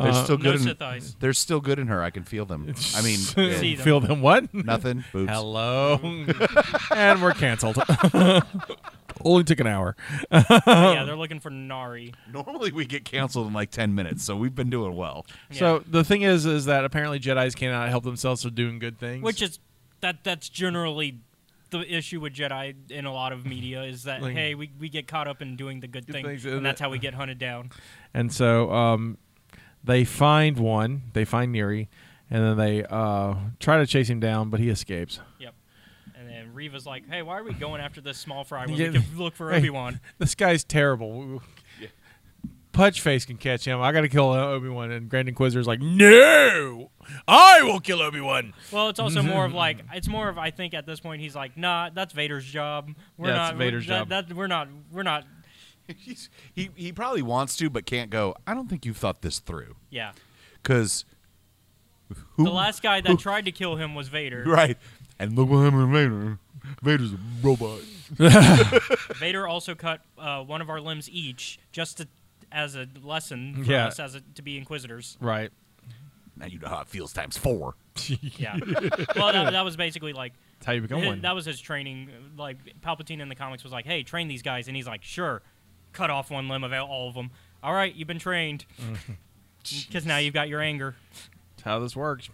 Speaker 5: They're still
Speaker 4: No
Speaker 5: good.
Speaker 4: Sith
Speaker 5: in,
Speaker 4: eyes.
Speaker 5: they're still good in her. I can feel them. I mean,
Speaker 4: See
Speaker 5: yeah,
Speaker 4: them.
Speaker 3: feel them what?
Speaker 5: nothing. Boobs.
Speaker 3: Hello. and we're canceled. Only took an hour. um,
Speaker 4: yeah, they're looking for Nari.
Speaker 5: Normally we get canceled in like ten minutes, so we've been doing well.
Speaker 3: So the thing is, is that apparently Jedi's cannot help themselves from doing good things.
Speaker 4: Which is that that's generally the issue with Jedi in a lot of media is that
Speaker 3: Like-
Speaker 4: hey, we, we get caught up in doing the good thing
Speaker 3: things, and
Speaker 4: and that's
Speaker 3: that-
Speaker 4: how we get hunted down.
Speaker 3: and so um, they find one. They find Neri, and then they uh, try to chase him down, but he escapes.
Speaker 4: Yep. And then Reva's like, "Hey, why are we going after this small fry when
Speaker 3: Yeah.
Speaker 4: we can look for
Speaker 3: Hey.
Speaker 4: Obi Wan?"
Speaker 3: This guy's terrible. Pudgeface can catch him. I got to kill Obi Wan. And Grand Inquisitor's like, no, I will kill Obi Wan.
Speaker 4: Well, it's also more of like
Speaker 3: Mm-hmm.
Speaker 4: it's more of I think at this point he's like, "Nah, that's Vader's job. We're
Speaker 3: Yeah, it's
Speaker 4: not we're-
Speaker 3: Vader's
Speaker 4: that-
Speaker 3: job."
Speaker 4: That, we're not we're not
Speaker 5: He's, he he probably wants to, but can't go. I don't think you thought this through,
Speaker 4: yeah."
Speaker 5: because who
Speaker 4: The last guy that tried to kill him was Vader.
Speaker 5: right? And look what happened to Vader. Vader's a robot.
Speaker 4: Vader also cut uh, one of our limbs each, just to, as a lesson for
Speaker 3: Yeah.
Speaker 4: us as a, to be inquisitors.
Speaker 3: Right.
Speaker 5: Now you know how it feels times four.
Speaker 4: Yeah. well, that, that was basically like
Speaker 3: That's how you become one.
Speaker 4: that was his training. Like Palpatine in the comics was like, "Hey, train these guys," and he's like, "Sure." Cut off one limb of all of them. All right, you've been trained.
Speaker 3: Mm.
Speaker 4: Because now you've got your anger.
Speaker 3: That's how this works.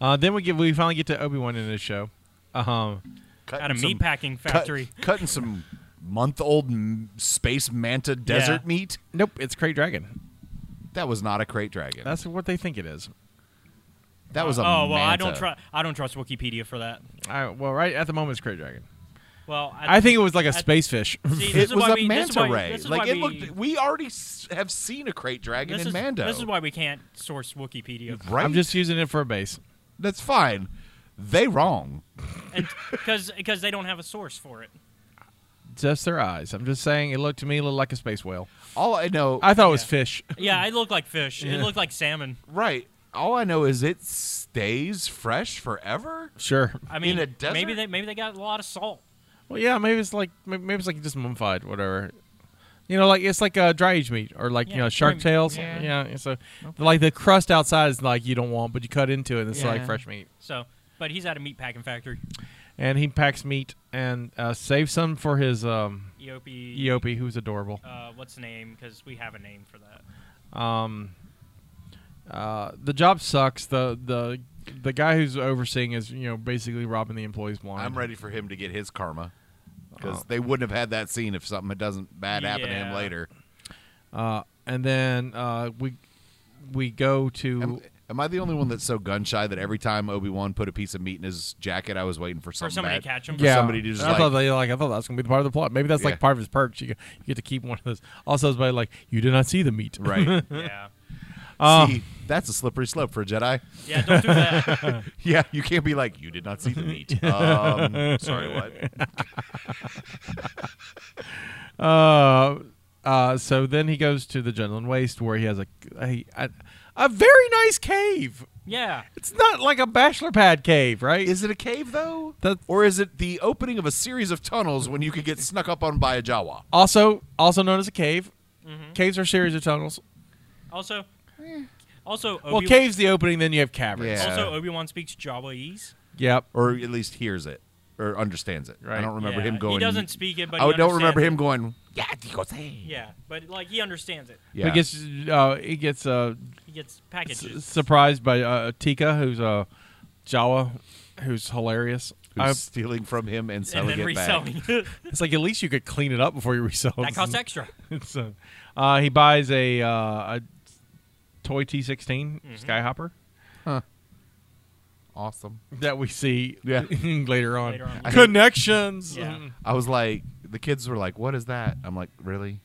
Speaker 3: Uh, then we get we finally get to Obi Wan in this show. Um,
Speaker 4: At a
Speaker 5: Cutting some-
Speaker 4: meat packing
Speaker 5: cut-
Speaker 4: factory.
Speaker 5: cutting some month-old m- space manta desert
Speaker 4: Yeah.
Speaker 5: meat.
Speaker 3: nope, it's Crate Dragon.
Speaker 5: That was not a crate dragon.
Speaker 3: That's what they think it is.
Speaker 5: that was a
Speaker 4: oh well, I don't
Speaker 5: manta.
Speaker 4: trust. I don't trust Wikipedia for that.
Speaker 3: I, well, right at the moment, it's Crate Dragon.
Speaker 4: Well,
Speaker 3: I think it was like a
Speaker 4: I-
Speaker 3: space fish.
Speaker 4: See, this
Speaker 5: It
Speaker 4: is
Speaker 5: was
Speaker 4: why
Speaker 5: a
Speaker 4: we- this is
Speaker 5: manta
Speaker 4: why-
Speaker 5: ray.
Speaker 4: this is
Speaker 5: Like
Speaker 4: why
Speaker 5: it
Speaker 4: we-
Speaker 5: looked. We already s- have seen a crate dragon
Speaker 4: this
Speaker 5: in
Speaker 4: is,
Speaker 5: Mando.
Speaker 4: This is why we can't source Wikipedia.
Speaker 5: right?
Speaker 3: I'm just using it for a base.
Speaker 5: That's fine. They wrong.
Speaker 4: because because they don't have a source for it.
Speaker 3: Just their eyes. I'm just saying it looked to me a little like a space whale.
Speaker 5: All I know.
Speaker 3: I thought it was fish.
Speaker 4: Yeah, it looked like fish.
Speaker 3: Yeah.
Speaker 4: It looked like salmon.
Speaker 5: right. All I know is it stays fresh forever.
Speaker 3: Sure.
Speaker 4: I mean,
Speaker 5: a
Speaker 4: maybe
Speaker 5: desert?
Speaker 4: they maybe they got a lot of salt.
Speaker 3: Well, yeah, maybe it's like may- maybe it's like just mummified, whatever. You know, like it's like uh, dry age meat or like you
Speaker 4: Yeah,
Speaker 3: know shark
Speaker 4: pretty-
Speaker 3: tails.
Speaker 4: yeah.
Speaker 3: yeah so like the crust outside is like you don't want, but you cut into it, and it's like
Speaker 5: Yeah.
Speaker 3: fresh meat.
Speaker 4: So, but he's at a meat packing factory.
Speaker 3: and he packs meat and uh, saves some for his um,
Speaker 4: EOP.
Speaker 3: Eope, who's adorable.
Speaker 4: Uh, what's the name? Because we have a name for that.
Speaker 3: Um, uh, the job sucks. The the the guy who's overseeing is you know basically robbing the employees blind.
Speaker 5: I'm ready for him to get his karma because
Speaker 3: Oh.
Speaker 5: they wouldn't have had that scene if something doesn't bad happen to him
Speaker 4: Yeah.
Speaker 5: later.
Speaker 3: Uh, and then uh, we we go to
Speaker 5: Am, am I the only one that's so gun shy that every time Obi Wan put a piece of meat in his jacket, I was waiting for something
Speaker 4: somebody
Speaker 5: bad-
Speaker 4: to catch him.
Speaker 5: for
Speaker 3: yeah.
Speaker 5: somebody to just
Speaker 3: I thought
Speaker 5: like,
Speaker 3: they, like I thought that's gonna be the part of the plot. Maybe that's
Speaker 5: Yeah.
Speaker 3: like part of his perks. You, get- you get to keep one of those. Also, somebody like you did not see the meat.
Speaker 5: right.
Speaker 4: Yeah.
Speaker 3: Uh,
Speaker 5: see,
Speaker 4: Oh.
Speaker 5: that's a slippery slope for a Jedi.
Speaker 4: Yeah. Don't do that.
Speaker 5: Yeah, you can't be like, you did not see the meat. um, sorry, what?
Speaker 3: Uh, Uh, so then he goes to the Genuine Waste where he has a a, a a very nice cave.
Speaker 4: Yeah.
Speaker 3: It's not like a bachelor pad cave, right?
Speaker 5: Is it a cave though,
Speaker 3: That-
Speaker 5: or is it the opening of a series of tunnels when you could get snuck up on by a Jawa?
Speaker 3: also also known as a cave.
Speaker 5: Mm-hmm.
Speaker 3: Caves are a series of tunnels.
Speaker 4: Also, also Obi-
Speaker 3: well, cave's the opening, then you have caverns.
Speaker 5: Yeah.
Speaker 4: Also, Obi Wan speaks Jawaese.
Speaker 3: Yep.
Speaker 5: or at least hears it or understands it.
Speaker 3: Right.
Speaker 5: I don't remember
Speaker 4: Yeah,
Speaker 5: him going.
Speaker 4: He doesn't speak it, but
Speaker 5: I
Speaker 4: he
Speaker 5: don't remember
Speaker 4: understands
Speaker 5: him
Speaker 4: it.
Speaker 5: going. Yeah, he goes, hey."
Speaker 4: Yeah, but like he understands it.
Speaker 5: Yeah.
Speaker 3: He gets uh, he gets uh,
Speaker 4: He gets
Speaker 3: s-
Speaker 4: packages.
Speaker 3: surprised by uh, Tika, who's a Jawa, who's hilarious.
Speaker 5: Who's
Speaker 3: I-
Speaker 5: stealing from him and
Speaker 4: and
Speaker 5: selling
Speaker 4: then
Speaker 5: it
Speaker 4: reselling.
Speaker 5: back.
Speaker 3: it's like at least you could clean it up before you resell. it.
Speaker 4: that costs extra.
Speaker 3: It's, uh, uh, he buys a uh, a toy T16
Speaker 4: Mm-hmm.
Speaker 3: Skyhopper
Speaker 5: Awesome.
Speaker 3: that we see
Speaker 5: Yeah.
Speaker 3: later on.
Speaker 4: Later on.
Speaker 3: Connections.
Speaker 4: Yeah.
Speaker 3: Mm.
Speaker 5: I was like, the kids were like, "What is that?" I'm like, "Really?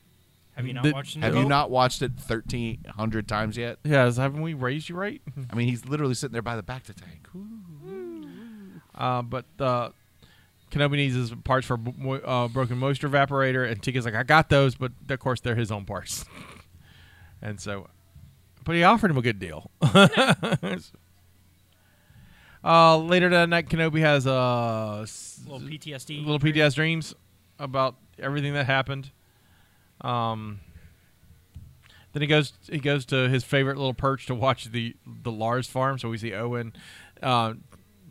Speaker 4: Have you not
Speaker 3: Did-
Speaker 4: watched?
Speaker 5: Have
Speaker 4: Nope.
Speaker 5: you not watched it 1,300 times yet?"
Speaker 3: Yes, haven't we raised you right?
Speaker 5: I mean, he's literally sitting there by the back to tank. Ooh.
Speaker 3: Uh, but uh, Kenobi needs his parts for b- mo- uh, broken moisture evaporator, and Tika's like, "I got those," but of course they're his own parts. and so, but he offered him a good deal. uh, later that night, Kenobi has a s-
Speaker 4: Little PTSD.
Speaker 3: little PDS dreams about everything that happened. Um, then he goes he goes to his favorite little perch to watch the the Lars farm. So we see Owen uh,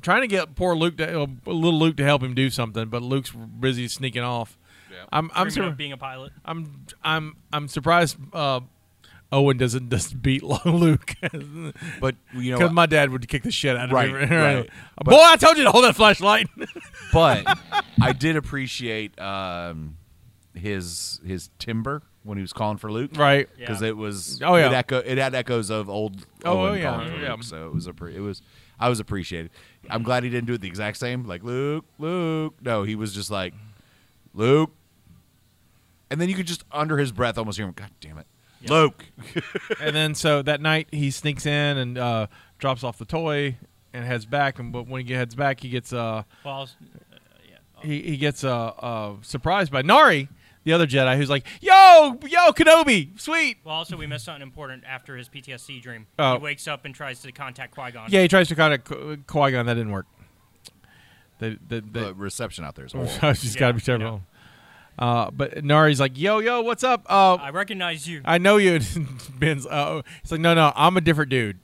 Speaker 3: trying to get poor Luke to, uh, little Luke to help him do something, but Luke's busy sneaking off. I'm I'm
Speaker 4: I'm
Speaker 3: sur-
Speaker 4: being a pilot.
Speaker 3: I'm I'm I'm surprised uh, Owen doesn't just beat Luke
Speaker 5: But you know,
Speaker 3: because my dad would kick the shit out of
Speaker 5: Right,
Speaker 3: me.
Speaker 5: right.
Speaker 3: Boy, I told you to hold that flashlight.
Speaker 5: but I did appreciate um, his his timber when he was calling for Luke,
Speaker 3: right.
Speaker 4: Yeah.
Speaker 5: Because it was
Speaker 3: Oh, yeah.
Speaker 5: it, echo, it had echoes of old
Speaker 3: Oh,
Speaker 5: Owen
Speaker 3: oh, yeah,
Speaker 5: calling for
Speaker 3: yeah.
Speaker 5: Luke, so it was a pre- it was I was appreciated. I'm glad he didn't do it the exact same like Luke Luke. No, he was just like Luke, and then you could just under his breath almost hear him. God damn it, Luke.
Speaker 3: and then so that night he sneaks in and uh, drops off the toy and heads back. And but when he heads back, he gets uh,
Speaker 4: Well, I was- uh, yeah. Oh,
Speaker 3: he, he gets uh, uh, surprised by Nari, the other Jedi, who's like, "Yo, yo, Kenobi, sweet."
Speaker 4: Well, also we missed something important after his PTSD dream.
Speaker 3: Oh.
Speaker 4: He wakes up and tries to contact Qui Gon.
Speaker 3: Yeah, he tries to contact Qui Gon. That didn't work. They, they, they,
Speaker 5: The reception out there is
Speaker 3: She's
Speaker 5: horrible.
Speaker 3: got to be
Speaker 4: Yeah,
Speaker 3: terrible. Uh, but Nari's like, "Yo, yo, what's up? Uh,
Speaker 4: I recognize you.
Speaker 3: I know you." Ben's, uh, it's like, "No, no, I'm a different dude.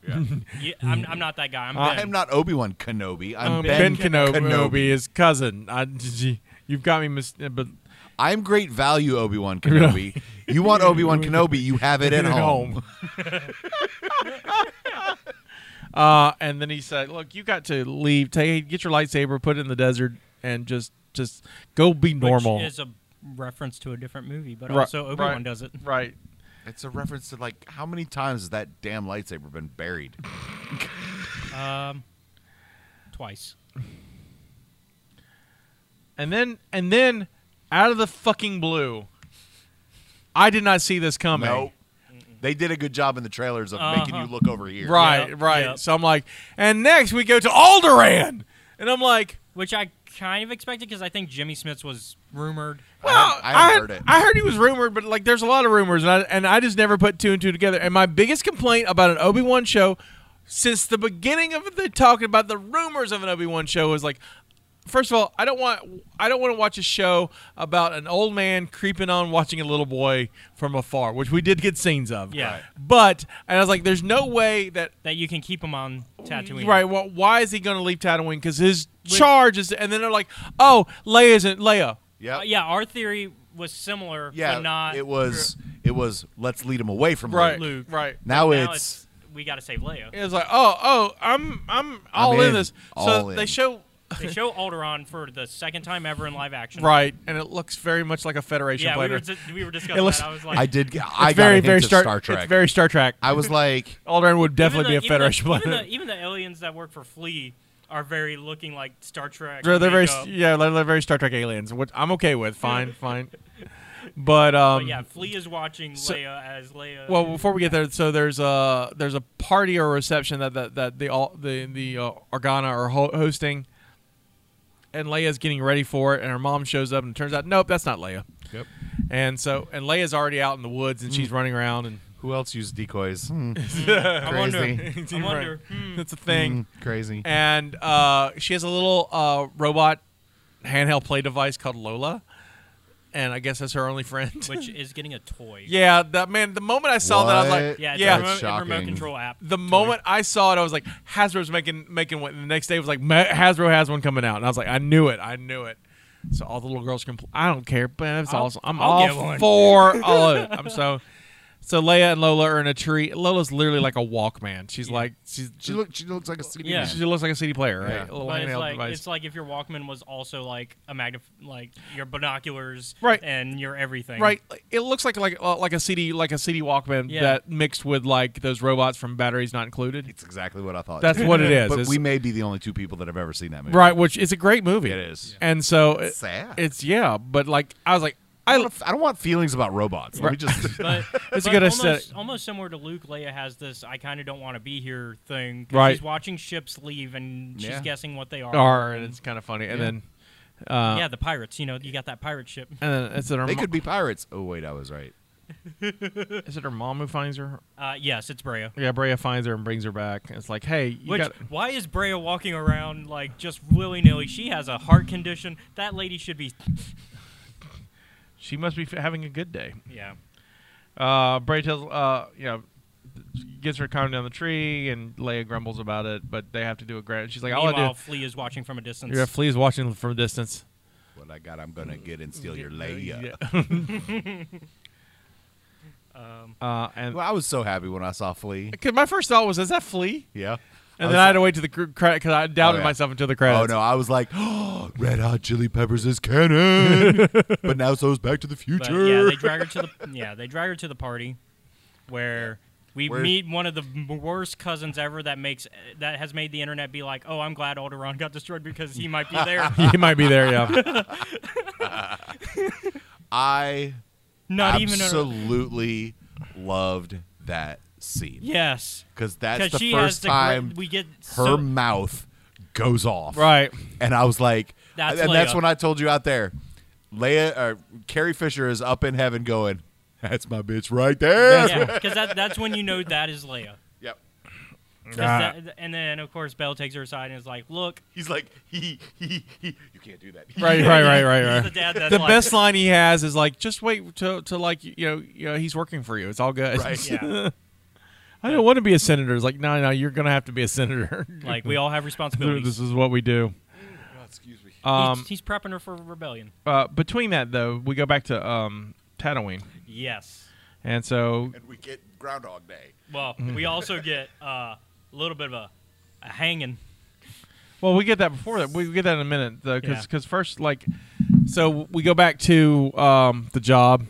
Speaker 4: you I'm, I'm not that guy. I'm
Speaker 3: I
Speaker 5: I
Speaker 4: Ben.
Speaker 5: am not Obi Wan Kenobi. I'm
Speaker 3: Um,
Speaker 5: Ben,
Speaker 3: ben Kenobi, his cousin. I, you've got me, mis- uh, but
Speaker 5: I'm great value Obi Wan Kenobi. you want Obi Wan Kenobi? You have it at
Speaker 3: At
Speaker 5: home.
Speaker 3: uh, and then he said, "Look, you got to leave. Take get your lightsaber, put it in the desert, and just just go be normal."
Speaker 4: Which is a reference to a different movie, but
Speaker 3: Ri-
Speaker 4: also Obi Wan
Speaker 3: right,
Speaker 4: does it.
Speaker 3: right.
Speaker 5: It's a reference to like how many times has that damn lightsaber been buried?
Speaker 4: Um, twice.
Speaker 3: And then and then out of the fucking blue, I did not see this coming.
Speaker 5: No. They did a good job in the trailers of making you look over here.
Speaker 3: Uh-huh. Right,
Speaker 4: Yep,
Speaker 3: right.
Speaker 4: yep.
Speaker 3: So I'm like, and next we go to Alderan, and I'm like,
Speaker 4: Which I kind of expected because I think Jimmy Smith's was rumored.
Speaker 3: Well,
Speaker 5: I haven't
Speaker 3: I,
Speaker 5: heard it.
Speaker 3: I heard he was rumored, but like, there's a lot of rumors, and I, and I just never put two and two together. And my biggest complaint about an Obi wan show since the beginning of the talking about the rumors of an Obi wan show is like, first of all, I don't want I don't want to watch a show about an old man creeping on watching a little boy from afar, which we did get scenes of.
Speaker 4: Yeah. Right.
Speaker 3: But and I was like, there's no way that
Speaker 4: That you can keep him on Tatooine.
Speaker 3: Right. Well, why is he going to leave Tatooine? Because his charge is, and then they're like, "Oh, Leia isn't Leia."
Speaker 5: Yep.
Speaker 4: Uh, yeah, our theory was similar,
Speaker 5: Yeah.
Speaker 4: but not.
Speaker 5: it was. It was. Let's lead him away from
Speaker 3: Right.
Speaker 4: Luke.
Speaker 5: Luke.
Speaker 3: Right.
Speaker 5: Now,
Speaker 4: Now
Speaker 5: it's.
Speaker 4: it's we got to save Leia.
Speaker 3: It was like, oh, oh, I'm, I'm all in,
Speaker 5: in.
Speaker 3: this. so
Speaker 5: All in.
Speaker 3: they show
Speaker 4: They show Alderaan for the second time ever in live action.
Speaker 3: right, and it looks very much like a Federation
Speaker 4: Yeah, we
Speaker 3: fighter.
Speaker 4: were, di- we were discussing
Speaker 3: looks-
Speaker 4: that. I was like,
Speaker 5: I did. I
Speaker 3: it's very,
Speaker 5: got a
Speaker 3: very
Speaker 5: hint
Speaker 3: Star,
Speaker 5: of Star Trek.
Speaker 3: It's very Star Trek.
Speaker 5: I was like,
Speaker 3: Alderaan would
Speaker 4: even
Speaker 3: definitely
Speaker 4: the-
Speaker 3: be a
Speaker 4: even the-
Speaker 3: Federation
Speaker 4: Even the,
Speaker 3: planet.
Speaker 4: even the aliens that work for Flea are very looking like Star Trek.
Speaker 3: They're, they're very,
Speaker 4: makeup.
Speaker 3: yeah, they're, they're very Star Trek aliens, which I'm okay with. Fine, fine. But um,
Speaker 4: But yeah, Flea is watching
Speaker 3: so-
Speaker 4: Leia as Leia.
Speaker 3: Well, before we get there, so there's a there's a party or reception that that, that the all the the uh, Organa are ho- hosting, and Leia's getting ready for it, and her mom shows up, and it turns out nope, that's not Leia.
Speaker 5: Yep. Mm.
Speaker 3: And so, and Leia's already out in the woods, and she's running around, and
Speaker 5: Who else used decoys? Hmm,
Speaker 4: I wonder.
Speaker 5: Crazy.
Speaker 4: I wonder. hmm.
Speaker 3: it's a thing.
Speaker 5: Crazy.
Speaker 3: And uh, she has a little uh, robot handheld play device called Lola, and I guess that's her only friend.
Speaker 4: Which is getting a toy.
Speaker 3: yeah, that man. The moment I saw that, I was like,
Speaker 5: What?
Speaker 4: Yeah, it's
Speaker 3: yeah.
Speaker 4: a remote, a remote
Speaker 5: shocking.
Speaker 4: control app.
Speaker 3: the
Speaker 4: toy.
Speaker 3: moment I saw it, I was like, Hasbro's making making one. And the next day it was like, "Ma- Hasbro has one coming out, and I was like, I knew it, I knew it. So all the little girls can. Pl- I don't care, but it's
Speaker 4: I'll-
Speaker 3: awesome. I'm
Speaker 4: I'll get
Speaker 3: all
Speaker 4: one.
Speaker 3: for all of it. I'm so. So Leia and Lola are in a tree. Lola's literally like a Walkman. She's like she's
Speaker 5: She look. She looks like a CD.
Speaker 4: Yeah.
Speaker 5: man.
Speaker 3: she looks like a CD player, right?
Speaker 5: Yeah.
Speaker 3: A little
Speaker 4: But it's
Speaker 3: handheld
Speaker 4: like,
Speaker 3: device.
Speaker 4: it's like if your Walkman was also like a magnif- like your binoculars
Speaker 3: Right.
Speaker 4: and your everything.
Speaker 3: Right, it looks like like uh, like a CD like a CD Walkman
Speaker 4: Yeah.
Speaker 3: that mixed with like those robots from Batteries Not Included.
Speaker 5: It's exactly what I thought.
Speaker 3: That's
Speaker 5: too.
Speaker 3: what it is.
Speaker 5: But
Speaker 3: It's-
Speaker 5: we may be the only two people that have ever seen that movie.
Speaker 3: right, which is a great movie.
Speaker 5: It is.
Speaker 3: and so it-
Speaker 5: Sad.
Speaker 3: It's yeah, but like I was like I
Speaker 5: I don't, I don't want feelings about robots. Let me just.
Speaker 4: But
Speaker 3: That's a
Speaker 4: but
Speaker 3: good
Speaker 4: almost,
Speaker 3: aesthetic.
Speaker 4: Almost similar to Luke, Leia has this "I kind of don't want to be here" thing. 'cause
Speaker 3: Right.
Speaker 4: She's watching ships leave and she's
Speaker 5: Yeah.
Speaker 4: guessing what they are.
Speaker 3: are uh, and it's kind of funny. And then
Speaker 4: yeah, the pirates. You know, you got that pirate ship.
Speaker 3: and then is it her
Speaker 5: they
Speaker 3: mo-
Speaker 5: could be pirates. Oh wait, I was right.
Speaker 3: is it her mom who finds her?
Speaker 4: Uh, yes, it's Brea.
Speaker 3: Yeah, Brea finds her and brings her back. It's like hey, you
Speaker 4: Which
Speaker 3: got
Speaker 4: why is Brea walking around like just willy nilly? She has a heart condition. That lady should be.
Speaker 3: she must be f- having a good day.
Speaker 4: Yeah.
Speaker 3: Uh, Bray tells, uh, you know, gets her to climb down the tree, and Leia grumbles about it, but they have to do a grant. She's like, all
Speaker 4: Meanwhile,
Speaker 3: I do.
Speaker 4: Flea is watching from a distance.
Speaker 3: Yeah, Flea's watching from a distance.
Speaker 5: What I got, I'm gonna get and steal your Leia. Um,
Speaker 3: uh, and
Speaker 5: Well, I was so happy when I saw Flea.
Speaker 3: 'cause my first thought was, is that Flea?
Speaker 5: Yeah.
Speaker 3: And
Speaker 5: was
Speaker 3: then I had
Speaker 5: like,
Speaker 3: to wait to the cr- credit because I doubted
Speaker 5: yeah.
Speaker 3: myself until the
Speaker 5: Oh
Speaker 3: credits.
Speaker 5: no! I was like, oh, "Red Hot Chili Peppers is canon," but now so is Back to the
Speaker 4: But
Speaker 5: Future.
Speaker 4: yeah, they drag her to the yeah they drag her to the party, where we
Speaker 5: Where-
Speaker 4: meet one of the m- worst cousins ever that makes that has made the internet be like, oh, I'm glad Alderaan got destroyed because he might be there.
Speaker 3: he might be there, yeah.
Speaker 5: I
Speaker 4: Not even a,
Speaker 5: absolutely loved that scene.
Speaker 4: yes,
Speaker 5: because that's the
Speaker 4: she has
Speaker 5: first
Speaker 4: the
Speaker 5: time
Speaker 4: great, we get
Speaker 5: her
Speaker 4: so,
Speaker 5: mouth goes off.
Speaker 3: right.
Speaker 5: and I was like,
Speaker 4: That's
Speaker 5: and that's
Speaker 4: Leia.
Speaker 5: when I told you out there, Leia or Carrie Fisher is up in heaven going, "That's my bitch right there."
Speaker 4: yeah because that, that's when you know that is Leia.
Speaker 5: Yep.
Speaker 4: 'Cause
Speaker 3: Ah.
Speaker 4: that- and then of course Bell takes her aside and is like, look,
Speaker 5: He's like, he, he, he, you can't do that.
Speaker 3: Right, right, right, right,
Speaker 4: he's
Speaker 3: right.
Speaker 4: the dad that's
Speaker 3: the
Speaker 4: like-
Speaker 3: best line he has is like, just wait till, till like you know, you know, he's working for you. It's all good.
Speaker 5: Right.
Speaker 4: yeah,
Speaker 3: I don't want to be a senator. It's like, no, no, you're gonna have to be a senator.
Speaker 4: like we all have
Speaker 3: this
Speaker 4: responsibilities.
Speaker 3: is what we do.
Speaker 5: Excuse me.
Speaker 3: Um,
Speaker 4: he's, he's prepping her for rebellion.
Speaker 3: uh, between that though, we go back to um, Tatooine,
Speaker 4: Yes.
Speaker 3: and so
Speaker 5: And we get Groundhog Day.
Speaker 4: Well, we also get uh, a little bit of a, a hanging.
Speaker 3: well, we get that before that. We get that in a minute though, because
Speaker 4: Yeah.
Speaker 3: first like, so we go back to um, the job,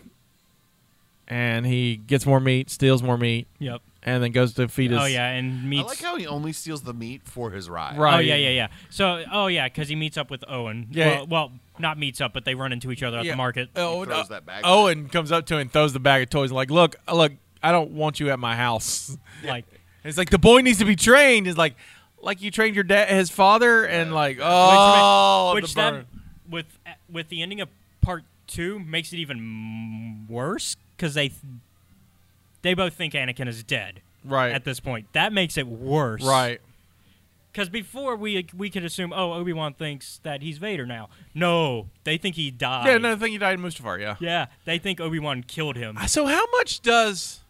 Speaker 3: and he gets more meat, steals more meat,
Speaker 4: Yep.
Speaker 3: and then goes to feed his.
Speaker 4: Oh yeah, and meets.
Speaker 5: I like how he only steals the meat for his ride.
Speaker 3: Right.
Speaker 4: oh yeah, yeah, yeah. So oh yeah, because he meets up with Owen.
Speaker 3: Yeah.
Speaker 4: Well, well, not meets up, but they run into each other at
Speaker 3: Yeah.
Speaker 4: the market.
Speaker 3: Oh,
Speaker 5: He throws that bag.
Speaker 3: Owen comes up to him and throws the bag of toys. Like, look, look, I don't want you at my house.
Speaker 4: Like,
Speaker 3: And It's like the boy needs to be trained. Is like, like you trained your dad, his father, and like, oh,
Speaker 4: which
Speaker 3: the
Speaker 4: that
Speaker 3: burn.
Speaker 4: with with the ending of part two makes it even m- worse because they they both think Anakin is dead.
Speaker 3: Right.
Speaker 4: At this point, that makes it worse.
Speaker 3: right,
Speaker 4: Because before we we could assume, oh, Obi Wan thinks that he's Vader now. No, they think he died.
Speaker 3: yeah. Another thing, you died in Mustafar. Yeah.
Speaker 4: Yeah, they think Obi Wan killed him.
Speaker 3: So how much does?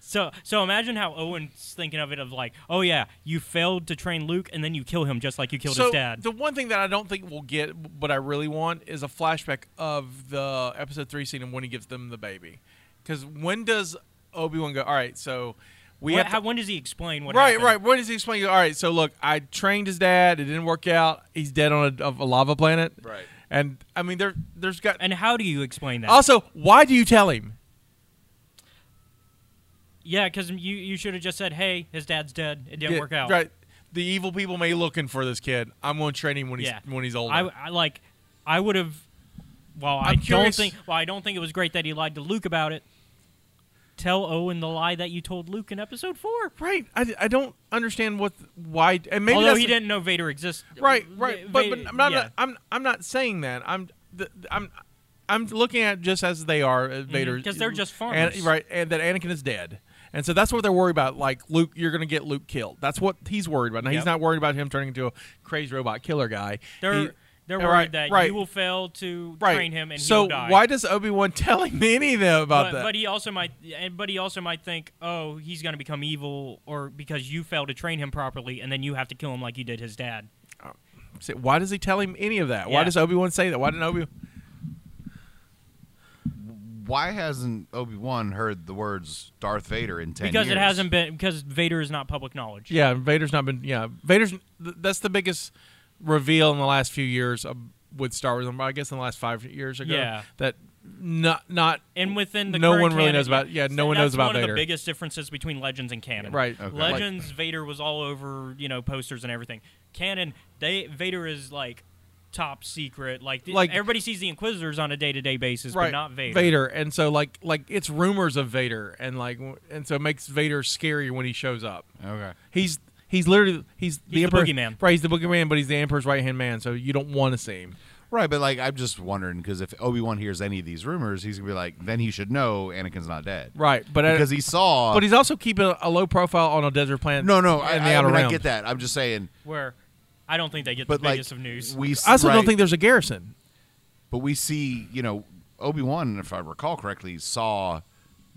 Speaker 4: So so imagine how Owen's thinking of it of like, oh yeah, you failed to train Luke and then you kill him just like you killed
Speaker 3: so
Speaker 4: his dad.
Speaker 3: the one thing that I don't think we'll get, but I really want, is a flashback of the episode three scene and when he gives them the baby. Because when does Obi Wan go? All right, so we
Speaker 4: When-
Speaker 3: have to-
Speaker 4: how, when does he explain what?
Speaker 3: right,
Speaker 4: happened?
Speaker 3: right. What does he explain? All right, so look, I trained his dad. It didn't work out. He's dead on a, of a lava planet.
Speaker 5: Right.
Speaker 3: And I mean, there, there's got.
Speaker 4: And how do you explain that?
Speaker 3: Also, why do you tell him?
Speaker 4: yeah, because you you should have just said, hey, his dad's dead. It didn't
Speaker 3: Yeah,
Speaker 4: work out.
Speaker 3: Right. The evil people may looking for this kid. I'm going to train him when he's
Speaker 4: Yeah.
Speaker 3: when he's older.
Speaker 4: I, I like, I would have. Well, I
Speaker 3: I'm
Speaker 4: don't
Speaker 3: curious-
Speaker 4: think. Well, I don't think it was great that he lied to Luke about it. Tell Owen the lie that you told Luke in episode four.
Speaker 3: right. I, I don't understand what why and maybe
Speaker 4: Although
Speaker 3: that's
Speaker 4: he
Speaker 3: the-
Speaker 4: didn't know Vader existed.
Speaker 3: Right, right.
Speaker 4: Va-
Speaker 3: But, but
Speaker 4: Vader-
Speaker 3: I'm not
Speaker 4: yeah.
Speaker 3: I'm I'm not saying that. I'm the, the- I'm I'm looking at just as they are uh, Vader
Speaker 4: Mm-hmm, 'cause they're just
Speaker 3: And-
Speaker 4: farmers.
Speaker 3: right? And that Anakin is dead, and so that's what they're worried about. Like Luke, you're going to get Luke killed. That's what he's worried about. Now he's
Speaker 4: Yep.
Speaker 3: not worried about him turning into a crazy robot killer guy.
Speaker 4: They're
Speaker 3: He-
Speaker 4: they're
Speaker 3: right,
Speaker 4: worried that
Speaker 3: right,
Speaker 4: you will fail to
Speaker 3: right.
Speaker 4: train him and
Speaker 3: so
Speaker 4: he'll die.
Speaker 3: why does Obi Wan tell him any of them about
Speaker 4: but,
Speaker 3: that?
Speaker 4: but he also might, and but he also might think, oh, he's going to become evil, or because you failed to train him properly, and then you have to kill him like you did his dad.
Speaker 3: So why does he tell him any of that? Why
Speaker 4: Yeah.
Speaker 3: does Obi Wan say that? Why didn't Obi?
Speaker 5: Why hasn't Obi Wan heard the words Darth Vader in ten
Speaker 4: Because
Speaker 5: years?
Speaker 4: it hasn't been because Vader is not public knowledge.
Speaker 3: Yeah, Vader's not been. Yeah, Vader's. th- That's the biggest reveal in the last few years of, with Star Wars. I guess in the last five years ago.
Speaker 4: Yeah.
Speaker 3: That not not
Speaker 4: And within the
Speaker 3: No
Speaker 4: current
Speaker 3: one really
Speaker 4: canon-
Speaker 3: knows about- yeah, no one
Speaker 4: that's
Speaker 3: knows about
Speaker 4: one
Speaker 3: Vader.
Speaker 4: Of the biggest differences between Legends and canon.
Speaker 3: Right. Okay.
Speaker 4: Legends, Vader was all over you know posters and everything. Canon, they Vader is like top secret. Like, th-
Speaker 3: Like-
Speaker 4: everybody sees the Inquisitors on a day to day basis,
Speaker 3: right
Speaker 4: but not Vader.
Speaker 3: and so like like it's rumors of Vader, and like w- and so it makes Vader scary when he shows up.
Speaker 5: Okay.
Speaker 3: He's he's literally he's,
Speaker 4: He's the
Speaker 3: emperor,
Speaker 4: boogeyman.
Speaker 3: Right, he's the boogeyman, but he's the emperor's right hand man. So you don't want to see him.
Speaker 5: Right, but like I'm just wondering because if Obi Wan hears any of these rumors, he's gonna be like, then he should know Anakin's not dead.
Speaker 3: Right, but I-
Speaker 5: because he saw.
Speaker 3: But he's also keeping a, a low profile on a desert planet.
Speaker 5: no, no.
Speaker 3: in
Speaker 5: I,
Speaker 3: the
Speaker 5: I,
Speaker 3: outer
Speaker 5: mean, I
Speaker 3: realms.
Speaker 5: get that. I'm just saying.
Speaker 4: Where I don't think they get
Speaker 5: But
Speaker 4: the
Speaker 5: like
Speaker 4: biggest of news.
Speaker 5: we, s-
Speaker 3: I also don't
Speaker 5: right,
Speaker 3: think there's a garrison.
Speaker 5: But we see, you know, Obi Wan, if I recall correctly, saw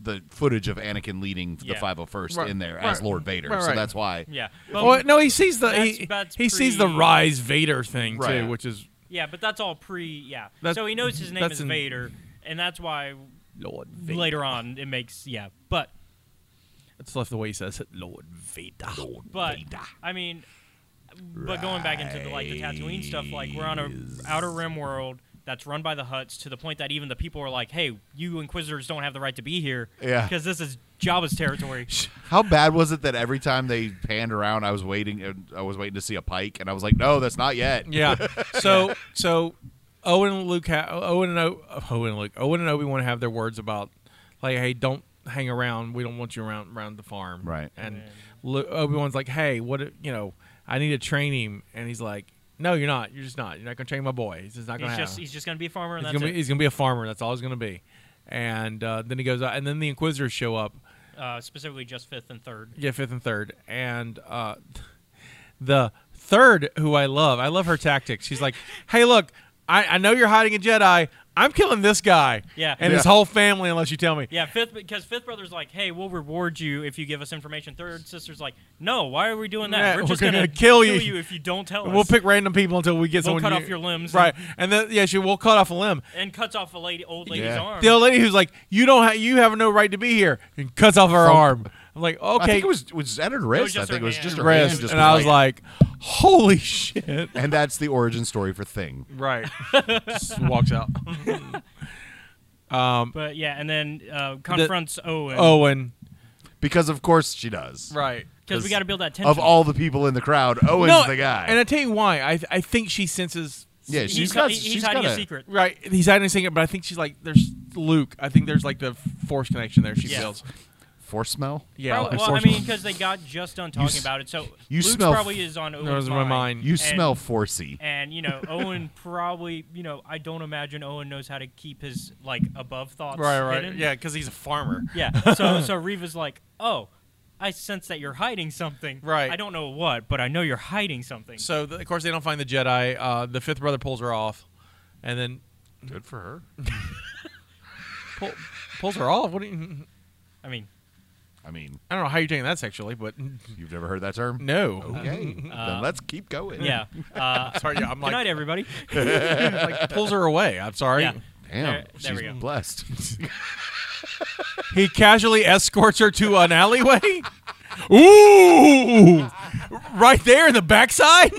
Speaker 5: the footage of Anakin leading the
Speaker 4: Yeah.
Speaker 5: 501st
Speaker 3: Right,
Speaker 5: in there
Speaker 3: right,
Speaker 5: as Lord Vader.
Speaker 3: right,
Speaker 5: So
Speaker 3: right.
Speaker 5: that's why.
Speaker 4: yeah. But,
Speaker 3: Oh no, he sees the he,
Speaker 4: That's- that's
Speaker 3: he sees the
Speaker 4: pre-
Speaker 3: rise Vader thing
Speaker 5: Right.
Speaker 3: too, which is
Speaker 4: Yeah, but that's all pre. Yeah.
Speaker 3: That's-
Speaker 4: so he knows his name
Speaker 3: that's
Speaker 4: is
Speaker 3: in-
Speaker 4: Vader, and that's why
Speaker 3: Lord Vader.
Speaker 4: later on it makes yeah. But
Speaker 3: It's left the way he says it, Lord Vader.
Speaker 4: but I mean, but going back into the, like the Tatooine stuff, like we're on a outer rim world that's run by the Huts to the point that even the people are like, "Hey, you Inquisitors don't have the right to be here."
Speaker 5: Yeah.
Speaker 4: Because this is Jabba's territory.
Speaker 5: How bad was it that every time they panned around, I was waiting, uh, I was waiting to see a pike, and I was like, no, that's not yet.
Speaker 3: Yeah. So so Owen and Luke, ha- Owen and o- Owen and Luke, Owen and Obi want to have their words about like, hey, don't hang around. We don't want you around around the farm.
Speaker 5: Right.
Speaker 3: And Lu Obi Wan's like, hey, what? if- You know, I need to train him, and he's like, no, you're not. You're just not. You're not gonna train my boy. It's just not gonna
Speaker 4: he's
Speaker 3: happen.
Speaker 4: just he's just gonna be a farmer, and
Speaker 3: He's
Speaker 4: that's
Speaker 3: gonna,
Speaker 4: it.
Speaker 3: be, he's gonna be a farmer. That's all he's gonna be. And uh, then he goes out, and then the Inquisitors show up.
Speaker 4: uh, specifically, just fifth and third.
Speaker 3: Yeah, fifth and third, and uh, the third, who I love, I love her tactics. She's like, "Hey, look, I, I know you're hiding a Jedi. I'm killing this guy,
Speaker 4: Yeah.
Speaker 3: and his
Speaker 5: Yeah.
Speaker 3: whole family, unless you tell me."
Speaker 4: Yeah, fifth because fifth brother's like, "Hey, we'll reward you if you give us information." Third sister's like, "No, why are we doing that?
Speaker 3: Yeah,
Speaker 4: we're
Speaker 3: we're
Speaker 4: just
Speaker 3: gonna
Speaker 4: gonna,
Speaker 3: kill you.
Speaker 4: if you don't tell
Speaker 3: We'll
Speaker 4: us."
Speaker 3: pick random people until we get
Speaker 4: We'll
Speaker 3: someone.
Speaker 4: cut
Speaker 3: you-
Speaker 4: off your limbs
Speaker 3: right? And then yeah, she will cut off a limb.
Speaker 4: and cuts off a lady, old lady's
Speaker 5: Yeah.
Speaker 4: arm.
Speaker 3: The old lady who's like, "You don't, ha- you have no right to be here," and cuts off her
Speaker 5: Thump.
Speaker 3: arm. I'm like,
Speaker 5: I
Speaker 3: "Okay,
Speaker 5: think it was was at her wrist. I
Speaker 4: just
Speaker 5: think
Speaker 4: her
Speaker 5: it was
Speaker 4: hand.
Speaker 5: just her
Speaker 3: rest,"
Speaker 5: hand, just
Speaker 3: and I was
Speaker 5: like-
Speaker 3: like, "Holy shit!"
Speaker 5: and that's the origin story for Thing.
Speaker 3: Right, Just walks out.
Speaker 4: But yeah, and then uh, confronts Owen.
Speaker 3: Owen,
Speaker 5: Because of course she does.
Speaker 3: right.
Speaker 4: because we got to build that tension.
Speaker 5: Of all the people in the crowd, Owen's the guy.
Speaker 3: And I tell you why. I I think she senses.
Speaker 5: yeah,
Speaker 4: he's,
Speaker 5: she's
Speaker 4: hi-
Speaker 5: got.
Speaker 4: he's
Speaker 5: she's
Speaker 4: hiding
Speaker 5: got
Speaker 4: a secret.
Speaker 3: Right, he's hiding his secret, but I think she's like there's Luke. I think there's like the force connection there. She
Speaker 4: Yeah.
Speaker 3: feels.
Speaker 5: force smell.
Speaker 3: Yeah,
Speaker 4: Prob-
Speaker 3: like
Speaker 4: well, I
Speaker 3: force-
Speaker 4: mean, because they got just done talking
Speaker 5: s-
Speaker 4: about it, so
Speaker 5: you
Speaker 4: Luke's
Speaker 5: smell
Speaker 4: probably
Speaker 5: f-
Speaker 4: is on Owen's
Speaker 3: No, it was in my mind.
Speaker 5: You
Speaker 4: And-
Speaker 5: smell forcey.
Speaker 4: And you know, Owen probably, you know, I don't imagine Owen knows how to keep his like above thoughts.
Speaker 3: right, right,
Speaker 4: hidden.
Speaker 3: yeah, because he's a farmer.
Speaker 4: yeah. So so Reva's like, oh, I sense that you're hiding something.
Speaker 3: Right.
Speaker 4: I don't know what, but I know you're hiding something.
Speaker 3: So the, of course they don't find the Jedi. Uh, the fifth brother pulls her off, and then
Speaker 5: Good for her.
Speaker 3: pull, pulls her off. What? Do you,
Speaker 4: I mean,
Speaker 5: I mean,
Speaker 3: I don't know how you're taking that sexually, but
Speaker 5: you've never heard that term?
Speaker 3: no.
Speaker 5: Okay, then let's keep going.
Speaker 4: Mm-hmm. Uh, yeah. Uh,
Speaker 3: Sorry, yeah, I'm
Speaker 4: good night,
Speaker 3: like,
Speaker 4: everybody.
Speaker 3: like pulls her away. I'm sorry.
Speaker 4: Yeah. There-
Speaker 5: Damn,
Speaker 4: there
Speaker 5: she's
Speaker 4: we go.
Speaker 5: blessed.
Speaker 3: He casually escorts her to an alleyway. Ooh, right there in the backside.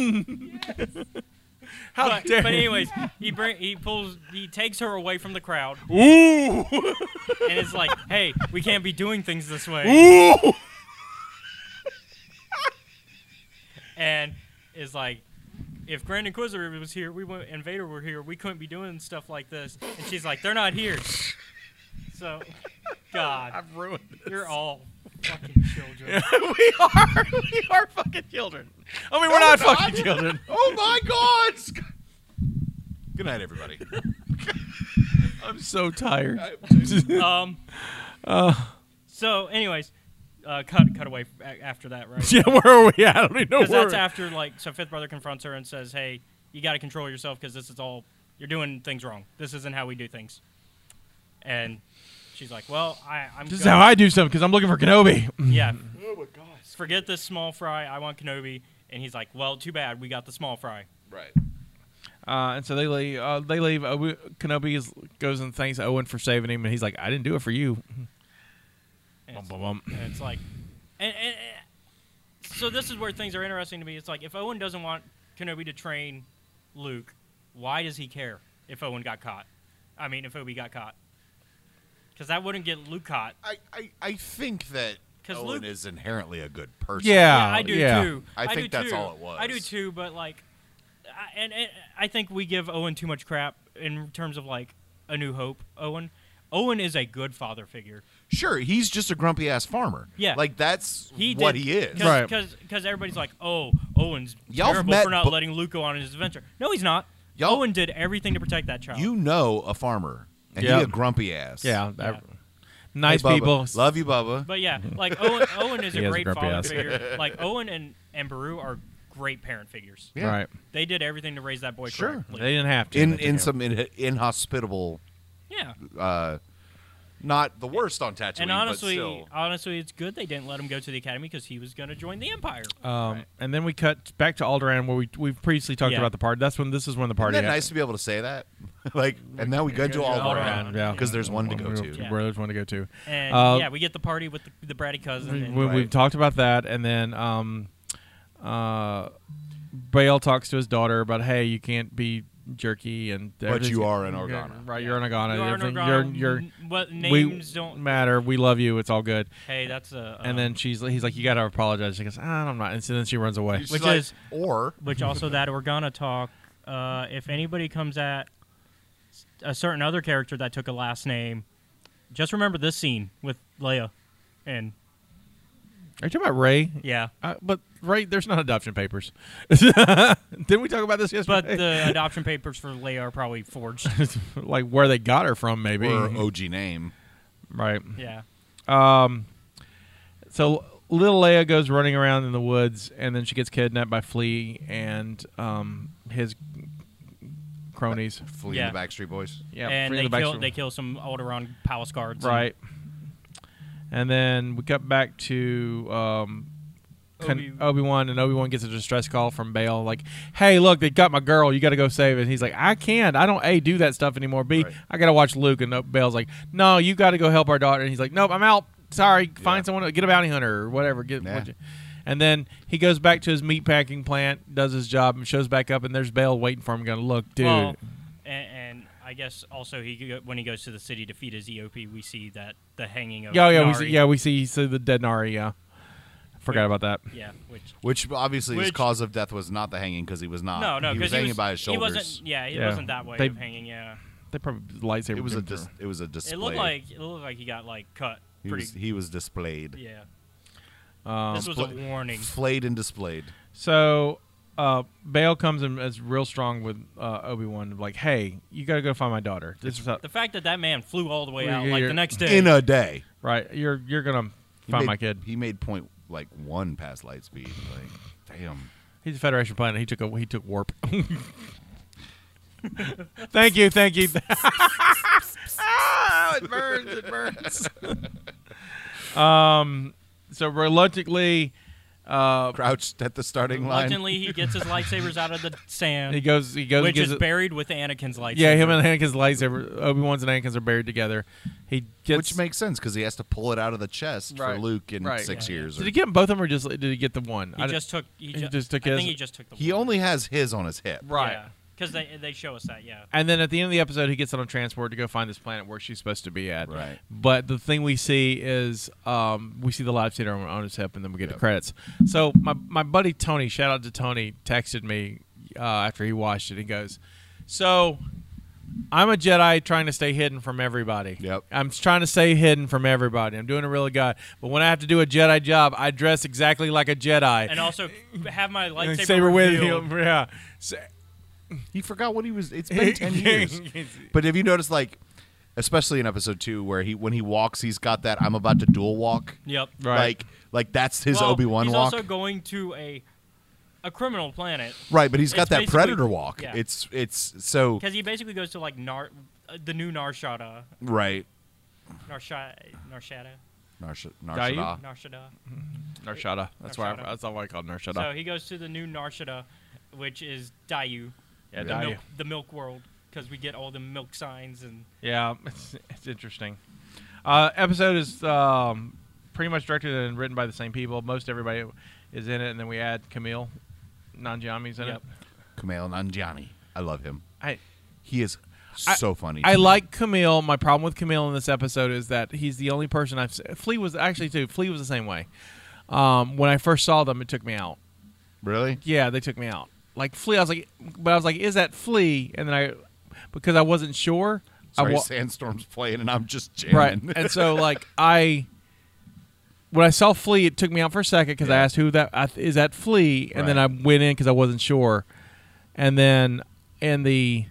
Speaker 3: How
Speaker 4: But,
Speaker 3: dare
Speaker 4: but anyways, he bring he pulls he takes her away from the crowd
Speaker 3: Ooh,
Speaker 4: and it's like, hey, we can't be doing things this way.
Speaker 3: ooh.
Speaker 4: And it's like, if Grand Inquisitor was here, we went, and Vader were here, we couldn't be doing stuff like this. And she's like, they're not here. So, God,
Speaker 3: I've ruined.
Speaker 4: you're all fucking children.
Speaker 3: we are, we are fucking children. I mean, we're not fucking children.
Speaker 5: oh my God! Good night, everybody.
Speaker 3: I'm so tired.
Speaker 4: Um,
Speaker 3: Uh.
Speaker 4: so, anyways, uh, cut cut away a- after that, right?
Speaker 3: yeah, where are we at? I don't even know
Speaker 4: Because
Speaker 3: where.
Speaker 4: that's after like so Fifth Brother confronts her and says, "Hey, you got to control yourself because this is all you're doing things wrong. This isn't how we do things." And she's like, "Well, I, I'm
Speaker 3: this is
Speaker 4: gonna-
Speaker 3: how I do something because I'm looking for Kenobi.
Speaker 4: yeah. Oh my gosh. Forget this small fry. I want Kenobi." And he's like, "Well, too bad. We got the small fry."
Speaker 5: Right.
Speaker 3: Uh, and so they leave. Uh, they leave. Uh, we- Kenobi is, goes and thanks Owen for saving him, and he's like, "I didn't do it for you."
Speaker 4: And
Speaker 3: Bum,
Speaker 4: it's,
Speaker 3: bum, bum.
Speaker 4: and it's like, and, and, and- so this is where things are interesting to me. It's like if Owen doesn't want Kenobi to train Luke, why does he care if Owen got caught? I mean, if Obi got caught, because that wouldn't get Luke caught.
Speaker 5: I, I, I think that
Speaker 4: 'Cause
Speaker 5: Owen
Speaker 4: Luke-
Speaker 5: is inherently a good person.
Speaker 3: Yeah.
Speaker 4: I do
Speaker 3: yeah.
Speaker 4: too.
Speaker 5: I
Speaker 4: do
Speaker 5: think that's
Speaker 4: too.
Speaker 5: all it
Speaker 4: I do
Speaker 5: was.
Speaker 4: too, but like, I, and, and I think we give Owen too much crap in terms of like a New Hope. Owen, Owen is a good father figure.
Speaker 5: Sure, he's just a grumpy ass farmer.
Speaker 4: Yeah.
Speaker 5: Like that's
Speaker 4: He
Speaker 5: what
Speaker 4: did,
Speaker 5: he is.
Speaker 4: cause,
Speaker 3: Right.
Speaker 4: Because everybody's like, oh, Owen's
Speaker 5: Y'all
Speaker 4: terrible
Speaker 5: met
Speaker 4: for not
Speaker 5: bu-
Speaker 4: letting Luke go on his adventure. No, he's not.
Speaker 5: Y'all-
Speaker 4: Owen did everything to protect that child.
Speaker 5: You know a farmer. And
Speaker 3: Yeah.
Speaker 5: he a grumpy ass.
Speaker 3: Yeah,
Speaker 4: Yeah.
Speaker 3: I- nice
Speaker 5: Hey, Bubba.
Speaker 3: people.
Speaker 5: Love you, Bubba.
Speaker 4: But yeah, like Owen, Owen is
Speaker 3: He
Speaker 4: a
Speaker 3: has a
Speaker 4: great
Speaker 3: grumpy
Speaker 4: father
Speaker 3: ass.
Speaker 4: figure. Like Owen and and Baru are great parent figures.
Speaker 5: Yeah.
Speaker 3: Right.
Speaker 4: They did everything to raise that boy
Speaker 5: Sure.
Speaker 4: correctly.
Speaker 3: They didn't have to.
Speaker 5: In
Speaker 3: but they
Speaker 5: in
Speaker 3: did.
Speaker 5: some in, inhospitable,
Speaker 4: yeah.
Speaker 5: uh, not the worst on Tatooine,
Speaker 4: And honestly, uh,
Speaker 5: but still.
Speaker 4: honestly, it's good they didn't let him go to the academy because he was going to join the empire.
Speaker 3: Um, And then we cut back to Alderaan where we we've previously talked
Speaker 4: Yeah.
Speaker 3: about the party. That's when this is when the
Speaker 5: Isn't
Speaker 3: party.
Speaker 5: that nice to be able to say that? like, and now we
Speaker 4: go
Speaker 5: go to
Speaker 4: to
Speaker 5: all
Speaker 4: Alderaan,
Speaker 5: around
Speaker 3: yeah.
Speaker 5: because there's one to go
Speaker 3: Where
Speaker 5: to.
Speaker 4: Yeah.
Speaker 3: there's one to go to.
Speaker 4: and
Speaker 3: Uh,
Speaker 4: yeah, we get the party with the, the bratty cousin.
Speaker 3: we,
Speaker 4: And,
Speaker 3: we-
Speaker 5: Right.
Speaker 3: We've talked about that, and then um, uh, Bale talks to his daughter about, "Hey, you can't be jerky," and
Speaker 5: But you
Speaker 3: everything's-
Speaker 5: are an Organa.
Speaker 3: right? You're an Organa.
Speaker 4: You are an
Speaker 3: Everything-
Speaker 4: Organa.
Speaker 3: You're, you're,
Speaker 4: N- what
Speaker 3: we
Speaker 4: names don't.
Speaker 3: matter. We love you. It's all good.
Speaker 4: Hey, that's a. um,
Speaker 3: and then she's, he's like, "You gotta apologize." She goes, ah, "I'm not," and so then she runs away.
Speaker 5: It's
Speaker 4: Which
Speaker 5: like-
Speaker 4: is-
Speaker 5: or
Speaker 4: which also that Organa talk. Uh, if anybody comes at a certain other character that took a last name, just remember this scene with Leia, and
Speaker 3: Are you talking about Ray?
Speaker 4: yeah.
Speaker 3: Uh, but Ray, there's not adoption papers. Didn't we talk about this
Speaker 4: But
Speaker 3: yesterday?
Speaker 4: the adoption papers for Leia are probably forged.
Speaker 3: like where they got her from, maybe.
Speaker 5: or OG name.
Speaker 3: right.
Speaker 4: Yeah.
Speaker 3: So little Leia goes running around in the woods, and then she gets kidnapped by Flea and um, his cronies.
Speaker 5: Fleeing
Speaker 4: Yeah.
Speaker 5: the Backstreet Boys.
Speaker 3: Yeah,
Speaker 4: and
Speaker 3: Flea
Speaker 4: they
Speaker 3: the
Speaker 4: kill
Speaker 3: Baxter-
Speaker 4: they kill some Alderaan palace guards. and
Speaker 3: right. And then we cut back to um,
Speaker 4: Obi-
Speaker 3: Obi Wan, and Obi Wan gets a distress call from Bail, like, "Hey, look, they got my girl. You got to go save it." And he's like, "I can't. I don't a do that stuff anymore. B,
Speaker 5: Right.
Speaker 3: I got to watch Luke." And uh, Bail's like, "No, you got to go help our daughter." And he's like, "Nope, I'm out. Sorry. Find someone. Get a bounty hunter or whatever. Get."
Speaker 5: Nah.
Speaker 3: And then he goes back to his meat packing plant, does his job, and shows back up, and there's Bail waiting for him. Going, "Look, dude."
Speaker 4: Well, and, and I guess also he go- when he goes to the city to feed his EOP, we see that the hanging of
Speaker 3: yeah, yeah, we
Speaker 4: Nari,
Speaker 3: see, yeah, we see, see the dead Nari. Yeah, forgot about that.
Speaker 4: yeah, which
Speaker 5: Which obviously his
Speaker 4: Which-
Speaker 5: cause of death was not the hanging because he was not.
Speaker 4: no, no,
Speaker 5: he
Speaker 4: because
Speaker 5: was
Speaker 4: he
Speaker 5: hanging
Speaker 4: was,
Speaker 5: by his
Speaker 4: he
Speaker 5: shoulders.
Speaker 4: wasn't, yeah, he
Speaker 3: Yeah.
Speaker 4: wasn't that way
Speaker 3: They-
Speaker 4: of hanging. Yeah,
Speaker 3: They probably lightsaber.
Speaker 5: it was a
Speaker 3: didn't
Speaker 5: dis-
Speaker 3: turn.
Speaker 5: it was a display.
Speaker 4: it looked like it looked like he got like cut
Speaker 5: he
Speaker 4: pretty.
Speaker 5: was, he was displayed,
Speaker 4: yeah,
Speaker 3: Um,
Speaker 4: this was a
Speaker 5: Spl-
Speaker 4: warning.
Speaker 5: flayed and displayed.
Speaker 3: So uh, Bail comes in as real strong with uh, Obi Wan, like, "Hey, you got to go find my daughter. This is how,
Speaker 4: The fact that that man flew all the way
Speaker 3: Yeah,
Speaker 4: out
Speaker 3: yeah,
Speaker 4: like
Speaker 3: yeah.
Speaker 4: the next day.
Speaker 5: In a day,
Speaker 3: right. You're you're gonna
Speaker 5: He
Speaker 3: find
Speaker 5: made-
Speaker 3: my kid.
Speaker 5: He made point like one past light speed. Like damn.
Speaker 3: He's a Federation planet. He took a he took warp. thank you, thank you. Ah, it burns, it burns. um, so reluctantly,
Speaker 5: Crouched at the starting line.
Speaker 4: Reluctantly, he gets his lightsabers out of the sand,
Speaker 3: he goes. He goes.
Speaker 4: which
Speaker 3: gives
Speaker 4: is
Speaker 3: it-
Speaker 4: buried with Anakin's lightsaber.
Speaker 3: Yeah, him and Anakin's lightsaber, Obi Wan's and Anakin's are buried together. He gets.
Speaker 5: Which makes sense because he has to pull it out of the chest
Speaker 3: Right.
Speaker 5: for Luke in
Speaker 3: Right.
Speaker 5: six
Speaker 4: Yeah, yeah.
Speaker 5: years.
Speaker 3: did
Speaker 5: or-
Speaker 3: he get them both of them, or just did he get the one?
Speaker 4: He
Speaker 3: I d-
Speaker 4: just took. He,
Speaker 3: he
Speaker 4: ju-
Speaker 3: just took
Speaker 4: I
Speaker 3: his-
Speaker 4: think he just took the.
Speaker 5: he only has his on his hip.
Speaker 3: right.
Speaker 4: Because they they show us that. Yeah.
Speaker 3: And then at the end of the episode, he gets on a transport to go find this planet where she's supposed to be at.
Speaker 5: Right.
Speaker 3: But the thing we see is um, we see the live feed on, on his hip, and then we get the credits. So my my buddy Tony, shout out to Tony, texted me uh, after he watched it. He goes, "So I'm a Jedi trying to stay hidden from everybody.
Speaker 5: Yep.
Speaker 3: I'm trying to stay hidden from everybody. I'm doing a real guy. But when I have to do a Jedi job, I dress exactly like a Jedi
Speaker 4: And also have my
Speaker 3: And
Speaker 4: lightsaber
Speaker 3: saber with
Speaker 4: revealed.
Speaker 3: him. Yeah. So-
Speaker 5: He forgot what he was. It's been ten years. But have you noticed, like, especially in episode two, where he when he walks, he's got that I'm about to dual walk.
Speaker 4: Yep.
Speaker 3: Right.
Speaker 5: Like like that's his
Speaker 4: Well,
Speaker 5: Obi Wan
Speaker 4: he's
Speaker 5: walk.
Speaker 4: also going to a a criminal planet
Speaker 5: right, but he's
Speaker 4: it's
Speaker 5: got that
Speaker 4: basically-
Speaker 5: predator walk.
Speaker 4: yeah.
Speaker 5: It's it's so
Speaker 4: because he basically goes to like Nar, uh, the new Narshada,
Speaker 5: right.
Speaker 4: Narshada, Narshada,
Speaker 5: Narsha,
Speaker 3: Dayu?
Speaker 5: Narshada.
Speaker 4: Narshada.
Speaker 3: Narshada. That's why. I,
Speaker 4: Narshada.
Speaker 3: that's all I called Narshada.
Speaker 4: So he goes to the new Narshada, which is Dayu,
Speaker 3: yeah,
Speaker 5: Yeah.
Speaker 4: the
Speaker 3: Dayu.
Speaker 4: milk, the milk world, because we get all the milk signs and
Speaker 3: Yeah, it's, it's interesting. Uh, episode is um, pretty much directed and written by the same people. Most everybody is in it, and then we add Camille Nanjiami's in
Speaker 4: Yep.
Speaker 3: it.
Speaker 5: Kumail Nanjiani. I love him.
Speaker 3: I
Speaker 5: He is
Speaker 3: I-
Speaker 5: so funny.
Speaker 3: I like Camille. My problem with Camille in this episode is that he's the only person I've. se- Flea was actually too. Flea was the same way. Um, when I first saw them, it took me out.
Speaker 5: really.
Speaker 3: Yeah, they took me out. Like Flea, I was like, but I was like, is that Flea? And then I, because I wasn't sure. I
Speaker 5: Sorry,
Speaker 3: wa-
Speaker 5: sandstorms playing, and I'm just
Speaker 3: right
Speaker 5: jamming.
Speaker 3: and so like i when i saw flea it took me out for a second because i
Speaker 5: Yeah.
Speaker 3: asked who that I, th- is that flea and then i
Speaker 5: Right.
Speaker 3: went in because i wasn't sure and then in the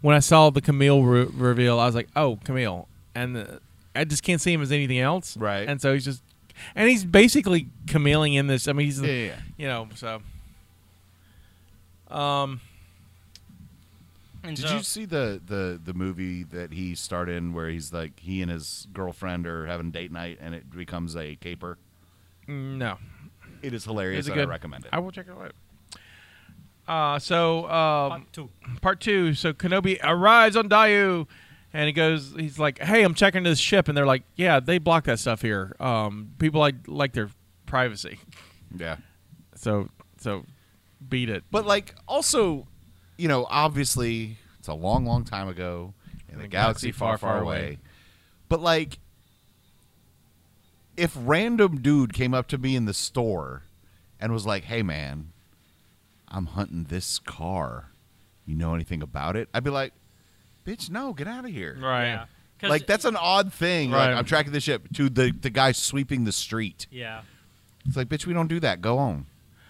Speaker 3: when i saw the camille re- reveal i was like oh camille and the, i just can't see him as anything else
Speaker 5: Right.
Speaker 3: and so he's just and he's basically cameling in this i mean he's
Speaker 5: Yeah, yeah, yeah.
Speaker 3: you know so um
Speaker 4: and
Speaker 5: Did
Speaker 4: so
Speaker 5: you see the, the the movie that he starred in where he's like he and his girlfriend are having date night and it becomes a caper?
Speaker 3: mm, no
Speaker 5: It is hilarious.
Speaker 3: Is it
Speaker 5: and I
Speaker 3: good?
Speaker 5: recommend it.
Speaker 3: i will check it out uh so um
Speaker 4: Part two.
Speaker 3: part two. So Kenobi arrives on Dayu, and he goes. He's like, "Hey, I'm checking this ship," and they're like, "Yeah, they block that stuff here. Um, people like like their privacy.
Speaker 5: yeah,
Speaker 3: So so, beat it."
Speaker 5: but like also, you know, obviously it's a long, long time ago in the, galaxy, far, far, away. But like, if random dude came up to me in the store and was like, "Hey, man, I'm hunting this car. You know anything about it?" I'd be like, "Bitch, no, get out of here."
Speaker 3: Right.
Speaker 4: Yeah. 'Cause-
Speaker 5: Like that's an odd thing. Like
Speaker 3: Right.
Speaker 5: I'm tracking the ship to the the guy sweeping the street.
Speaker 4: Yeah.
Speaker 5: It's like, bitch, we don't do that. Go on.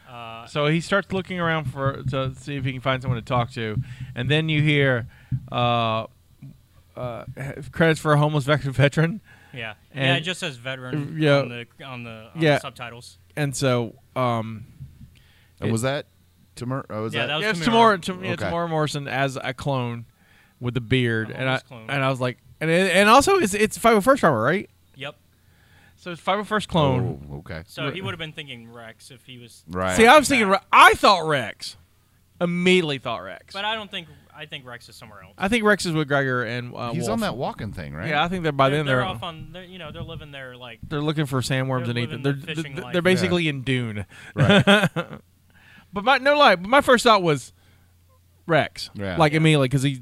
Speaker 4: Uh,
Speaker 3: So he starts looking around for to see if he can find someone to talk to, and then you hear uh, uh, credits for a homeless vet- veteran,
Speaker 4: yeah. yeah. It
Speaker 3: And-
Speaker 4: just says veteran
Speaker 3: Yeah.
Speaker 4: on the on the, on
Speaker 3: Yeah.
Speaker 4: the subtitles.
Speaker 3: and so um,
Speaker 5: And was that Timur? Oh, was
Speaker 4: Yeah, that was-
Speaker 3: Yeah, it's
Speaker 4: Tamora.
Speaker 3: Tamora, Tam- yeah,
Speaker 5: Okay.
Speaker 3: Tamora Morrison as a clone with the beard,
Speaker 4: A
Speaker 3: and I
Speaker 4: homeless clone.
Speaker 3: and I was like, and it, and also it's it's five hundred first armor, right?
Speaker 4: Yep.
Speaker 3: So it's five hundred first clone.
Speaker 5: Oh, okay.
Speaker 4: So he would have been thinking Rex if he was.
Speaker 5: Right.
Speaker 3: See, I was thinking, Re- I thought Rex, immediately thought Rex,
Speaker 4: But I don't think I think Rex is somewhere else.
Speaker 3: I think Rex is with Gregor and uh,
Speaker 5: He's
Speaker 3: Wolf.
Speaker 5: on that walking thing, right?
Speaker 3: Yeah, I think that by
Speaker 4: they're,
Speaker 3: then
Speaker 4: they're
Speaker 3: they're
Speaker 4: off on they're, you know they're living their like
Speaker 3: they're looking for sandworms
Speaker 4: They're
Speaker 3: and
Speaker 4: living
Speaker 3: eating.
Speaker 4: the
Speaker 3: They're they're,
Speaker 4: fishing
Speaker 3: they're
Speaker 4: life.
Speaker 3: basically in Dune.
Speaker 5: Right.
Speaker 3: But my no lie, but my first thought was Rex,
Speaker 5: Yeah.
Speaker 3: like
Speaker 5: Yeah.
Speaker 3: immediately because he,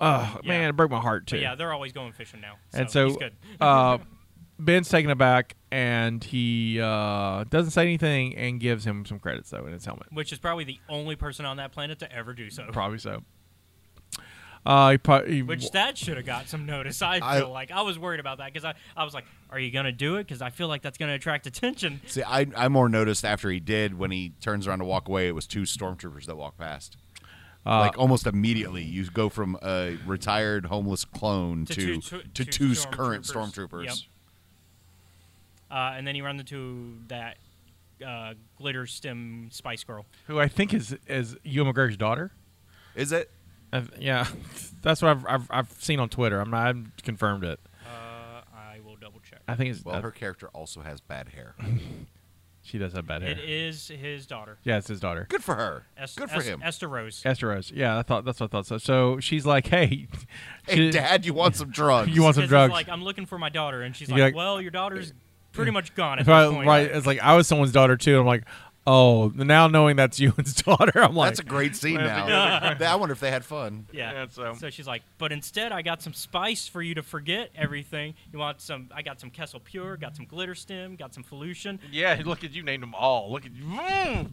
Speaker 3: oh
Speaker 4: Yeah.
Speaker 3: man, it broke my heart too.
Speaker 4: but yeah they're always going fishing now. So
Speaker 3: and so
Speaker 4: he's good.
Speaker 3: uh, Ben's taken aback, and he uh, doesn't say anything and gives him some credits though in his helmet.
Speaker 4: Which is probably the only person on that planet to ever do so.
Speaker 3: Probably so. Uh, he pro- he-
Speaker 4: Which that should have got some notice. I
Speaker 5: I-
Speaker 4: feel like I was worried about that because I, I was like, are you gonna do it? Because I feel like that's gonna attract attention.
Speaker 5: See, I, I more noticed after he did when he turns around to walk away, it was two stormtroopers that walked past.
Speaker 4: Uh,
Speaker 5: like almost immediately, you go from a retired homeless clone
Speaker 4: To
Speaker 5: to
Speaker 4: two- two-
Speaker 5: to,
Speaker 4: two
Speaker 5: two current
Speaker 4: stormtroopers.
Speaker 5: stormtroopers.
Speaker 4: Yep. Uh, and then you run into that uh, glitter stem spice girl.
Speaker 3: who I think is is Ewan McGregor's daughter.
Speaker 5: Is it?
Speaker 3: i yeah, that's what I've, I've I've seen on Twitter. I'm not I've confirmed it.
Speaker 4: Uh, I will double check.
Speaker 3: I think it's
Speaker 5: Well,
Speaker 3: uh,
Speaker 5: her character also has bad hair.
Speaker 3: she does have bad hair.
Speaker 4: It is his daughter.
Speaker 3: yeah, it's his daughter.
Speaker 5: Good for her.
Speaker 4: Es-
Speaker 5: Good for
Speaker 4: Es-
Speaker 5: him.
Speaker 4: Esther Rose.
Speaker 3: Esther Rose. Yeah, I thought that's what I thought. So, so she's like, hey,
Speaker 5: hey,
Speaker 3: she-
Speaker 5: Dad, you want some drugs?
Speaker 3: You want some
Speaker 4: Because he's
Speaker 3: drugs.
Speaker 4: Like I'm looking for my daughter, and she's
Speaker 3: You're
Speaker 4: like,
Speaker 3: like-
Speaker 4: "Well, your daughter's pretty much gone at
Speaker 3: right,
Speaker 4: this point."
Speaker 3: right. It's like I was someone's daughter too. I'm like, oh, now knowing that's Ewan's daughter, I'm like,
Speaker 5: That's a great scene now. I wonder if they had fun.
Speaker 4: Yeah.
Speaker 3: Yeah,
Speaker 4: so.
Speaker 3: so-
Speaker 4: she's like, "But instead, I got some spice for you to forget everything. You want some? I got some Kessel Pure, got some Glitter Stem, got some Felution.
Speaker 3: Yeah, look at you named them all. Look at you. Mm.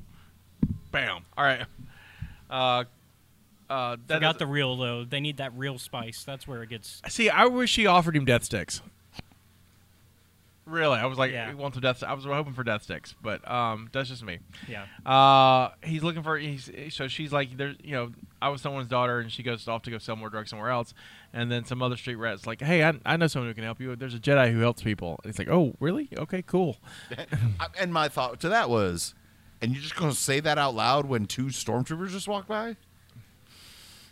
Speaker 3: Bam. All right. Uh, uh, that
Speaker 4: Forgot
Speaker 3: is-
Speaker 4: the real though. They need that real spice. That's where it gets.
Speaker 3: See, I wish she offered him death sticks. Really, I was like,
Speaker 4: Yeah.
Speaker 3: I want the death. I was hoping for death sticks, but um, that's just me.
Speaker 4: Yeah.
Speaker 3: Uh, he's looking for. He's so she's like, there's you know, I was someone's daughter, and she goes off to go sell more drugs somewhere else, and then some other street rat's like, hey, I, I know someone who can help you. There's a Jedi who helps people. And he's like, oh, really? Okay, cool.
Speaker 5: I- and my thought to that was, and you're just going to say that out loud when two stormtroopers just walk by?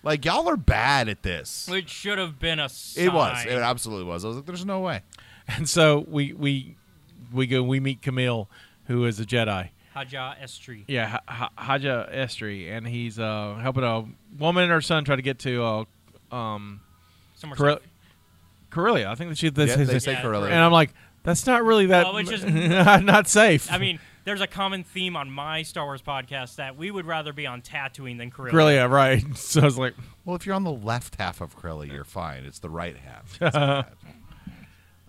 Speaker 5: Like, y'all are bad at this.
Speaker 4: It should have been a sign.
Speaker 5: It was. It absolutely was. I was like, there's no way.
Speaker 3: And so we we we go. We meet Camille, who is a Jedi.
Speaker 4: Haja Estri.
Speaker 3: Yeah, H- Haja Estri, and he's uh, helping a woman and her son try to get to uh,
Speaker 4: Somewhere
Speaker 3: Corel-
Speaker 4: safe.
Speaker 3: Corellia. I think that she. This,
Speaker 5: Yeah,
Speaker 3: this-
Speaker 5: they say
Speaker 4: Yeah,
Speaker 5: Corellia.
Speaker 3: and I'm like, that's not really that.
Speaker 4: Well, it's just-
Speaker 3: not safe.
Speaker 4: I mean, there's a common theme on my Star Wars podcast that we would rather be on Tatooine than Corellia.
Speaker 3: Corellia, right? So I was like,
Speaker 5: well, if you're on the left half of Corellia, you're fine. It's the right half.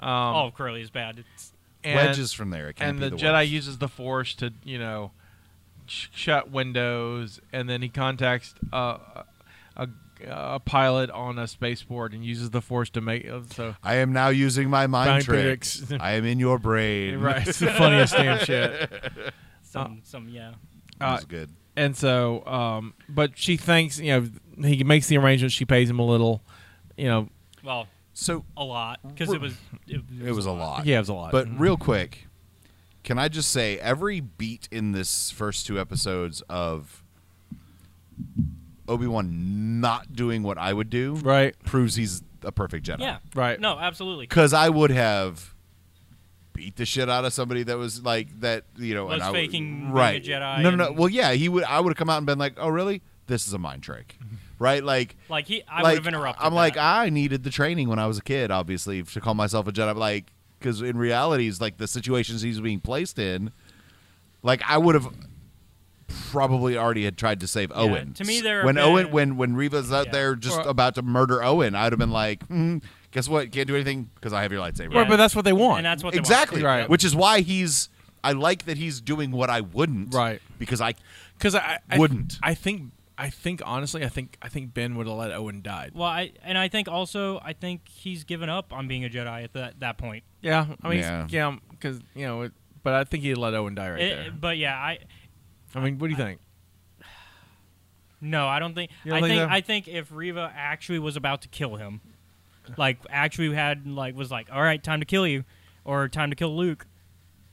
Speaker 4: All of Corellia Oh, is bad. It's,
Speaker 3: and,
Speaker 5: Wedges from there. It can't
Speaker 3: and
Speaker 5: be
Speaker 3: the,
Speaker 5: the,
Speaker 3: Jedi
Speaker 5: worst.
Speaker 3: uses the Force to, you know, sh- shut windows, and then he contacts uh, a, a pilot on a spaceport and uses the Force to make uh, so.
Speaker 5: I am now using my mind,
Speaker 3: Mind
Speaker 5: tricks.
Speaker 3: tricks.
Speaker 5: I am in your brain.
Speaker 3: Right, it's the funniest damn shit.
Speaker 4: some, some, yeah.
Speaker 5: That was
Speaker 3: Uh,
Speaker 5: good.
Speaker 3: And so, um, but she thinks, you know, he makes the arrangement. She pays him a little, you know,
Speaker 4: Well,
Speaker 5: So
Speaker 4: a lot because it was. It,
Speaker 5: it was a lot.
Speaker 3: yeah, it was a lot.
Speaker 5: But
Speaker 4: Mm.
Speaker 5: real quick, can I just say every beat in this first two episodes of Obi Wan not doing what I would do
Speaker 3: right,
Speaker 5: proves he's a perfect Jedi.
Speaker 4: Yeah.
Speaker 3: Right.
Speaker 4: No, absolutely.
Speaker 5: Because I would have beat the shit out of somebody that was like that. You know,
Speaker 4: Was
Speaker 5: and I would-
Speaker 4: faking being a
Speaker 5: right?
Speaker 4: Jedi
Speaker 5: no, no, no.
Speaker 4: and-
Speaker 5: Well, yeah, he would. I would have come out and been like, "Oh, really? This is a mind trick."
Speaker 4: Mm-hmm.
Speaker 5: Right, like,
Speaker 4: Like he, I
Speaker 5: like,
Speaker 4: would have interrupted.
Speaker 5: I'm like,
Speaker 4: that.
Speaker 5: I needed the training when I was a kid, obviously, to call myself a Jedi. Like, because in reality, it's like the situations he's being placed in, like I would have probably already had tried to save Owen.
Speaker 4: to me, there have
Speaker 5: when
Speaker 4: been-
Speaker 5: Owen, when when Reva's out
Speaker 4: Yeah.
Speaker 5: there just
Speaker 3: Well-
Speaker 5: about to murder Owen, I'd have been like, mm, guess what? Can't do anything because I have your lightsaber.
Speaker 3: Right, but that's what they want.
Speaker 4: and that's what they want.
Speaker 5: exactly
Speaker 3: Right.
Speaker 5: Which is why he's. I like that he's doing what I wouldn't.
Speaker 3: Right.
Speaker 5: Because I.
Speaker 3: because I, I
Speaker 5: Wouldn't.
Speaker 3: I think I think honestly I think I think Ben would have let Owen die.
Speaker 4: Well, I and I think also I think he's given up on being a Jedi at that that point.
Speaker 3: Yeah, I mean
Speaker 5: Yeah.
Speaker 3: yeah because you know it, but I think he'd let Owen die right
Speaker 4: It-
Speaker 3: there.
Speaker 4: but yeah, I
Speaker 3: I mean, what do you think?
Speaker 4: no, I don't think.
Speaker 3: You don't
Speaker 4: I
Speaker 3: think
Speaker 4: think
Speaker 3: so?
Speaker 4: I think if Riva actually was about to kill him, like actually had like was like, all right, time to kill you, or time to kill Luke,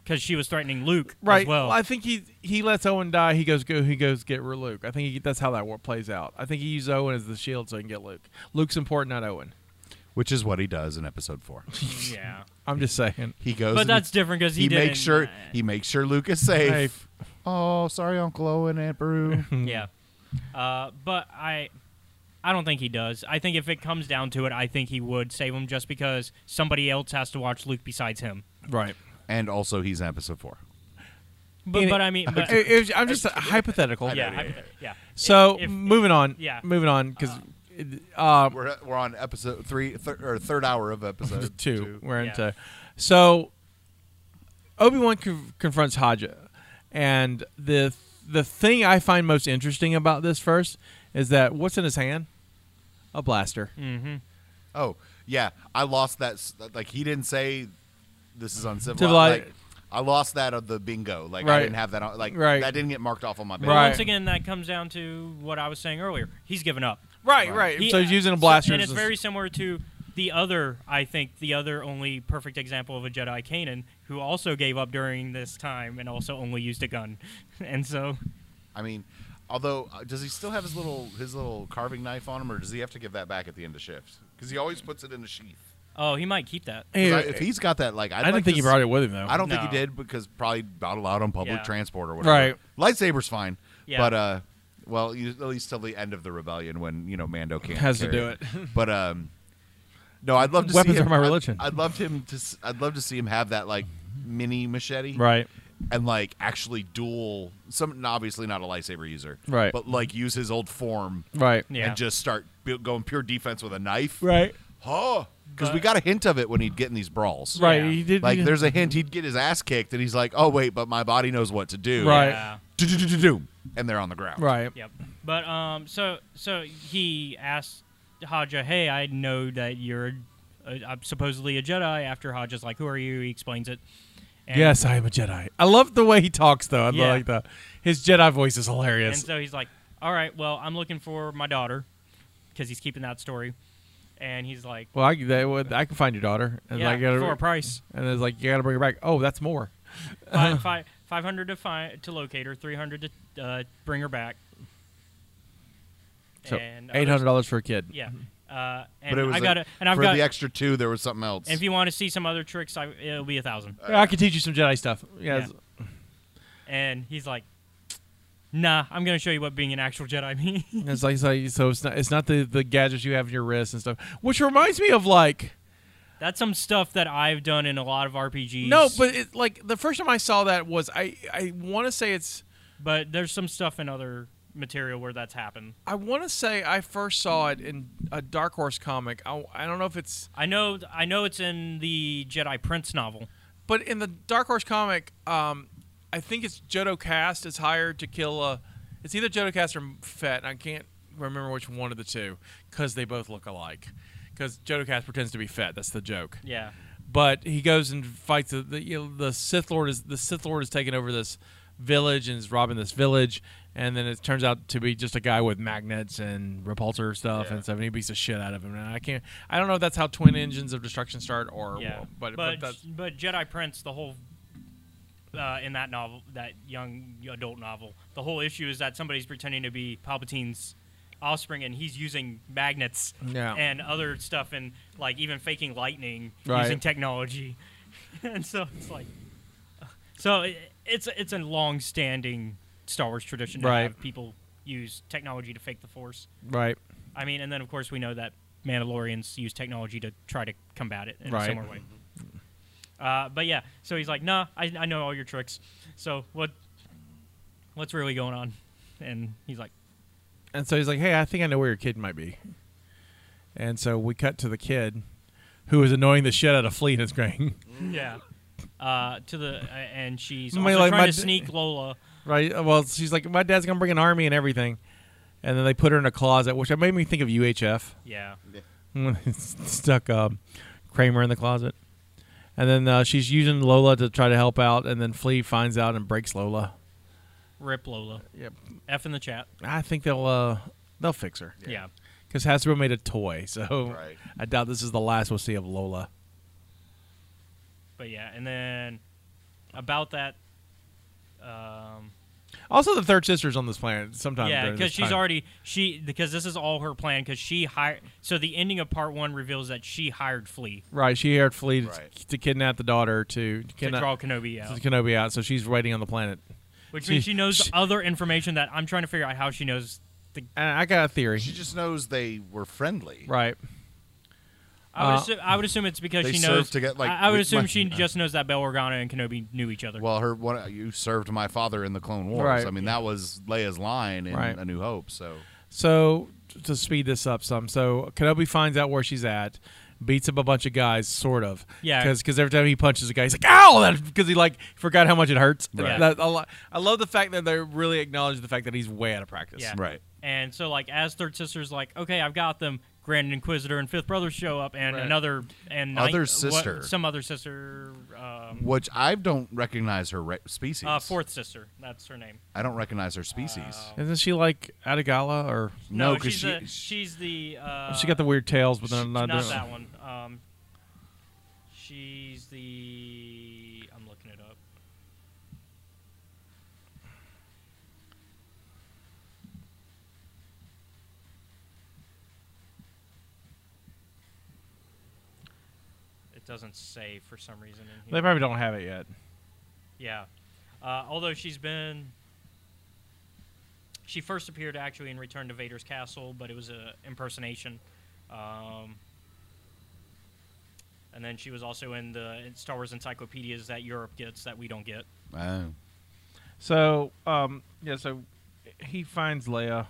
Speaker 4: because she was threatening Luke
Speaker 3: Right.
Speaker 4: as well.
Speaker 3: I think he he lets Owen die. He goes go. He goes get Luke. I think he, that's how that war plays out. I think he uses Owen as the shield so he can get Luke. Luke's important, not Owen.
Speaker 5: Which is what he does in episode four.
Speaker 4: yeah,
Speaker 3: I'm just saying.
Speaker 5: He goes.
Speaker 4: but
Speaker 5: and he
Speaker 4: that's different because
Speaker 5: he,
Speaker 4: he, did
Speaker 5: makes sure he makes sure Luke is safe. Oh, sorry, Uncle Owen, Aunt Beru.
Speaker 3: Mm-hmm.
Speaker 4: Yeah. Uh, but I I don't think he does. I think if it comes down to it, I think he would save him just because somebody else has to watch Luke besides him.
Speaker 3: Right.
Speaker 5: and also, he's in episode four.
Speaker 4: But, but I mean, but,
Speaker 3: It- it was- I'm just hypothetical.
Speaker 4: yeah, I, yeah.
Speaker 3: So
Speaker 4: If- if-
Speaker 3: moving on.
Speaker 4: yeah.
Speaker 3: Moving on because
Speaker 5: We're, we're on episode three thir- or third hour of episode
Speaker 3: two. We're
Speaker 4: Yeah.
Speaker 3: into. So Obi Wan conf- confronts Haja, and the the thing I find most interesting about this first is that what's in his hand? A blaster.
Speaker 5: Mm. Oh yeah, I lost that. s- Like he didn't say this is uncivilized.
Speaker 3: Civilized.
Speaker 5: Like, I lost that of the bingo. Like
Speaker 3: Right.
Speaker 5: I didn't have that. On, like
Speaker 3: Right.
Speaker 5: that didn't get marked off on my bingo.
Speaker 4: But
Speaker 3: Right.
Speaker 4: once again, that comes down to what I was saying earlier. He's given up.
Speaker 3: Right, right.
Speaker 4: He- uh,
Speaker 3: so
Speaker 5: uh,
Speaker 3: he's using a blaster.
Speaker 4: and
Speaker 3: as
Speaker 4: it's
Speaker 3: a-
Speaker 4: very similar to the other. I think the other only perfect example of a Jedi, Kanan, who also gave up during this time and also only used a gun, and so
Speaker 5: I mean, although uh, does he still have his little his little carving knife on him, or does he have to give that back at the end of shift? Because he always puts it in a sheath.
Speaker 4: oh, he might keep that.
Speaker 5: 'Cause
Speaker 3: Yeah,
Speaker 5: I- if he's got that, like I'd
Speaker 3: I didn't
Speaker 5: like
Speaker 3: think
Speaker 5: to
Speaker 3: he
Speaker 5: s-
Speaker 3: brought it with him though.
Speaker 5: I don't think
Speaker 4: No.
Speaker 5: he did because probably not allowed on public
Speaker 4: Yeah.
Speaker 5: transport or whatever. Right. Lightsaber's fine.
Speaker 4: Yeah.
Speaker 5: But uh well, you, at least till the end of the rebellion when, you know, Mando can't
Speaker 3: Has to
Speaker 5: carry
Speaker 3: do
Speaker 5: But um no, I'd love to
Speaker 3: Weapons
Speaker 5: see him,
Speaker 3: are my
Speaker 5: I'd-
Speaker 3: religion.
Speaker 5: I'd, love him to s- I'd love to see him have that like mini machete.
Speaker 3: Right.
Speaker 5: And like actually duel some obviously not a lightsaber user.
Speaker 3: Right.
Speaker 5: But like use his old form
Speaker 3: Right.
Speaker 4: Yeah.
Speaker 5: and just start bu- going pure defense with a knife.
Speaker 3: Right.
Speaker 5: Oh, because we
Speaker 4: But-
Speaker 5: got a hint of it when he'd get in these brawls.
Speaker 3: Right.
Speaker 4: Yeah.
Speaker 3: He did
Speaker 5: Like
Speaker 3: he-
Speaker 5: there's a hint he'd get his ass kicked, and he's like, "Oh wait, but my body knows what to do."
Speaker 3: Right.
Speaker 4: Yeah.
Speaker 5: Do-do-do-do-do. And they're on the ground.
Speaker 3: Right.
Speaker 4: Yep. But um, so so he asked Haja, "Hey, I know that you're uh, I'm supposedly a Jedi. After Hodge is like, "Who are you?" He explains it. And,
Speaker 3: Yes, I am a Jedi. I love the way he talks though. I
Speaker 4: Yeah.
Speaker 3: like the his Jedi voice is
Speaker 4: And
Speaker 3: hilarious.
Speaker 4: so he's like, "All right, well, I'm looking for my daughter," because he's keeping that story. And he's like,
Speaker 3: well, I, they, would- I can find your daughter. And
Speaker 4: "Yeah,
Speaker 3: like, you gotta-
Speaker 4: for a price,
Speaker 3: and it's like you got to bring her back. Oh, that's more.
Speaker 4: five, five, five hundred to find to locate her, three hundred to uh, bring her back."
Speaker 3: So
Speaker 4: And
Speaker 3: eight hundred dollars Mm-hmm. for a kid.
Speaker 4: Yeah. Uh, and
Speaker 5: But it was
Speaker 4: I
Speaker 5: a-
Speaker 4: got it. And I've
Speaker 5: for
Speaker 4: got.
Speaker 5: the extra two. There was something else.
Speaker 4: and if you want to see some other tricks, I, it'll be a thousand.
Speaker 3: Yeah, I can teach you some Jedi stuff. Yeah, it's-
Speaker 4: And he's like, "Nah, I'm gonna show you what being an actual Jedi means."
Speaker 3: It's like, it's like- so it's not it's not the, the gadgets you have in your wrist and stuff, which reminds me of like
Speaker 4: That's some stuff that I've done in a lot of RPGs.
Speaker 3: no, but it, like the first time I saw that was I I want to say it's
Speaker 4: but there's some stuff in other material where that's happened.
Speaker 3: I want to say I first saw it in a Dark Horse comic. I, I don't know if it's
Speaker 4: I know. I know it's in the Jedi Prince novel.
Speaker 3: but in the Dark Horse comic, um, I think it's Jodo Cast is hired to kill a. It's either Jodo Cast or Fett, and I can't remember which one of the two because they both look alike. Because Jodo Cast pretends to be Fett. That's the joke.
Speaker 4: Yeah.
Speaker 3: but he goes and fights the the, you know, the Sith Lord is the Sith Lord is taking over this village and is robbing this village and then it turns out to be just a guy with magnets and repulsor stuff and stuff and he beats the shit out of him and I can't I don't know if that's how twin engines of destruction start or
Speaker 4: Yeah.
Speaker 3: but, but, that's
Speaker 4: but Jedi Prince, the whole uh, in that novel, that young adult novel, the whole issue is that somebody's pretending to be Palpatine's offspring, and he's using magnets
Speaker 3: Yeah.
Speaker 4: and other stuff, and like even faking lightning
Speaker 3: Right.
Speaker 4: using technology, and so it's like, uh, so it, it's it's a long-standing Star Wars tradition to
Speaker 3: Right.
Speaker 4: have people use technology to fake the Force.
Speaker 3: right
Speaker 4: I mean, and then of course we know that Mandalorians use technology to try to combat it in
Speaker 3: Right. Mm-hmm.
Speaker 4: a similar way. Uh, but yeah, so he's like, "Nah, I, I know all your tricks. So what? What's really going on?" And he's like,
Speaker 3: and so he's like hey I think I know where your kid might be and so we cut to the kid who is annoying the shit out of Fleet and his gang
Speaker 4: "Yeah." Uh, to the uh, and she's
Speaker 3: I
Speaker 4: also
Speaker 3: mean, like, my
Speaker 4: trying to
Speaker 3: d-
Speaker 4: sneak Lola.
Speaker 3: Right. uh, Well, she's like, my dad's gonna bring an army and everything, and then they put her in a closet, which made me think of UHF
Speaker 4: Yeah,
Speaker 3: when they stuck um, Kramer in the closet, and then uh, she's using Lola to try to help out, and then Flea finds out and breaks Lola.
Speaker 4: rip Lola.
Speaker 3: Yep.
Speaker 4: F in the chat.
Speaker 3: I think they'll uh, they'll fix her
Speaker 4: Yeah.
Speaker 3: because Hasbro made a toy, so
Speaker 5: Right.
Speaker 3: I doubt this is the last we'll see of Lola.
Speaker 4: but yeah, and then about that. Um,
Speaker 3: Also, the third sister's on this planet sometime.
Speaker 4: Yeah,
Speaker 3: during
Speaker 4: because
Speaker 3: this
Speaker 4: she's
Speaker 3: time.
Speaker 4: already she because this is all her plan because she hired. So the ending of part one reveals that she hired Flea
Speaker 3: right. She hired Flea to-
Speaker 5: Right.
Speaker 3: to, kidnap the daughter to,
Speaker 4: to
Speaker 3: kidnap
Speaker 4: draw Kenobi out,
Speaker 3: to Kenobi out, so she's waiting on the planet.
Speaker 4: which
Speaker 3: she-
Speaker 4: means she knows
Speaker 3: she-
Speaker 4: other information that I'm trying to figure out how she knows. The,
Speaker 3: And I got a theory.
Speaker 5: she just knows they were friendly.
Speaker 3: Right.
Speaker 4: I, would
Speaker 3: Uh,
Speaker 4: assume, I would assume it's because
Speaker 5: They
Speaker 4: she
Speaker 5: serve
Speaker 4: knows.
Speaker 5: to get, like,
Speaker 4: I, I would
Speaker 5: with
Speaker 4: assume
Speaker 5: my-
Speaker 4: she just knows that Bail Organa and Kenobi knew each other.
Speaker 5: Well, her one you served my father in the Clone Wars.
Speaker 3: Right.
Speaker 5: I mean, that was Leia's line in
Speaker 3: Right.
Speaker 5: A New Hope. So
Speaker 3: So t- to speed this up some, so Kenobi finds out where she's at, beats up a bunch of guys, sort of.
Speaker 4: Yeah.
Speaker 3: Because every time he punches a guy, he's like, "Ow!" Because he like forgot how much it hurts.
Speaker 4: Right.
Speaker 3: That- I lo- I love the fact that they really acknowledge the fact that he's way out of practice.
Speaker 4: Yeah.
Speaker 5: right.
Speaker 4: and so like as third sister's like, okay, I've got them. Grand Inquisitor and fifth brother show up, and
Speaker 3: Right.
Speaker 4: another and
Speaker 5: Other
Speaker 4: ninth- what-
Speaker 5: sister.
Speaker 4: some other sister, um,
Speaker 5: Which I don't recognize her re- species.
Speaker 4: uh, fourth sister. That's her name.
Speaker 5: I don't recognize her species.
Speaker 3: Isn't she like Atagala or?
Speaker 5: no, because
Speaker 4: she's
Speaker 5: she,
Speaker 4: the, she's the uh,
Speaker 3: she got the weird tails, but
Speaker 4: She's
Speaker 3: then
Speaker 4: not,
Speaker 3: not,
Speaker 4: that one. Um, she's the. I'm looking it up. It doesn't say for some reason in here.
Speaker 3: They probably don't have it yet.
Speaker 4: Yeah. Uh, although she's been. She first appeared actually in Return to Vader's Castle, but it was a impersonation. Um, and then she was also in the Star Wars encyclopedias that Europe gets that we don't get.
Speaker 5: Oh.
Speaker 3: So, um, yeah, so he finds Leia,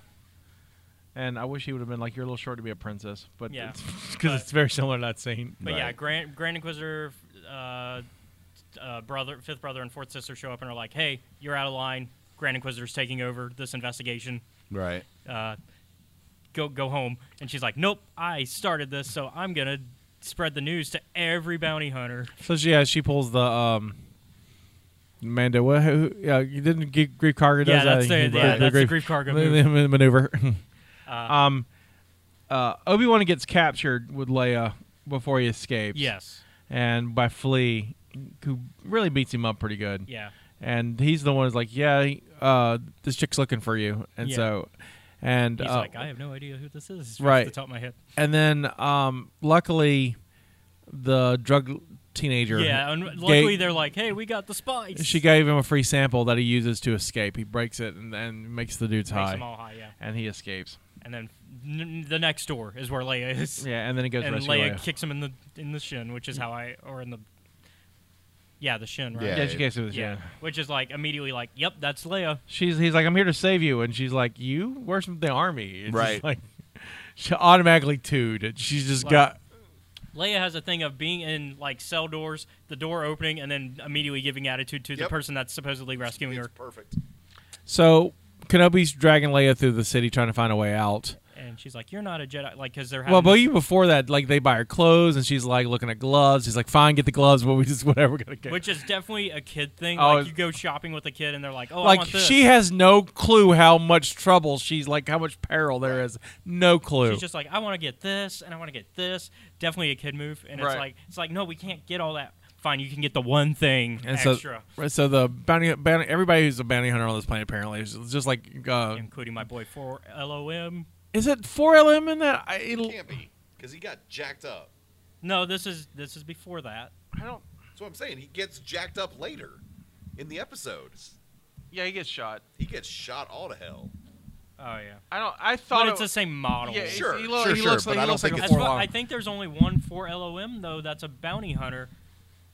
Speaker 3: and I wish he would have been like, "You're a little short to be a princess," but
Speaker 4: Yeah.
Speaker 3: because it's, very similar to that scene.
Speaker 4: But yeah,
Speaker 5: Right.
Speaker 4: Grand Grand Inquisitor, uh, uh, brother, fifth brother, and fourth sister show up and are like, "Hey, you're out of line. Grand Inquisitor's taking over this investigation.
Speaker 5: Right.
Speaker 4: Uh, go go home." And she's like, "Nope, I started this, so I'm gonna spread the news to every bounty hunter.
Speaker 3: So she, yeah, she pulls the um, Mando. What? Who, yeah, you didn't G- Grief Karga
Speaker 4: Yeah,
Speaker 3: does
Speaker 4: that's
Speaker 3: that.
Speaker 4: the- yeah, that's the Grief Karga
Speaker 3: ma- ma- maneuver.
Speaker 4: Uh,
Speaker 3: um, uh, Obi Wan gets captured with Leia before he escapes.
Speaker 4: yes.
Speaker 3: and by Flea, who really beats him up pretty good.
Speaker 4: Yeah.
Speaker 3: and he's the one who's like, yeah, he- uh, this chick's looking for you, and
Speaker 4: Yeah.
Speaker 3: so, and
Speaker 4: He's
Speaker 3: uh,
Speaker 4: like, I have no idea who this is. It's right.
Speaker 3: right.
Speaker 4: Off the top of my head.
Speaker 3: and then um, luckily, the drug teenager.
Speaker 4: Yeah. And luckily,
Speaker 3: gave-
Speaker 4: they're like, hey, we got the spice.
Speaker 3: She gave him a free sample that he uses to escape. He breaks it and, and makes the dudes
Speaker 4: Makes
Speaker 3: high,
Speaker 4: them all high, yeah.
Speaker 3: and he escapes.
Speaker 4: And then n- the next door is where Leia is.
Speaker 3: Yeah, and then he goes
Speaker 4: and
Speaker 3: rescue
Speaker 4: Leia
Speaker 3: Leia.
Speaker 4: kicks him in the in the shin, which is how I or in the yeah the shin right
Speaker 5: Yeah.
Speaker 3: yeah, she kicks him.
Speaker 4: Yeah.
Speaker 3: Yeah,
Speaker 4: which is like immediately like yep that's Leia
Speaker 3: she's he's like, I'm here to save you, and she's like, you? Where's the army? It's just
Speaker 5: Right.
Speaker 3: like she automatically tooed. She's just
Speaker 4: Like-
Speaker 3: got
Speaker 4: Leia has a thing of being in like cell doors the door opening and then immediately giving attitude to the
Speaker 5: Yep.
Speaker 4: person that's supposedly rescuing her
Speaker 5: perfect.
Speaker 3: so. Kenobi's dragging Leia through the city trying to find a way out.
Speaker 4: and she's like you're not a Jedi like because they're having
Speaker 3: Well, but
Speaker 4: this-
Speaker 3: even before that, like they buy her clothes, and she's like looking at gloves. He's like, "Fine, get the gloves, but we just whatever gotta get."
Speaker 4: which is definitely a kid thing
Speaker 3: Oh,
Speaker 4: like
Speaker 3: it-
Speaker 4: you go shopping with a kid and they're like oh I
Speaker 3: like
Speaker 4: want this.
Speaker 3: she has no clue how much trouble she's like, how much peril there is. No clue.
Speaker 4: She's just like, I want to get this and I want to get this. Definitely a kid move, and
Speaker 3: Right.
Speaker 4: it's like, it's like, no, we can't get all that. Fine, you can get the one thing
Speaker 3: and so,
Speaker 4: extra,
Speaker 3: right, so the bounty, bounty, everybody who's a bounty hunter on this planet apparently is just like, uh,
Speaker 4: including my boy for LOM.
Speaker 3: is it four LM in that? I, it'll,
Speaker 5: be because he got jacked up.
Speaker 4: No, this is this is before that.
Speaker 3: I don't.
Speaker 5: That's what I'm saying. He gets jacked up later in the episode.
Speaker 3: Yeah, he gets shot.
Speaker 5: He gets shot all to hell.
Speaker 4: Oh yeah,
Speaker 3: I don't. I
Speaker 4: but
Speaker 3: thought
Speaker 4: it's the same model.
Speaker 3: Yeah,
Speaker 5: Sure,
Speaker 3: he, lo-
Speaker 5: sure,
Speaker 3: he
Speaker 5: sure,
Speaker 3: looks
Speaker 5: but
Speaker 3: like
Speaker 5: I
Speaker 3: he
Speaker 5: don't
Speaker 3: looks like
Speaker 5: think
Speaker 3: a
Speaker 5: it's
Speaker 4: That's why-
Speaker 3: four
Speaker 4: I think there's only one for LOM though. That's a bounty hunter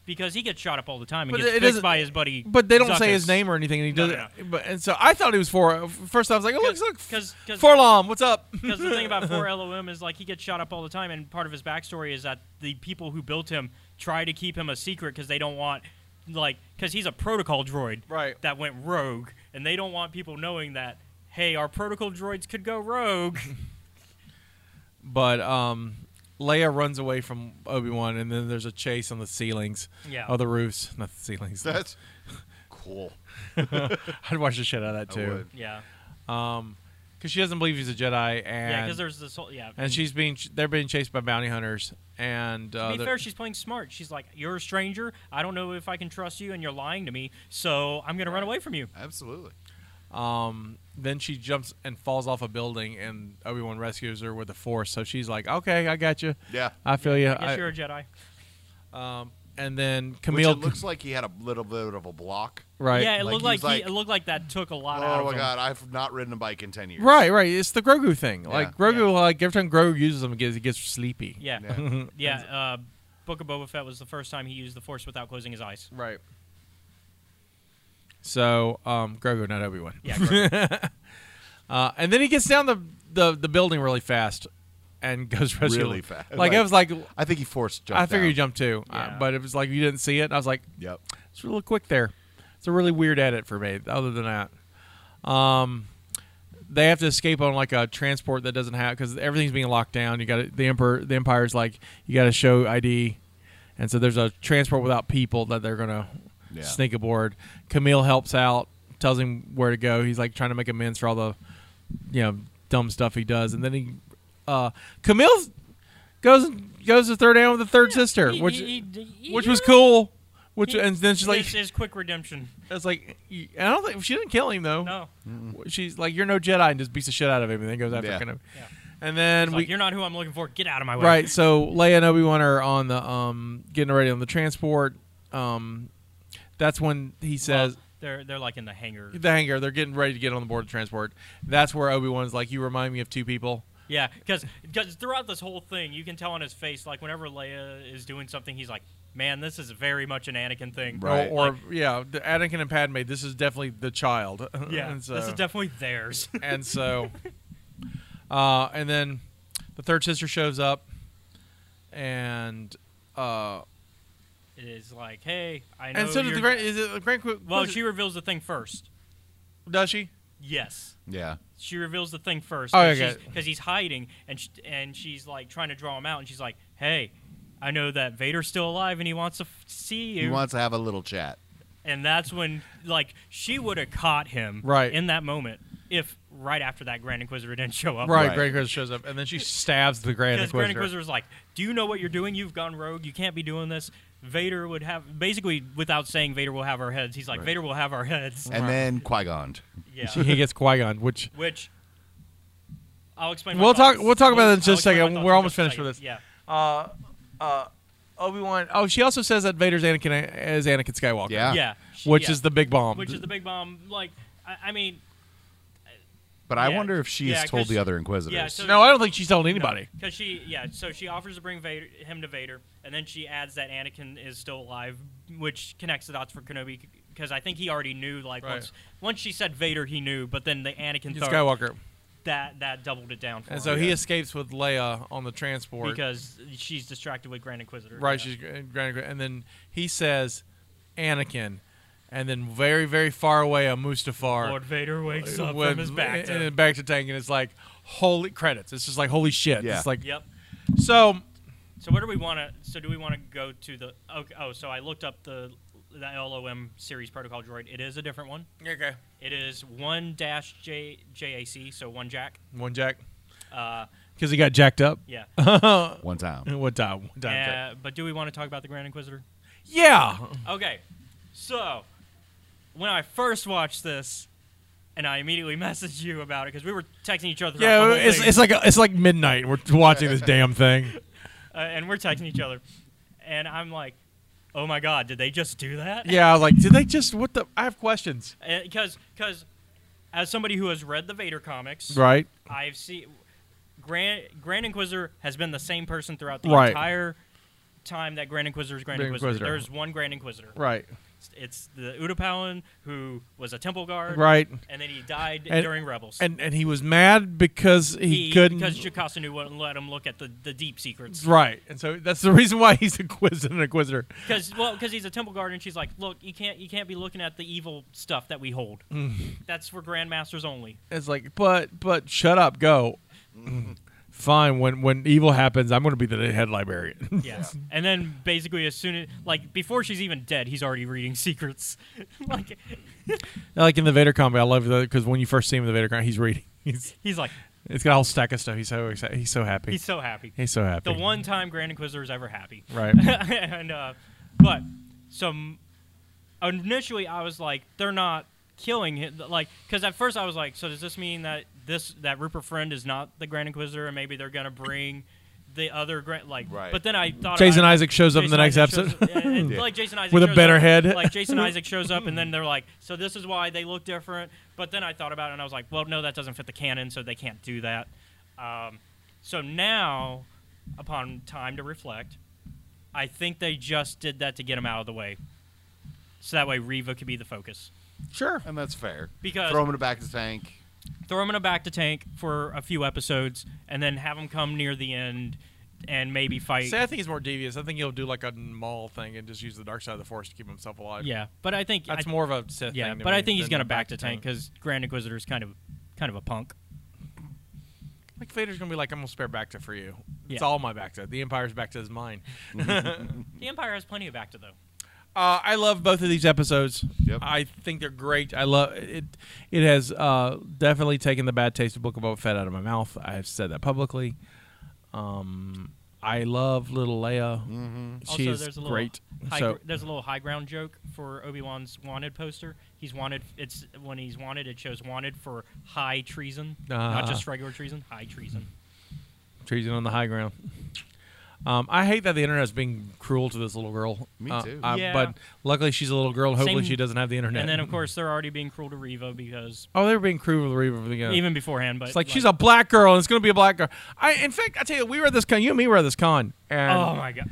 Speaker 4: because he gets shot up all the time and
Speaker 3: But
Speaker 4: gets
Speaker 3: it
Speaker 4: fixed
Speaker 3: doesn't-
Speaker 4: by his buddy.
Speaker 3: But they don't say
Speaker 4: Zuckus.
Speaker 3: his name or anything, and he
Speaker 4: No,
Speaker 3: doesn't.
Speaker 4: no,
Speaker 3: But and so I thought he was for. First, I was like, "Oh, look, look,
Speaker 4: 'cause- 'cause-
Speaker 3: Forlom, what's up?"
Speaker 4: Because the thing about 4 LOM is like he gets shot up all the time, and part of his backstory is that the people who built him try to keep him a secret because they don't want, like, because he's a protocol droid
Speaker 3: Right.
Speaker 4: that went rogue, and they don't want people knowing that. Hey, our protocol droids could go rogue.
Speaker 3: But um, Leia runs away from Obi Wan, and then there's a chase on the ceilings.
Speaker 4: Yeah.
Speaker 3: Oh, the roofs, not the ceilings.
Speaker 5: cool.
Speaker 3: I'd watch the shit out of that
Speaker 5: I
Speaker 3: too,
Speaker 5: would.
Speaker 4: yeah,
Speaker 3: because she doesn't believe he's a Jedi, and
Speaker 4: yeah, because there's this whole yeah.
Speaker 3: and she's being ch- they're being chased by bounty hunters, and uh,
Speaker 4: to be
Speaker 3: they're-
Speaker 4: fair, she's playing smart. She's like, "You're a stranger. I don't know if I can trust you, and you're lying to me. So I'm gonna run away from you."
Speaker 5: Absolutely.
Speaker 3: um, then she jumps and falls off a building, and Obi Wan rescues her with the Force. So she's like, "Okay, I got you.
Speaker 5: Yeah.
Speaker 3: I feel you."
Speaker 4: I guess you're a Jedi.
Speaker 3: and then
Speaker 5: Which
Speaker 3: Camille
Speaker 5: it looks like he had a little bit of a block.
Speaker 3: right
Speaker 4: Yeah, it
Speaker 5: Like,
Speaker 4: looked
Speaker 5: he's
Speaker 4: like, he,
Speaker 5: like-
Speaker 4: it looked like that took a lot out
Speaker 5: Oh
Speaker 4: of
Speaker 5: my
Speaker 4: him.
Speaker 5: god, I've not ridden a bike in ten years.
Speaker 3: right right it's the Grogu thing like
Speaker 5: Yeah.
Speaker 3: Grogu like every time Grogu uses them he gets, he gets sleepy
Speaker 4: Yeah.
Speaker 5: Yeah.
Speaker 3: Mm-hmm.
Speaker 4: Yeah, uh, Book of Boba Fett was the first time he used the Force without closing his eyes.
Speaker 3: right so um Grogu not Obi Wan
Speaker 4: Yeah, correct.
Speaker 3: uh, and then he gets down the the, the building really fast and goes rescue
Speaker 5: Really fast.
Speaker 3: like,
Speaker 5: Like,
Speaker 3: it was like
Speaker 5: I think he forced. Jumped
Speaker 3: I figure
Speaker 5: down.
Speaker 3: you jumped too uh,
Speaker 4: Yeah.
Speaker 3: but it was like you didn't see it and I was like
Speaker 5: Yep.
Speaker 3: It's a little quick there. It's a really weird edit for me. Other than that, um, they have to escape on like a transport that doesn't have because everything's being locked down. You got the emperor. The empire's like you got to show ID, and so there's a transport without people that they're gonna
Speaker 5: Yeah.
Speaker 3: sneak aboard. Camille helps out, tells him where to go. He's like trying to make amends for all the you know dumb stuff he does, and then he uh, Camille goes goes to third down with the third sister,
Speaker 4: He-
Speaker 3: which
Speaker 4: he- he-
Speaker 3: which was cool. Which
Speaker 4: he-
Speaker 3: and then she's like,
Speaker 4: his, his quick redemption.
Speaker 3: it's like y- I don't think she didn't kill him though.
Speaker 4: No,
Speaker 3: she's like, you're no Jedi, and just beats the shit out of him, and then goes after
Speaker 5: Yeah.
Speaker 3: Kenobi.
Speaker 4: Yeah.
Speaker 3: And then
Speaker 4: It's
Speaker 3: we
Speaker 4: like, you're not who I'm looking for. Get out of my way.
Speaker 3: right, so Leia and Obi Wan are on the um getting ready on the transport. Um, that's when he
Speaker 4: Well,
Speaker 3: says
Speaker 4: they're they're like in the hangar.
Speaker 3: the hangar. They're getting ready to get on the board of transport. That's where Obi Wan's like, you remind me of two people.
Speaker 4: Yeah, because throughout this whole thing, you can tell on his face, like whenever Leia is doing something, he's like, "Man, this is very much an Anakin thing."
Speaker 5: Right.
Speaker 3: Or, or yeah, the Anakin and Padme. This is definitely the child.
Speaker 4: Yeah,
Speaker 3: And
Speaker 4: this
Speaker 3: so-
Speaker 4: is definitely theirs.
Speaker 3: and so uh, and then the third sister shows up and uh
Speaker 4: it is like, hey, I know.
Speaker 3: and so does the
Speaker 4: you're-
Speaker 3: grand is it the grand Qu-
Speaker 4: well,
Speaker 3: was it-
Speaker 4: she reveals the thing first.
Speaker 3: does she
Speaker 4: Yes.
Speaker 5: Yeah.
Speaker 4: she reveals the thing first.
Speaker 3: Oh,
Speaker 4: because
Speaker 3: okay.
Speaker 4: he's hiding, and sh and she's like trying to draw him out, and she's like, "Hey, I know that Vader's still alive and he wants to f- see you.
Speaker 5: He wants to have a little chat.
Speaker 4: and that's when, like, she would have caught him
Speaker 3: Right.
Speaker 4: in that moment if right after that Grand Inquisitor didn't show up.
Speaker 3: Right,
Speaker 5: Right.
Speaker 3: Grand Inquisitor shows up, and then she stabs the Grand
Speaker 4: Because Oh, Grand
Speaker 3: Inquisitor.
Speaker 4: Inquisitor's like, "Do you know what you're doing? You've gone rogue. You can't be doing this." Vader would have basically, without saying, Vader will have our heads. He's like, "Vader will have our heads."
Speaker 5: And then Qui Gon.
Speaker 4: yeah,
Speaker 3: he gets Qui Gon, which
Speaker 4: which I'll explain. my
Speaker 3: We'll talk-
Speaker 4: thoughts.
Speaker 3: we'll talk about that in
Speaker 4: I'll
Speaker 3: just a
Speaker 4: explain my
Speaker 3: second.
Speaker 4: thoughts
Speaker 3: We're
Speaker 4: in
Speaker 3: almost
Speaker 4: just a
Speaker 3: finished with
Speaker 4: second.
Speaker 3: this.
Speaker 4: Yeah,
Speaker 3: Obi Wan. Oh, she also says that Vader's Anakin as Anakin Skywalker.
Speaker 5: Yeah.
Speaker 4: yeah. She-
Speaker 3: Ah. which
Speaker 4: yeah.
Speaker 3: is the big bomb.
Speaker 4: which is the big bomb. Like, I, I mean,
Speaker 5: But I
Speaker 4: Yeah.
Speaker 5: wonder if she's
Speaker 4: Yeah,
Speaker 5: told
Speaker 4: 'cause-
Speaker 5: the other Inquisitors.
Speaker 4: yeah, so-
Speaker 3: no, I don't think she's told anybody.
Speaker 4: Because she, yeah, so she offers to bring Vader, him to Vader, and then she adds that Anakin is still alive, which connects the dots for Kenobi. Because I think he already knew, like
Speaker 3: Right.
Speaker 4: once once she said Vader, he knew. But then the Anakin thought
Speaker 3: Skywalker,
Speaker 4: that that doubled it down for
Speaker 3: and
Speaker 4: him
Speaker 3: so he escapes with Leia on the transport.
Speaker 4: Oh, because she's distracted with Grand Inquisitor.
Speaker 3: right,
Speaker 4: yeah.
Speaker 3: she's Grand Inquisitor, uh, and then he says Anakin, and then very very far away a Mustafar.
Speaker 4: Lord Vader wakes up
Speaker 3: with-
Speaker 4: from his back.
Speaker 3: and,
Speaker 4: To,
Speaker 3: and back to tank, and it's like holy credits. It's just like holy shit.
Speaker 5: Yeah.
Speaker 3: It's like
Speaker 4: yep.
Speaker 3: so.
Speaker 4: So what do we want to? So do we want to go to the? Okay, oh, so I looked up the the LOM series protocol droid. It is a different one.
Speaker 3: Okay,
Speaker 4: It is one dash J JAC, so one jack.
Speaker 3: one Jack
Speaker 4: Uh,
Speaker 3: because he got jacked up. Uh,
Speaker 4: yeah.
Speaker 5: One
Speaker 4: Mm.
Speaker 5: time.
Speaker 3: What time? What time? Jack?
Speaker 4: Uh, but do we want to talk about the Grand Inquisitor?
Speaker 3: Yeah.
Speaker 4: Okay. So when I first watched this, and I immediately messaged you about it because we were texting each other. throughout
Speaker 3: Yeah,
Speaker 4: the whole
Speaker 3: it's,
Speaker 4: thing.
Speaker 3: it's like it's like midnight. We're watching this damn thing.
Speaker 4: uh, and we're texting each other, and I'm like, "Oh my God, did they just do that?"
Speaker 3: Yeah, I was like, did they just what the? I have questions.
Speaker 4: because because as somebody who has read the Vader comics,
Speaker 3: Right.
Speaker 4: I've seen Grand Grand Inquisitor has been the same person throughout the
Speaker 3: Right.
Speaker 4: entire time that Grand Inquisitor is Grand
Speaker 3: Grand
Speaker 4: Inquisitor.
Speaker 3: Inquisitor.
Speaker 4: There's one Grand Inquisitor.
Speaker 3: Right.
Speaker 4: It's the Utapauan who was a temple guard.
Speaker 3: Right.
Speaker 4: And then he died
Speaker 3: And-
Speaker 4: during Rebels.
Speaker 3: And and he was mad because he,
Speaker 4: he,
Speaker 3: couldn't.
Speaker 4: because Jocasta wouldn't let him look at the, the deep secrets.
Speaker 3: right. And so that's the reason why he's inquisitor. An inquisitor.
Speaker 4: Because well, because he's a temple guard, and she's like, "Look, you can't you can't be looking at the evil stuff that we hold.
Speaker 3: Mm.
Speaker 4: That's for grandmasters only."
Speaker 3: It's like, but but shut up, go. Mm-hmm. Fine. When when evil happens, I'm going to be the head librarian.
Speaker 4: Yeah. and then basically, as soon as like before she's even dead, he's already reading secrets. like
Speaker 3: like in the Vader comic, I love that because when you first see him in the Vader comic, he's reading. He's
Speaker 4: he's like
Speaker 3: it's got a whole stack of stuff. He's so excited. He's so happy.
Speaker 4: he's so happy.
Speaker 3: He's so happy.
Speaker 4: The one time Grand Inquisitor is ever happy.
Speaker 3: Right.
Speaker 4: and uh, but some initially I was like, they're not killing him. Like, because at first I was like, so does this mean that this that Rupert Friend is not the Grand Inquisitor, and maybe they're gonna bring the other Grand like?
Speaker 5: Right.
Speaker 4: But then I thought
Speaker 3: Jason
Speaker 4: I-
Speaker 3: Isaac shows up in the
Speaker 4: Jason
Speaker 3: next
Speaker 4: Isaac shows-
Speaker 3: episode.
Speaker 4: yeah, it's Like Jason Isaac
Speaker 3: Hmm. With a
Speaker 4: shows
Speaker 3: better
Speaker 4: up-
Speaker 3: head.
Speaker 4: Like Jason Isaac shows up, and then they're like, "So this is why they look different." But then I thought about it, and I was like, "Well, no, that doesn't fit the canon, so they can't do that." Um, so now, upon time to reflect, I think they just did that to get him out of the way, so that way Reva could be the focus.
Speaker 3: sure.
Speaker 5: And that's fair.
Speaker 4: Because-
Speaker 5: Throw him in the back of the tank.
Speaker 4: Throw him in a back to tank for a few episodes, and then have him come near the end, and maybe fight.
Speaker 3: See, I think he's more devious. I think he'll do like a Maul thing and just use the dark side of the Force to keep himself alive.
Speaker 4: yeah, but I think
Speaker 3: that's
Speaker 4: I,
Speaker 3: more of a Sith
Speaker 4: Yeah,
Speaker 3: thing. to
Speaker 4: but I
Speaker 3: me
Speaker 4: think he's
Speaker 3: than
Speaker 4: gonna
Speaker 3: the
Speaker 4: back to tank
Speaker 3: tank.
Speaker 4: because Grand Inquisitor's kind of kind of a punk.
Speaker 3: Like Vader's gonna be like, I'm gonna spare back to for you. It's
Speaker 4: Yeah.
Speaker 3: all my back to. The Empire's back to is mine.
Speaker 4: The Empire has plenty of back to though.
Speaker 3: Uh, I love both of these episodes.
Speaker 5: Yep.
Speaker 3: I think they're great. I love it. It has uh, definitely taken the bad taste of Book of Boba Fett out of my mouth. I've said that publicly. Um, I love little Leia.
Speaker 5: Mm-hmm.
Speaker 3: She's
Speaker 4: also, there's a little
Speaker 3: great.
Speaker 4: High,
Speaker 3: so
Speaker 4: there's a little high ground joke for Obi Wan's wanted poster. He's wanted. It's when he's wanted. It shows wanted for high treason,
Speaker 3: Ah.
Speaker 4: not just regular treason. High treason.
Speaker 3: treason on the high ground. Um, I hate that the internet is being cruel to this little girl.
Speaker 5: Me
Speaker 3: Uh,
Speaker 5: too.
Speaker 3: I-
Speaker 4: Yeah.
Speaker 3: But luckily, she's a little girl. and Hopefully,
Speaker 4: Same-
Speaker 3: she doesn't have the internet.
Speaker 4: And then of course they're already being cruel to Reva because
Speaker 3: oh, they were being cruel to Reva for the uh,
Speaker 4: even beforehand. But
Speaker 3: It's like, she's a black girl, and it's going to be a black girl. I, in fact, I tell you, we were at this con. You and me were at this con, and
Speaker 4: Oh my god.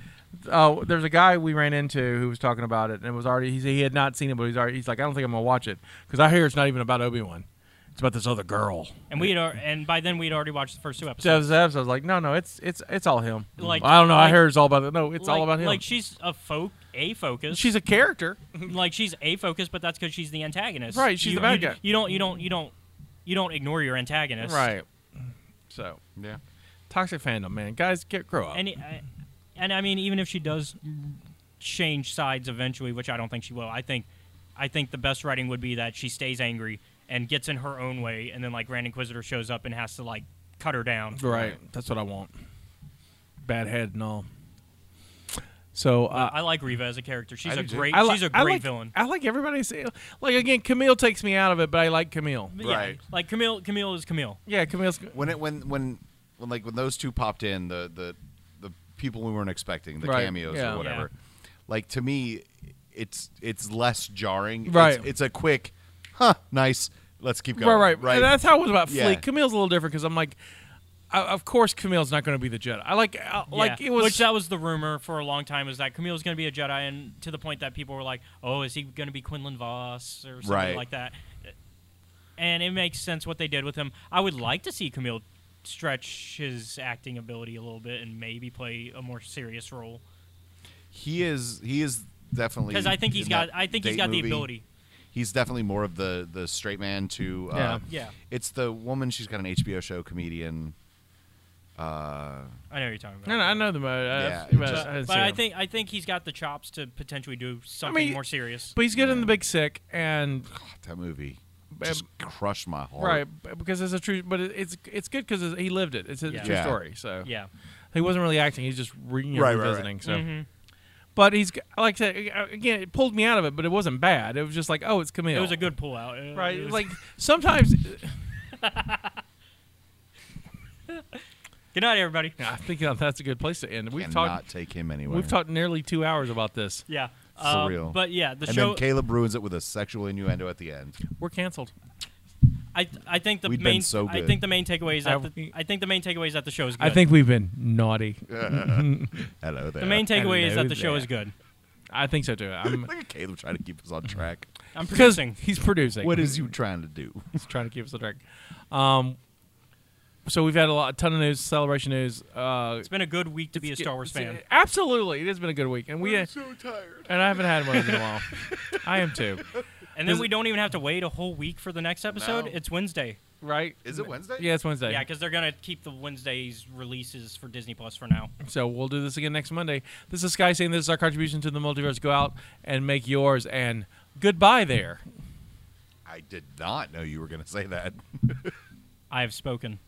Speaker 3: uh, there's a guy we ran into who was talking about it, and it was already he said he had not seen it, but he's already he's like, I don't think I'm gonna watch it because I hear it's not even about Obi Wan, it's about this other girl.
Speaker 4: And we had and by then we'd already watched the first two
Speaker 3: So I
Speaker 4: episodes.
Speaker 3: was, I was like, no, no, it's it's it's all him.
Speaker 4: Like-
Speaker 3: I don't know, I
Speaker 4: like-
Speaker 3: hear it's all about it. No, it's all
Speaker 4: Like-
Speaker 3: about him.
Speaker 4: Like she's a folk a focus.
Speaker 3: she's a character,
Speaker 4: like she's a focus, but that's because she's the antagonist.
Speaker 3: Right, she's
Speaker 4: you,
Speaker 3: the bad
Speaker 4: you,
Speaker 3: guy.
Speaker 4: You don't, you don't, you don't, you don't ignore your antagonist.
Speaker 3: right? So
Speaker 5: Yeah.
Speaker 3: toxic fandom, man, guys, get grow up.
Speaker 4: And I, and I mean, even if she does change sides eventually, which I don't think she will, I think, I think the best writing would be that she stays angry and gets in her own way, and then like Grand Inquisitor shows up and has to like cut her down.
Speaker 3: Right. That's what I want. Bad head and all. So uh,
Speaker 4: I like Reva as a character. She's
Speaker 5: I
Speaker 4: a
Speaker 5: do too.
Speaker 4: great.
Speaker 3: I li-
Speaker 4: she's a
Speaker 3: I
Speaker 4: great
Speaker 3: like-
Speaker 4: villain.
Speaker 3: I like everybody's like again. Camille takes me out of it, but I like Camille.
Speaker 4: But yeah,
Speaker 5: Right.
Speaker 4: Like Camille. Camille is Camille.
Speaker 3: Yeah, Camille's.
Speaker 5: when it when when when like when those two popped in the the the people we weren't expecting the
Speaker 3: Right,
Speaker 5: cameos
Speaker 3: yeah.
Speaker 5: or whatever like to me it's it's less jarring It's-
Speaker 3: Right.
Speaker 5: it's, a quick huh nice let's keep going
Speaker 3: right, right,
Speaker 5: right
Speaker 3: And that's how it was about
Speaker 5: Yeah.
Speaker 3: Fleet. Camille's a little different because I'm like, I, of course Camille's not going to be the Jedi. I like, I, like
Speaker 4: Yeah.
Speaker 3: it was.
Speaker 4: which uh, that was the rumor for a long time is that Camille's going to be a Jedi, and to the point that people were like, "Oh, is he going to be Quinlan Voss or something
Speaker 5: Right.
Speaker 4: like that?" And it makes sense what they did with him. I would like to see Camille stretch his acting ability a little bit and maybe play a more serious role
Speaker 5: he is he is definitely
Speaker 4: because I think he's
Speaker 5: in
Speaker 4: got
Speaker 5: that
Speaker 4: I think he's
Speaker 5: date
Speaker 4: got the
Speaker 5: movie,
Speaker 4: ability.
Speaker 5: he's definitely more of the the straight man to uh,
Speaker 3: Yeah.
Speaker 4: Yeah.
Speaker 5: it's the woman she's got an HBO show comedian uh
Speaker 4: I know what you're talking about.
Speaker 3: no, no, I know the mode.
Speaker 5: Yeah,
Speaker 3: Yeah,
Speaker 5: it
Speaker 3: but,
Speaker 5: just-
Speaker 3: I,
Speaker 4: But I think I think he's got the chops to potentially do something
Speaker 3: mean,
Speaker 4: more serious.
Speaker 3: but he's good in the Big Sick, and
Speaker 5: that movie just crushed my heart
Speaker 3: right b- because it's a true. But it, it's it's good because he lived it. It's a
Speaker 4: Yeah.
Speaker 3: true
Speaker 5: Yeah.
Speaker 3: story. So
Speaker 4: yeah.
Speaker 3: he wasn't really acting. He's just re- you know,
Speaker 5: Right, right, right.
Speaker 3: revisiting. So.
Speaker 4: Mm-hmm.
Speaker 3: But he's g- like I said a- again. It pulled me out of it, but it wasn't bad. It was just like, oh, it's Camille.
Speaker 4: It was a good pull out. It-
Speaker 3: right.
Speaker 4: it was-
Speaker 3: Like sometimes,
Speaker 4: good night, everybody.
Speaker 3: I think uh, that's a good place to end. We've
Speaker 5: and
Speaker 3: talked.
Speaker 5: not take him anywhere.
Speaker 3: We've talked nearly two hours about this.
Speaker 4: Yeah.
Speaker 5: For
Speaker 4: Um,
Speaker 5: real.
Speaker 4: But yeah, the
Speaker 5: and
Speaker 4: show.
Speaker 5: then Caleb ruins it with a sexual innuendo at the end.
Speaker 3: We're canceled.
Speaker 4: I I think the
Speaker 5: We'd been
Speaker 4: main.
Speaker 5: so
Speaker 4: I
Speaker 5: good.
Speaker 4: think the main takeaway is that
Speaker 3: Have
Speaker 4: the,
Speaker 3: we-
Speaker 4: I think the main takeaway is that the show is good.
Speaker 3: I think we've been naughty.
Speaker 5: Hello there.
Speaker 4: the main takeaway
Speaker 3: Hello
Speaker 4: is that the show
Speaker 3: there.
Speaker 4: is good.
Speaker 3: I think so too. I'm
Speaker 5: Look at Caleb trying to keep us on track.
Speaker 4: I'm
Speaker 3: because
Speaker 4: producing.
Speaker 3: he's producing.
Speaker 5: what is you trying to do?
Speaker 3: he's trying to keep us on track? Um, so we've had a lot, a ton of news, celebration news. Uh,
Speaker 4: It's been a good week to be a Star Wars fan.
Speaker 3: Absolutely, it has been a good week, and we uh,
Speaker 5: so tired.
Speaker 3: and I haven't had one of these in a while. I am too.
Speaker 4: And then we don't even have to wait a whole week for the next episode.
Speaker 5: No.
Speaker 4: It's Wednesday.
Speaker 3: Right?
Speaker 5: Is it Wednesday?
Speaker 3: Yeah, it's Wednesday.
Speaker 4: Yeah, because they're gonna keep the Wednesdays releases for Disney Plus for now.
Speaker 3: So we'll do this again next Monday. This is Sky saying this is our contribution to the multiverse. Go out and make yours, and goodbye there.
Speaker 5: I did not know you were going to say that.
Speaker 4: I have spoken.